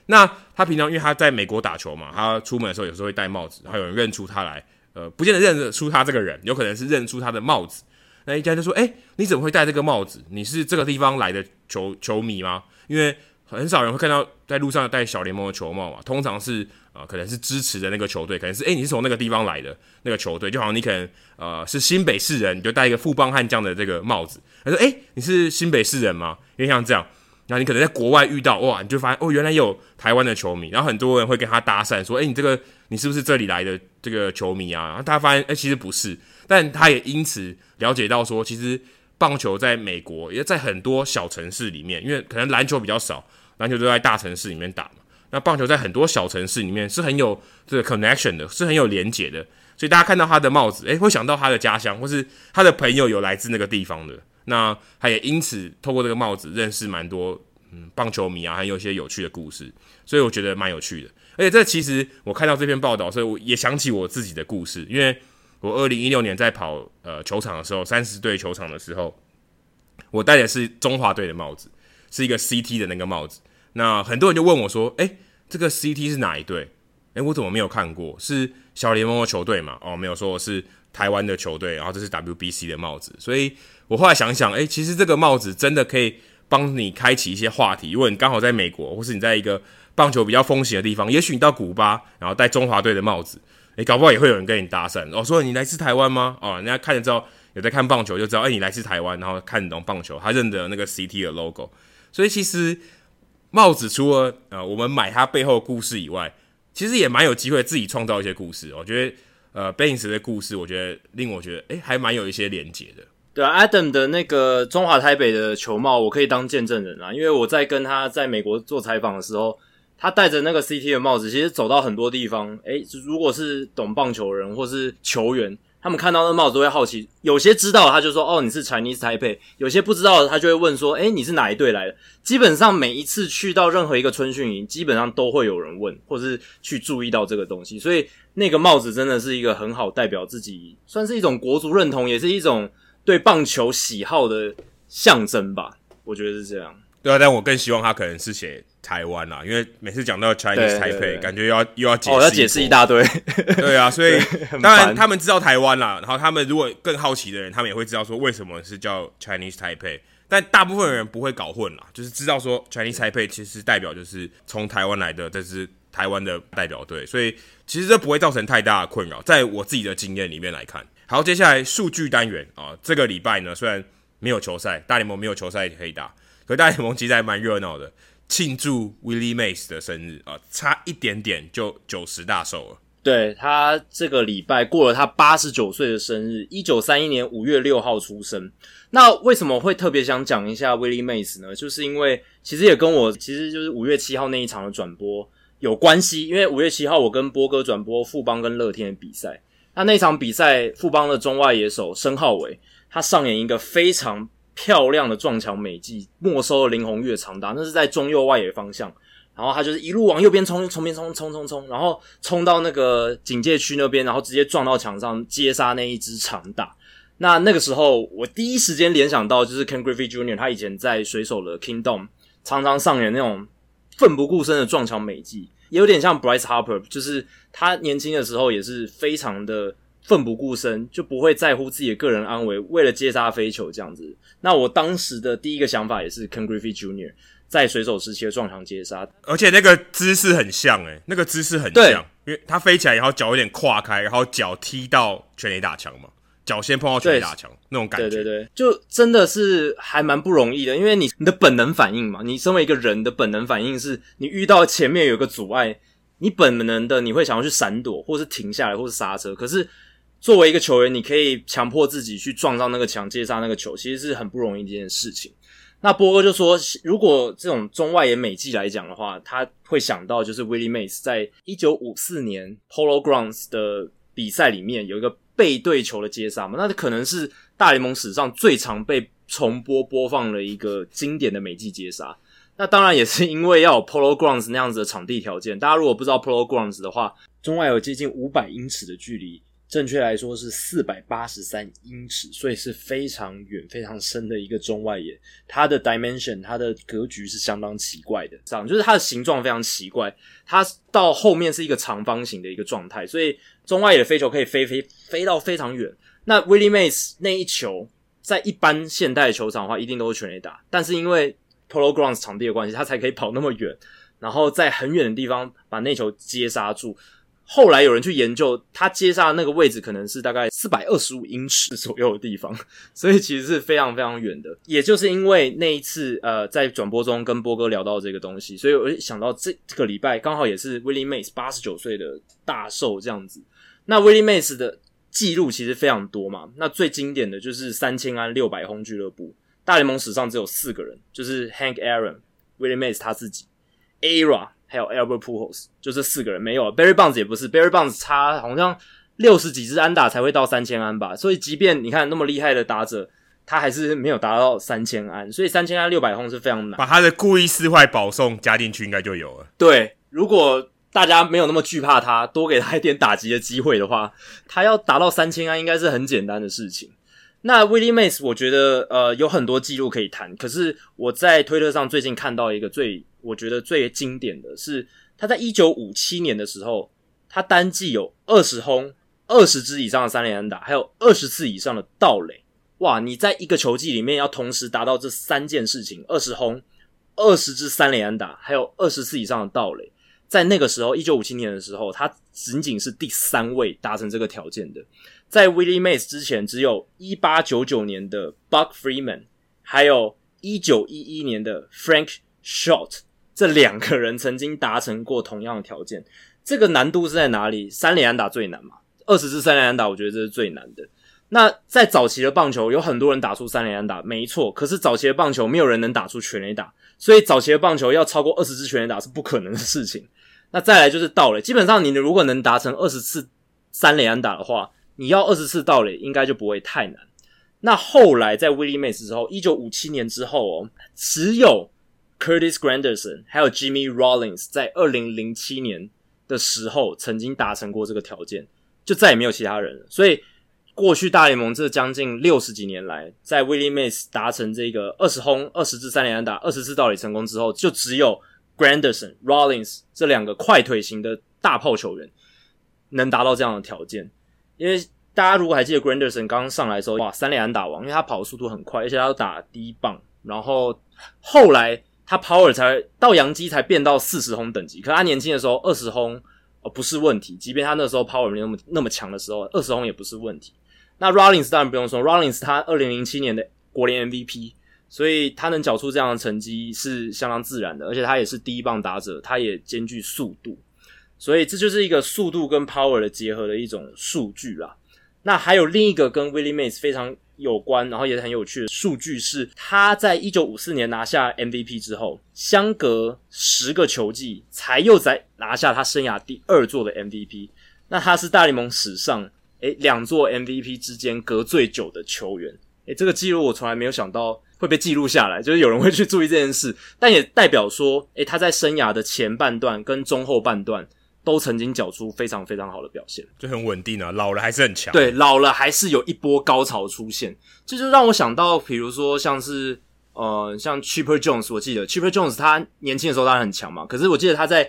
Speaker 2: 那他平常因为他在美国打球嘛，他出门的时候有时候会戴帽子，然后有人认出他来，呃，不见得认得出他这个人，有可能是认出他的帽子。那一家就说：“哎、你怎么会戴这个帽子？你是这个地方来的球球迷吗？因为很少人会看到在路上戴小联盟的球帽嘛，通常是呃，可能是支持的那个球队，可能是哎、你是从那个地方来的那个球队，就好像你可能呃是新北市人，你就戴一个富邦悍将的这个帽子。他说：哎、你是新北市人吗？因为像这样，然后你可能在国外遇到哇，你就发现哦，原来有台湾的球迷，然后很多人会跟他搭讪说：“哎、你这个你是不是这里来的这个球迷啊？”然后他发现哎、其实不是，但他也因此了解到说，其实棒球在美国也在很多小城市里面，因为可能篮球比较少，篮球都在大城市里面打嘛。那棒球在很多小城市里面是很有这个 connection 的，是很有连结的。所以大家看到他的帽子，诶，会想到他的家乡，或是他的朋友有来自那个地方的。那他也因此透过这个帽子认识蛮多嗯棒球迷啊，还有一些有趣的故事，所以我觉得蛮有趣的。而且这其实我看到这篇报道，所以我也想起我自己的故事，因为我二零一六年在跑呃球场的时候，三十队球场的时候，我戴的是中华队的帽子，是一个 CT 的那个帽子。那很多人就问我说：“哎、这个 CT 是哪一队？哎、我怎么没有看过？是小联盟的球队嘛？哦，没有说我是台湾的球队，然后这是 WBC 的帽子。所以我后来想想，哎、其实这个帽子真的可以帮你开启一些话题。如果你刚好在美国，或是你在一个棒球比较风行的地方，也许你到古巴，然后戴中华队的帽子，哎、搞不好也会有人跟你搭讪。哦，说你来自台湾吗？哦，人家看得到有在看棒球，就知道，哎、你来自台湾，然后看得懂棒球，他认得那个 CT 的 logo。所以其实帽子除了呃我们买它背后的故事以外，其实也蛮有机会自己创造一些故事。我觉得呃 b a n s 的故事，我觉得令我觉得诶还蛮有一些连结的。
Speaker 1: 对啊，Adam 的那个中华台北的球帽，我可以当见证人啊，因为我在跟他在美国做采访的时候，他戴着那个 CT 的帽子，其实走到很多地方，诶，如果是懂棒球人或是球员，他们看到那帽子都会好奇，有些知道他就说哦你是 Chinese Taipei，有些不知道的他就会问说，诶，你是哪一队来的？基本上每一次去到任何一个春训营，基本上都会有人问，或是去注意到这个东西，所以那个帽子真的是一个很好代表自己，算是一种国足认同，也是一种。对棒球喜好的象征吧，我觉得是这样。
Speaker 2: 对啊，但我更希望他可能是写台湾啊啦，因为每次讲到 Chinese
Speaker 1: 对
Speaker 2: Taipei，
Speaker 1: 对对
Speaker 2: 感觉又要又要解释
Speaker 1: 哦，要解释一大堆，
Speaker 2: 对啊，所以
Speaker 1: 很
Speaker 2: 当然
Speaker 1: 烦
Speaker 2: 他们知道台湾啦，然后他们如果更好奇的人，他们也会知道说为什么是叫 Chinese Taipei，但大部分人不会搞混啦，就是知道说 Chinese Taipei 其实代表就是从台湾来的这支台湾的代表队，所以其实这不会造成太大的困扰，在我自己的经验里面来看。好，接下来数据单元啊，这个礼拜呢虽然没有球赛，大联盟没有球赛可以打，可大联盟其实还蛮热闹的。庆祝 Willie Mays 的生日啊，差一点点就九十大寿了。
Speaker 1: 对他这个礼拜过了他八十九岁的生日，一九三一年五月六号出生。那为什么会特别想讲一下 Willie Mays 呢？就是因为其实也跟我其实就是五月七号那一场的转播有关系，因为五月七号我跟波哥转播富邦跟乐天的比赛，那那场比赛富邦的中外野手申浩伟，他上演一个非常漂亮的撞墙美技，没收了林红月长达，那是在中右外野方向。然后他就是一路往右边冲，冲边冲，冲冲冲，然后冲到那个警戒区那边，然后直接撞到墙上，接杀那一只长打。那那个时候，我第一时间联想到就是 Ken Griffey Jr. 他以前在水手的 Kingdom 常常上演那种奋不顾身的撞墙美技，也有点像 Bryce Harper，就是他年轻的时候也是非常的奋不顾身，就不会在乎自己的个人安危，为了接杀飞球这样子。那我当时的第一个想法也是 Ken Griffey Jr. 在水手时期的撞墙接杀，
Speaker 2: 而且那个姿势很像、欸，哎，那个姿势很
Speaker 1: 对
Speaker 2: 像，因为他飞起来，然后脚有点跨开，然后脚踢到全垒打墙嘛，脚先碰到全垒打墙那种感觉。
Speaker 1: 对对对，就真的是还蛮不容易的，因为你你的本能反应嘛，你身为一个人的本能反应是，你遇到前面有一个阻碍，你本能的你会想要去闪躲，或是停下来，或是刹车。可是作为一个球员，你可以强迫自己去撞上那个墙，接杀那个球，其实是很不容易的一件事情。那波哥就说，如果这种中外野美记来讲的话，他会想到就是 Willie Mays 在一九五四年 Polo Grounds 的比赛里面有一个背对球的接杀嘛，那可能是大联盟史上最常被重播播放的一个经典的美记接杀。那当然也是因为要有 Polo Grounds 那样子的场地条件。大家如果不知道 Polo Grounds 的话，中外有接近五百英尺的距离，正确来说是四百八十三英尺，所以是非常远、非常深的一个中外野。它的 dimension，它的格局是相当奇怪的，这样就是它的形状非常奇怪。它到后面是一个长方形的一个状态，所以中外野的飞球可以飞飞飞到非常远。那 Willie Mays 那一球，在一般现代球场的话，一定都是全垒打，但是因为 Polo Grounds 场地的关系，他才可以跑那么远，然后在很远的地方把那球接杀住。后来有人去研究，他接杀的那个位置可能是大概四百二十五英尺左右的地方，所以其实是非常非常远的。也就是因为那一次，呃，在转播中跟波哥聊到这个东西，所以我就想到这这个礼拜刚好也是 Willie Mays 八十九岁的大寿这样子。那 Willie Mays 的记录其实非常多嘛，那最经典的就是三千安六百轰俱乐部，大联盟史上只有四个人，就是 Hank Aaron、Willie Mays 他自己、Ara 还有 Albert Pujols，就这四个人没有啊 Barry Bonds 也不是，Barry Bonds 差好像六十几支安打才会到三千安吧，所以即便你看那么厉害的打者，他还是没有达到三千安，所以三千安六百轰是非常难。
Speaker 2: 把他的故意撕坏保送加进去，应该就有了。
Speaker 1: 对，如果大家没有那么惧怕他，多给他一点打击的机会的话，他要达到三千啊安应该是很简单的事情。那 Willie Mays 我觉得呃有很多记录可以谈，可是我在推特上最近看到一个最我觉得最经典的是他在一九五七年的时候，他单季有二十轰、二十支以上的三连安打，还有二十次以上的盗垒。哇，你在一个球季里面要同时达到这三件事情：二十轰、二十支三连安打，还有二十次以上的盗垒。在那个时候，一九五七年的时候，他仅仅是第三位达成这个条件的。在 Willie Mays 之前，只有一八九九年的 Buck Freeman，还有一九一一年的 Frank Short 这两个人曾经达成过同样的条件。这个难度是在哪里？三连安打最难嘛，二十支三连安打，我觉得这是最难的。那在早期的棒球，有很多人打出三连安打，没错。可是早期的棒球，没有人能打出全垒打，所以早期的棒球要超过二十支全垒打是不可能的事情。那再来就是盗垒，基本上你如果能达成二十次三垒安打的话，你要二十次盗垒应该就不会太难。那后来在 Willie Mays 之后，一九五七年之后哦，只有 Curtis Granderson 还有 Jimmy Rollins 在二零零七年的时候曾经达成过这个条件，就再也没有其他人了。所以过去大联盟这将近六十几年来，在 Willie Mays 达成这个二十轰、二十支三连安打、二十次盗垒成功之后，就只有 Granderson、Rollins 这两个快腿型的大炮球员能达到这样的条件。因为大家如果还记得 Granderson 刚刚上来的时候，哇，三连安打王，因为他跑的速度很快，而且他要打低棒，然后后来他 power 才到洋基才变到四十轰等级，可他年轻的时候二十轰哦不是问题，即便他那时候 power 没那么那么强的时候，二十轰也不是问题。那 Rollins 当然不用说，Rollins 他二零零七年的国联 MVP，所以他能缴出这样的成绩是相当自然的，而且他也是第一棒打者，他也兼具速度，所以这就是一个速度跟 power 的结合的一种数据啦。那还有另一个跟 Willie Mays 非常有关，然后也很有趣的数据是，他在一九五四年拿下 MVP 之后，相隔十个球季才又再拿下他生涯第二座的 MVP。那他是大联盟史上诶两座 MVP 之间隔最久的球员。诶，这个记录我从来没有想到会被记录下来，就是有人会去注意这件事，但也代表说，诶，他在生涯的前半段跟中后半段都曾经缴出非常非常好的表现。
Speaker 2: 就很稳定啊，老了还是很强。，
Speaker 1: 对，老了还是有一波高潮出现，这就让我想到，比如说像是呃，像 Cheaper Jones，我记得 Cheaper Jones 他年轻的时候当然很强嘛，可是我记得他在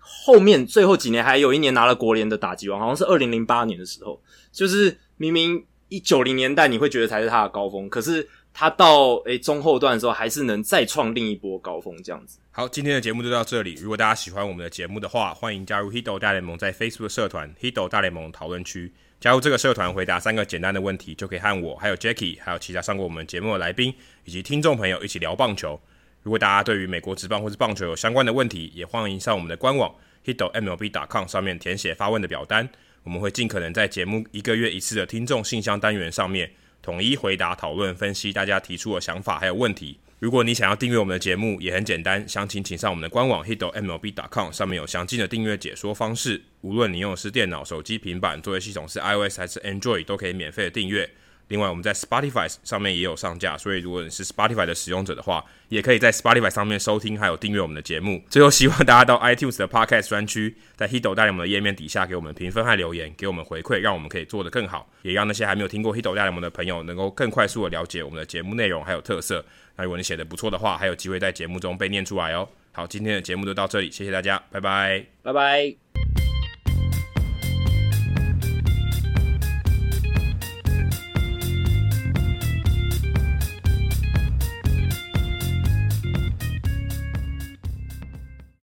Speaker 1: 后面最后几年还有一年拿了国联的打击王，好像是二零零八年的时候，就是明明一九零年代你会觉得才是他的高峰，可是他到诶、中后段的时候还是能再创另一波高峰这样子。
Speaker 2: 好，今天的节目就到这里。如果大家喜欢我们的节目的话，欢迎加入 Hido 大联盟在 Facebook 社团 Hido 大联盟讨论区。加入这个社团，回答三个简单的问题，就可以和我、还有 Jackie、还有其他上过我们节目的来宾以及听众朋友一起聊棒球。如果大家对于美国职棒或是棒球有相关的问题，也欢迎上我们的官网 hido mlb.com 上面填写发问的表单，我们会尽可能在节目一个月一次的听众信箱单元上面统一回答、讨论、分析大家提出的想法还有问题。如果你想要订阅我们的节目，也很简单，详情请上我们的官网 hido mlb.com 上面有详尽的订阅解说方式。无论你用的是电脑、手机、平板，作业系统是 iOS 还是 Android，都可以免费的订阅。另外，我们在 Spotify 上面也有上架，所以如果你是 Spotify 的使用者的话，也可以在 Spotify 上面收听还有订阅我们的节目。最后，希望大家到 iTunes 的 Podcast 专区，在 Hido 大联盟的页面底下给我们评分和留言，给我们回馈，让我们可以做得更好，也让那些还没有听过 Hido 大联盟的朋友能够更快速的了解我们的节目内容还有特色。那如果你写的不错的话，还有机会在节目中被念出来哦。好，今天的节目就到这里，谢谢大家，拜拜。
Speaker 1: 拜拜。